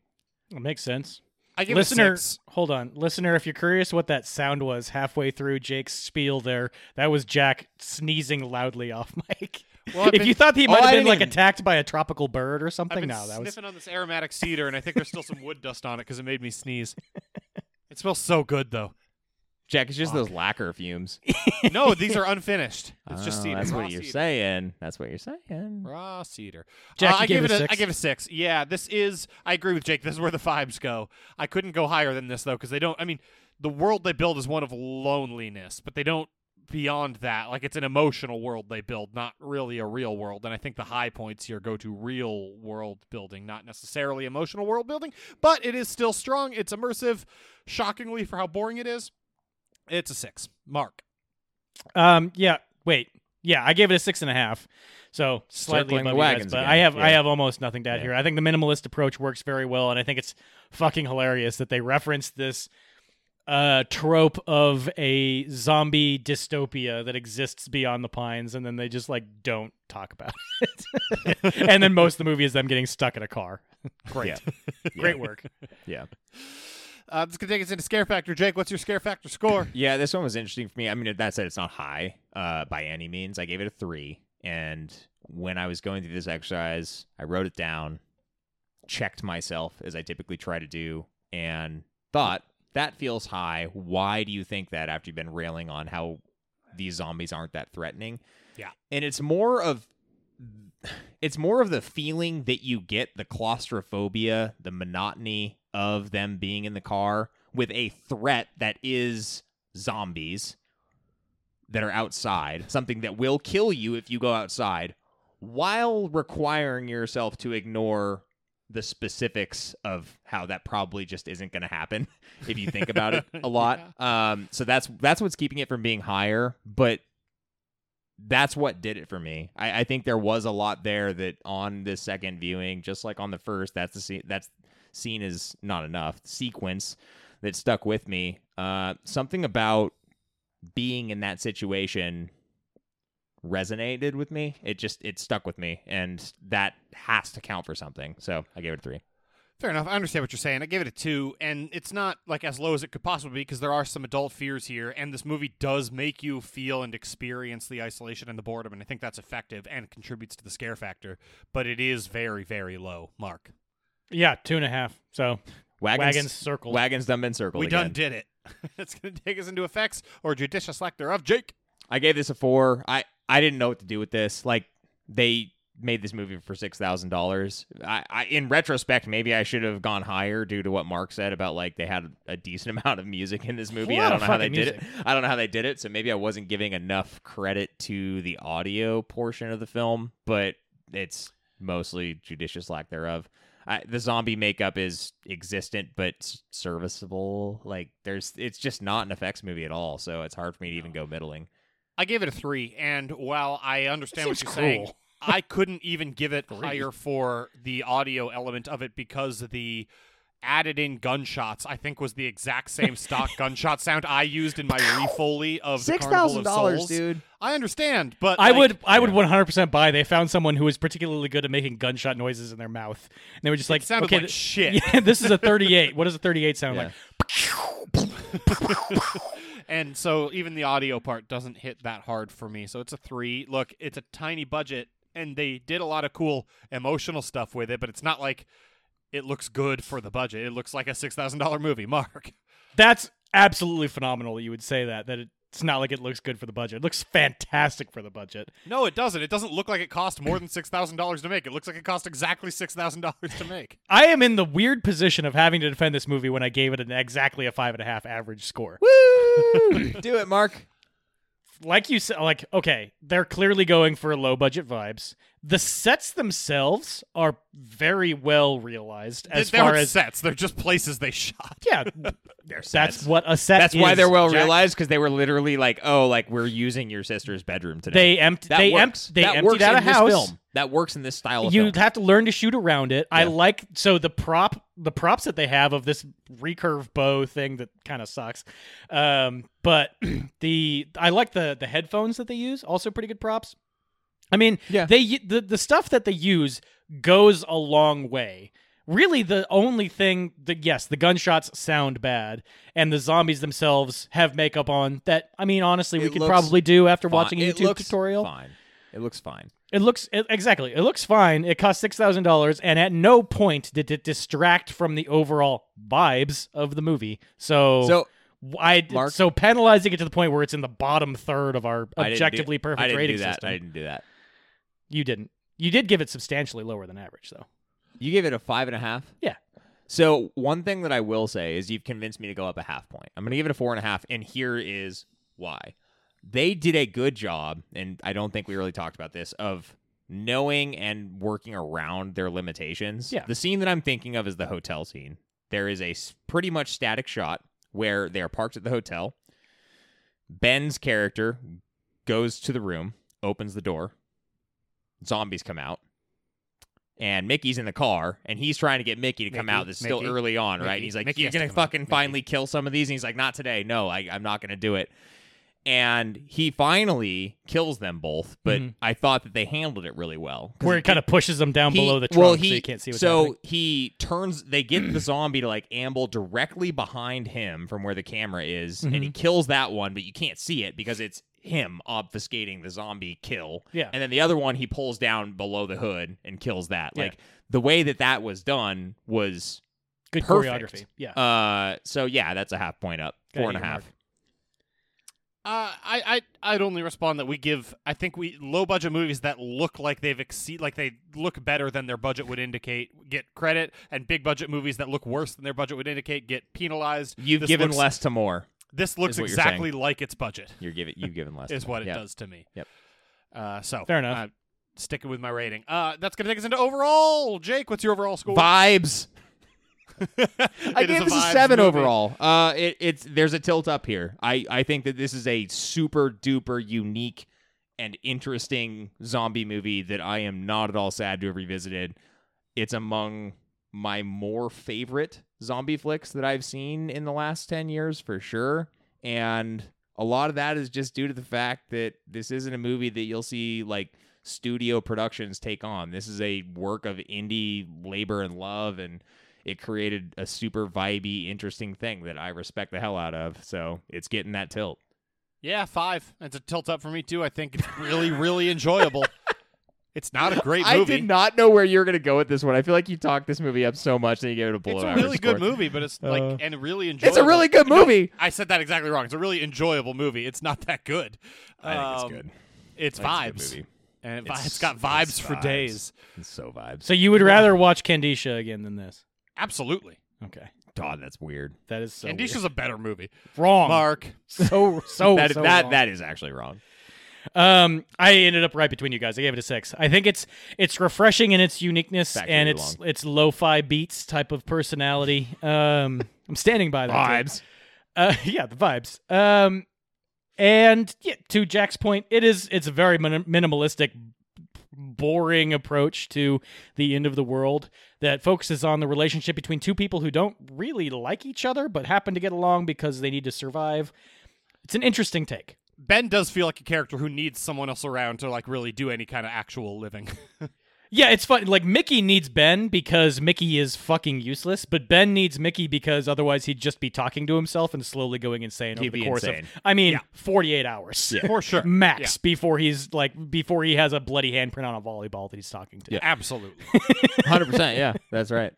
S1: It *laughs* makes sense.
S2: I give
S1: Listener,
S2: it a six.
S1: hold on. Listener, if you're curious what that sound was halfway through Jake's spiel there, that was Jack sneezing loudly off *laughs* mic.
S2: Well, I've
S1: if
S2: been-
S1: you thought he
S3: Oh, I
S1: might have been
S3: didn't
S1: like
S3: even-
S1: attacked by a tropical bird or
S2: I've
S1: something,
S2: been
S1: no, that was
S2: sniffing on this aromatic cedar, and I think there's still some wood dust on it because it made me sneeze. It smells so good, though.
S3: jack it's just those lacquer fumes
S2: No, these are unfinished. *laughs* It's just
S3: Oh,
S2: cedar.
S3: that's
S2: raw
S3: what you're
S2: cedar.
S3: saying that's what you're saying
S2: Raw cedar.
S1: Jack,
S2: Uh,
S1: you
S2: I
S1: gave
S2: gave
S1: it
S2: it
S1: a
S2: a, I
S1: six?
S2: gave it a six. Yeah, this is. I agree with Jake. This is where the vibes go. I couldn't go higher than this though, because they don't. I mean, the world they build is one of loneliness, but they don't beyond that. Like it's an emotional world they build, not really a real world. And I think the high points here go to real world building, not necessarily emotional world building. But it is still strong. It's immersive. Shockingly, for how boring it is, it's a six. Mark.
S1: Um. Yeah. Wait. Yeah, I gave it a six and a half, so slightly
S3: Circling the
S1: above you guys,
S3: wagons
S1: but
S3: again.
S1: I have I
S3: Yeah.
S1: have almost nothing to add here. I think the minimalist approach works very well, and I think it's fucking hilarious that they reference this uh, trope of a zombie dystopia that exists beyond the pines, and then they just like don't talk about it. *laughs* and then most of the movie is them getting stuck in a car. Great,
S2: *laughs*
S1: great work.
S3: yeah
S2: Uh, this could take us into scare factor. Jake, what's your scare factor score?
S3: *laughs* Yeah, this one was interesting for me. I mean, that said, it's not high uh, by any means. I gave it a three. And when I was going through this exercise, I wrote it down, checked myself as I typically try to do, and thought, that feels high. Why do you think that after you've been railing on how these zombies aren't that threatening?
S2: Yeah.
S3: And it's more of it's more of the feeling that you get the claustrophobia, the monotony of them being in the car with a threat that is zombies that are outside, something that will kill you if you go outside, while requiring yourself to ignore the specifics of how that probably just isn't going to happen *laughs* if you think about it a lot. Um, so that's that's what's keeping it from being higher, but that's what did it for me. I, I think there was a lot there that on the second viewing, just like on the first, that's the scene. That's scene is not enough sequence that stuck with me. Uh, something about being in that situation resonated with me. It just it stuck with me, and that has to count for something. So I gave it a three.
S2: Fair enough. I understand what you're saying. I gave it a two, and it's not like as low as it could possibly be because there are some adult fears here, and this movie does make you feel and experience the isolation and the boredom, and I think that's effective and contributes to the scare factor. But it is very, very low, Mark.
S1: Yeah, two and a half. So
S3: Wagons,
S1: Wagons circled.
S3: Wagons done been circled.
S2: we
S3: again.
S2: done did it. *laughs* that's going to take us into effects or judicious lack thereof. Jake.
S3: I gave this a four. I I didn't know what to do with this. Like they made this movie for six thousand dollars. I, I, in retrospect, maybe I should have gone higher due to what Mark said about like they had a decent *laughs* amount of music in this movie.
S1: lot
S3: I don't
S1: of
S3: know how they
S1: fucking
S3: did it. I don't know how they did it, so maybe I wasn't giving enough credit to the audio portion of the film, but it's mostly judicious lack thereof. I, the zombie makeup is existent but s- serviceable. Like there's, it's just not an effects movie at all, so it's hard for me to even go middling.
S2: I gave it a three, and while I understand what
S1: seems
S2: you're saying,
S1: cruel. *laughs*
S2: I couldn't even give it
S1: Three.
S2: higher for the audio element of it because the added in gunshots I think was the exact
S1: *laughs*
S2: same stock gunshot sound I used in my refoley of the Carnival of Souls. I understand,
S1: *laughs*
S2: but
S1: I
S2: like,
S1: would, I would 100% buy. They found someone who was particularly good at making gunshot noises in their mouth, and they were just like,
S2: It sounded
S1: okay,
S2: like
S1: th-
S2: shit.
S1: *laughs* Yeah, this
S2: *laughs*
S1: is a 38. what does a 38 sound like?
S2: and so even the audio part doesn't hit that hard for me. So it's a three. Look, it's a tiny budget, and they did a lot of cool emotional stuff with it, but it's not like it looks good for the budget. It looks like a six thousand dollar movie. *laughs* Mark,
S1: That's absolutely phenomenal. that You would say that that it's not like it looks good for the budget. It looks fantastic for the budget.
S2: no, it doesn't. It doesn't look like it cost more than six thousand dollars to make. It looks like it cost exactly six thousand dollars to make.
S1: I am in the weird position of having to defend this movie when I gave it an exactly a five and a half average score.
S3: Woo! Do it, Mark.
S1: Like you said, like okay, they're clearly going for low budget vibes. The sets themselves are very well realized as
S2: they, they
S1: far
S2: aren't
S1: as
S2: sets, they're just places they shot.
S1: yeah,
S2: *laughs*
S1: that's what a set.
S3: That's why
S1: is,
S3: they're well
S1: Jack.
S3: realized because they were literally like, "Oh, like we're using your sister's bedroom today."
S1: They empty.
S3: that
S1: They
S3: works.
S1: empty. They
S3: that
S1: emptied
S3: works
S1: out
S3: in
S1: a
S3: this
S1: house.
S3: Film. That works in this style of
S1: you
S3: film.
S1: have to learn to shoot around it. I
S3: Yeah.
S1: like so the prop the props that they have of this recurve bow thing that kind of sucks. Um, but *clears throat* the I like the the headphones that they use. Also pretty good props. I mean,
S3: Yeah.
S1: they u- the the stuff that they use goes a long way. Really, the only thing that yes, the gunshots sound bad, and the zombies themselves have makeup on. That I mean, honestly, we
S3: It
S1: could
S3: looks
S1: probably do after
S3: Fine.
S1: *laughs* watching a
S3: It
S1: YouTube
S3: looks
S1: tutorial.
S3: Fine. It looks fine.
S1: It looks it, exactly. It looks fine. It cost six thousand dollars, and at no point did it distract from the overall vibes of the movie. So,
S3: So
S1: I
S3: Mark-
S1: so penalizing it to the point where it's in the bottom third of our
S3: I didn't do-
S1: objectively perfect
S3: I didn't
S1: rating
S3: do that.
S1: system.
S3: I didn't do that.
S1: You didn't. You did give it substantially lower than average, though.
S3: You gave it a five and a half.
S1: Yeah.
S3: So one thing that I will say is you've convinced me to go up a half point. I'm going to give it a four and a half, and here is why. They did a good job, and I don't think we really talked about this of knowing and working around their limitations.
S1: Yeah.
S3: The scene that I'm thinking of is the hotel scene. There is a s- pretty much static shot where they are parked at the hotel. Ben's character goes to the room, opens the door. Zombies come out and Mickey's in the car, and he's trying to get Mickey to come
S2: Mickey,
S3: out. This is still
S2: Mickey,
S3: early on, right?
S2: Mickey,
S3: And he's like,
S2: Mickey
S3: "You're
S2: has to
S3: gonna
S2: come out,
S3: fucking
S2: Mickey."
S3: finally kill some of these," and he's like, "Not today. No, I, I'm not gonna do it." And he finally kills them both, but
S1: Mhm.
S3: I thought that they handled it really well. 'Cause
S1: Where it kind of pushes them down
S3: he-
S1: below the trunk,
S3: well,
S1: so
S3: he-
S1: you can't see what's
S3: so
S1: happening.
S3: he turns. They get
S1: *clears throat*
S3: the zombie to like amble directly behind him from where the camera is, and
S1: Mm-hmm.
S3: he kills that one, but you can't see it because it's him obfuscating the zombie kill.
S1: Yeah.
S3: and then the other one he pulls down below the hood and kills that.
S1: Yeah.
S3: Like the way that that was done was
S1: Good
S3: perfect.
S1: choreography. Yeah.
S3: Uh, so yeah, that's a half point up,
S1: Gotta
S3: four and a
S1: hit your
S3: half.
S1: mark.
S2: Uh, I, I I'd only respond that we give I think we low budget movies that look like they've exceed like they look better than their budget would indicate get credit and big budget movies that look worse than their budget would indicate get penalized.
S3: You've
S2: This
S3: given
S2: looks-
S3: less to more.
S2: This looks
S3: is what you're
S2: exactly like its budget
S3: You're giving you've given
S1: *laughs*
S3: less.
S2: is
S3: to more.
S2: what it
S3: Yeah.
S2: does to me.
S3: Yep.
S2: Uh, so
S1: Fair enough.
S2: Uh, sticking with my rating. Uh, that's gonna take us into overall. Jake, what's your overall score? *laughs*
S3: Vibes. I
S2: It is
S3: gave this a
S2: vibes
S3: seven
S2: movie.
S3: overall. Uh, it, it's there's a tilt up here. I I think that this is a super duper unique and interesting zombie movie that I am not at all sad to have revisited. It's among my more favorite zombie flicks that I've seen in the last ten years for sure, and a lot of that is just due to the fact that this isn't a movie that you'll see like studio productions take on. This is a work of indie labor and love and it created a super vibey, interesting thing that I respect the hell out of. So it's getting that tilt.
S2: Yeah, five. It's a tilt up for me too. I think it's really
S3: *laughs*
S2: really enjoyable. It's not a great
S3: I
S2: movie.
S3: did not know where you were gonna go with this one. I feel like you talked this movie up so much that you gave it a below
S2: It's a
S3: average
S2: really good
S3: score.
S2: movie, but it's like
S3: Uh,
S2: and really enjoyable.
S3: It's a really good movie.
S2: I said that exactly wrong. It's a really enjoyable movie. It's not that good.
S3: I think
S2: Um,
S3: it's good.
S2: It's
S3: I think
S2: vibes.
S3: It's a good movie.
S2: and it,
S3: It's-
S2: has got
S3: it's
S2: vibes for
S3: vibes.
S2: days.
S3: It's so vibes.
S1: So you would rather watch Candisha again than this?
S2: Absolutely,
S1: Okay,
S3: God, that's weird. Um,
S1: that is so
S2: and Disha's a better movie.
S1: weird. wrong.
S2: Mark,
S1: So so
S3: *laughs* that
S1: so
S3: that
S1: wrong.
S3: that is actually wrong.
S1: Um, I ended up right between you guys. I gave it a six. I think it's it's refreshing in its uniqueness
S3: Back
S1: and
S3: where
S1: its its lo-fi beats type of personality. Um, I'm standing by that. dude.
S3: Vibes.
S1: Uh, *laughs* yeah, the vibes. Um, and yeah, to Jack's point, it is it's a very min- minimalistic, boring approach to the end of the world that focuses on the relationship between two people who don't really like each other but happen to get along because they need to survive. It's an interesting take.
S2: Ben does feel like a character who needs someone else around to like really do any kind of actual living.
S1: Yeah, it's fun. Like Mickey needs Ben because Mickey is fucking useless, but Ben needs Mickey because otherwise he'd just be talking to himself and slowly going insane
S3: He'd
S1: over the
S3: be
S1: course
S3: insane.
S1: of I mean,
S2: Yeah.
S1: 48 hours.
S2: *laughs* For sure.
S1: Max
S2: Yeah.
S1: before he's like before he has a bloody handprint on a volleyball that he's talking to.
S3: Yeah.
S2: Absolutely. *laughs*
S3: *laughs* Hundred percent. Yeah, that's right.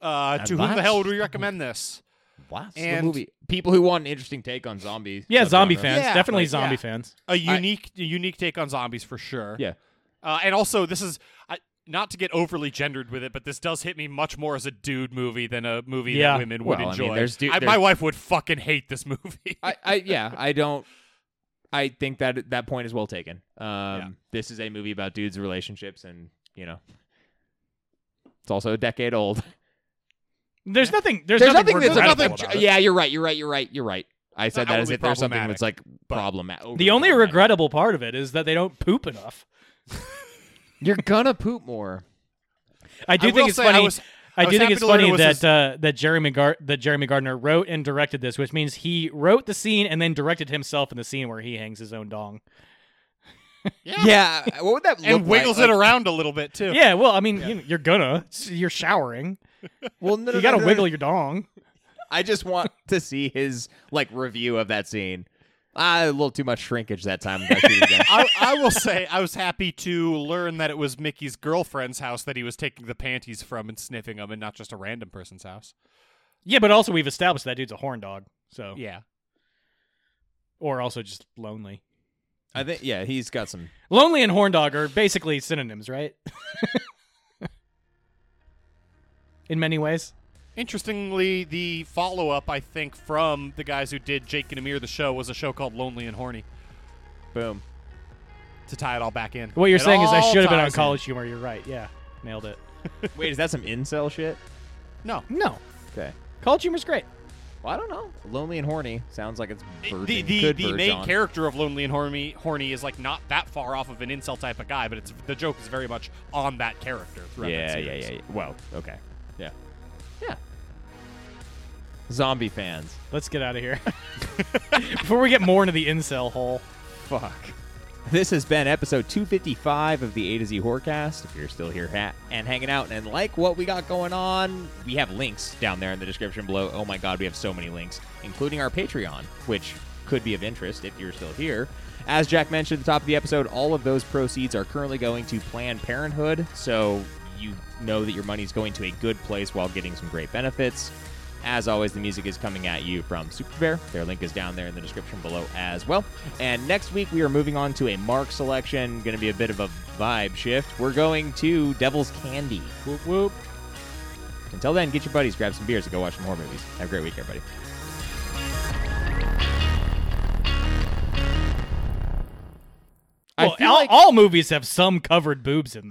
S2: Uh, to whom the hell would we recommend this?
S3: Wow,
S2: the movie.
S3: People who want an interesting take on zombies.
S1: Yeah, zombie
S3: subgenre.
S1: fans.
S2: Yeah,
S1: definitely
S2: like,
S1: zombie
S2: yeah.
S1: fans.
S2: A unique, a unique take on zombies for sure.
S3: Yeah.
S2: Uh, and also, this is I, not to get overly gendered with it, but this does hit me much more as a dude movie than a movie
S1: Yeah.
S2: that women
S3: Well,
S2: would
S3: I mean,
S2: enjoy.
S3: there's du-
S2: I- my
S3: there's-
S2: wife would fucking hate this movie.
S3: I, I yeah, I don't. I think that that point is well taken. Um, This is a movie about dudes' relationships, and you know, it's also a decade old.
S1: There's nothing there's, nothing,
S3: that's
S1: regrettable
S2: nothing-
S1: about it.
S3: Yeah, you're right. You're right. You're right. You're right. I said
S2: Not
S3: that as
S2: overly
S3: if there's something that's like
S2: but-
S3: problematic.
S1: The only regrettable part of it is that they don't poop enough.
S3: You're gonna poop more.
S1: I do
S2: I will
S1: think it's
S2: say I
S1: funny. I,
S2: was- I was
S1: do think
S2: happy
S1: it's
S2: to learn
S1: funny
S2: it was
S1: that
S2: his-
S1: uh, that Jeremy Gar- that Jeremy Gardner wrote and directed this, which means he wrote the scene and then directed himself in the scene where he hangs his own dong.
S3: Yeah. What would that look
S2: *laughs* and wiggles
S3: like?
S2: it
S3: Like-
S2: around a little bit too.
S1: Yeah, well, I mean, You, you're gonna you're showering.
S3: Well, no, no,
S1: You
S2: *laughs*
S1: gotta
S3: no, no,
S1: wiggle your dong.
S3: I just want to see his like review of that scene. Ah, a little too much shrinkage that time. That scene again.
S2: I, I will say I was happy to learn that it was Mickey's girlfriend's house that he was taking the panties from and sniffing them, and not just a random person's house.
S1: Yeah, but also we've established that dude's a horn dog, so
S2: Yeah,
S1: or also just lonely.
S3: I think yeah, he's got some.
S1: Lonely and horn dog are basically synonyms, right? *laughs* in many ways.
S2: Interestingly, the follow up, I think, from the guys who did Jake and Amir the show was a show called Lonely and Horny
S3: Boom.
S2: to tie it all back in.
S1: What you're
S2: It
S1: saying is I
S2: all
S1: should have been on
S2: ties in.
S1: college humor. You're right. Yeah, nailed it.
S3: Wait, is that some incel shit?
S2: *laughs* No.
S1: No,
S3: Okay.
S1: college humor's great.
S3: Well, I don't know. Lonely and horny sounds like it's verging.
S2: The, the,
S3: Could
S2: the
S3: verge
S2: main
S3: on.
S2: character of Lonely and Horny, Horny is like not that far off of an incel type of guy, but it's the joke is very much on that character throughout that
S3: Yeah, yeah,
S2: series.
S3: yeah, yeah. Well, okay. Yeah. Yeah. Zombie fans.
S1: Let's get out of here *laughs* before we get more into the incel hole.
S3: Fuck. This has been episode 255 of the A to Z Horcast. If you're still here ha- and hanging out and like what we got going on, we have links down there in the description below. Oh my god, we have so many links, including our Patreon, which could be of interest if you're still here. As Jack mentioned at the top of the episode, all of those proceeds are currently going to Planned Parenthood, so you know that your money's going to a good place while getting some great benefits. As always, the music is coming at you from Super Bear. Their link is down there in the description below as well. And next week, we are moving on to a Mark selection. Going to be a bit of a vibe shift. We're going to Devil's Candy.
S1: Whoop whoop.
S3: Until then, get your buddies, grab some beers, and go watch some horror movies. Have a great week, everybody. I
S1: Well,
S3: feel
S1: all,
S3: like-
S1: all movies have some covered boobs in them.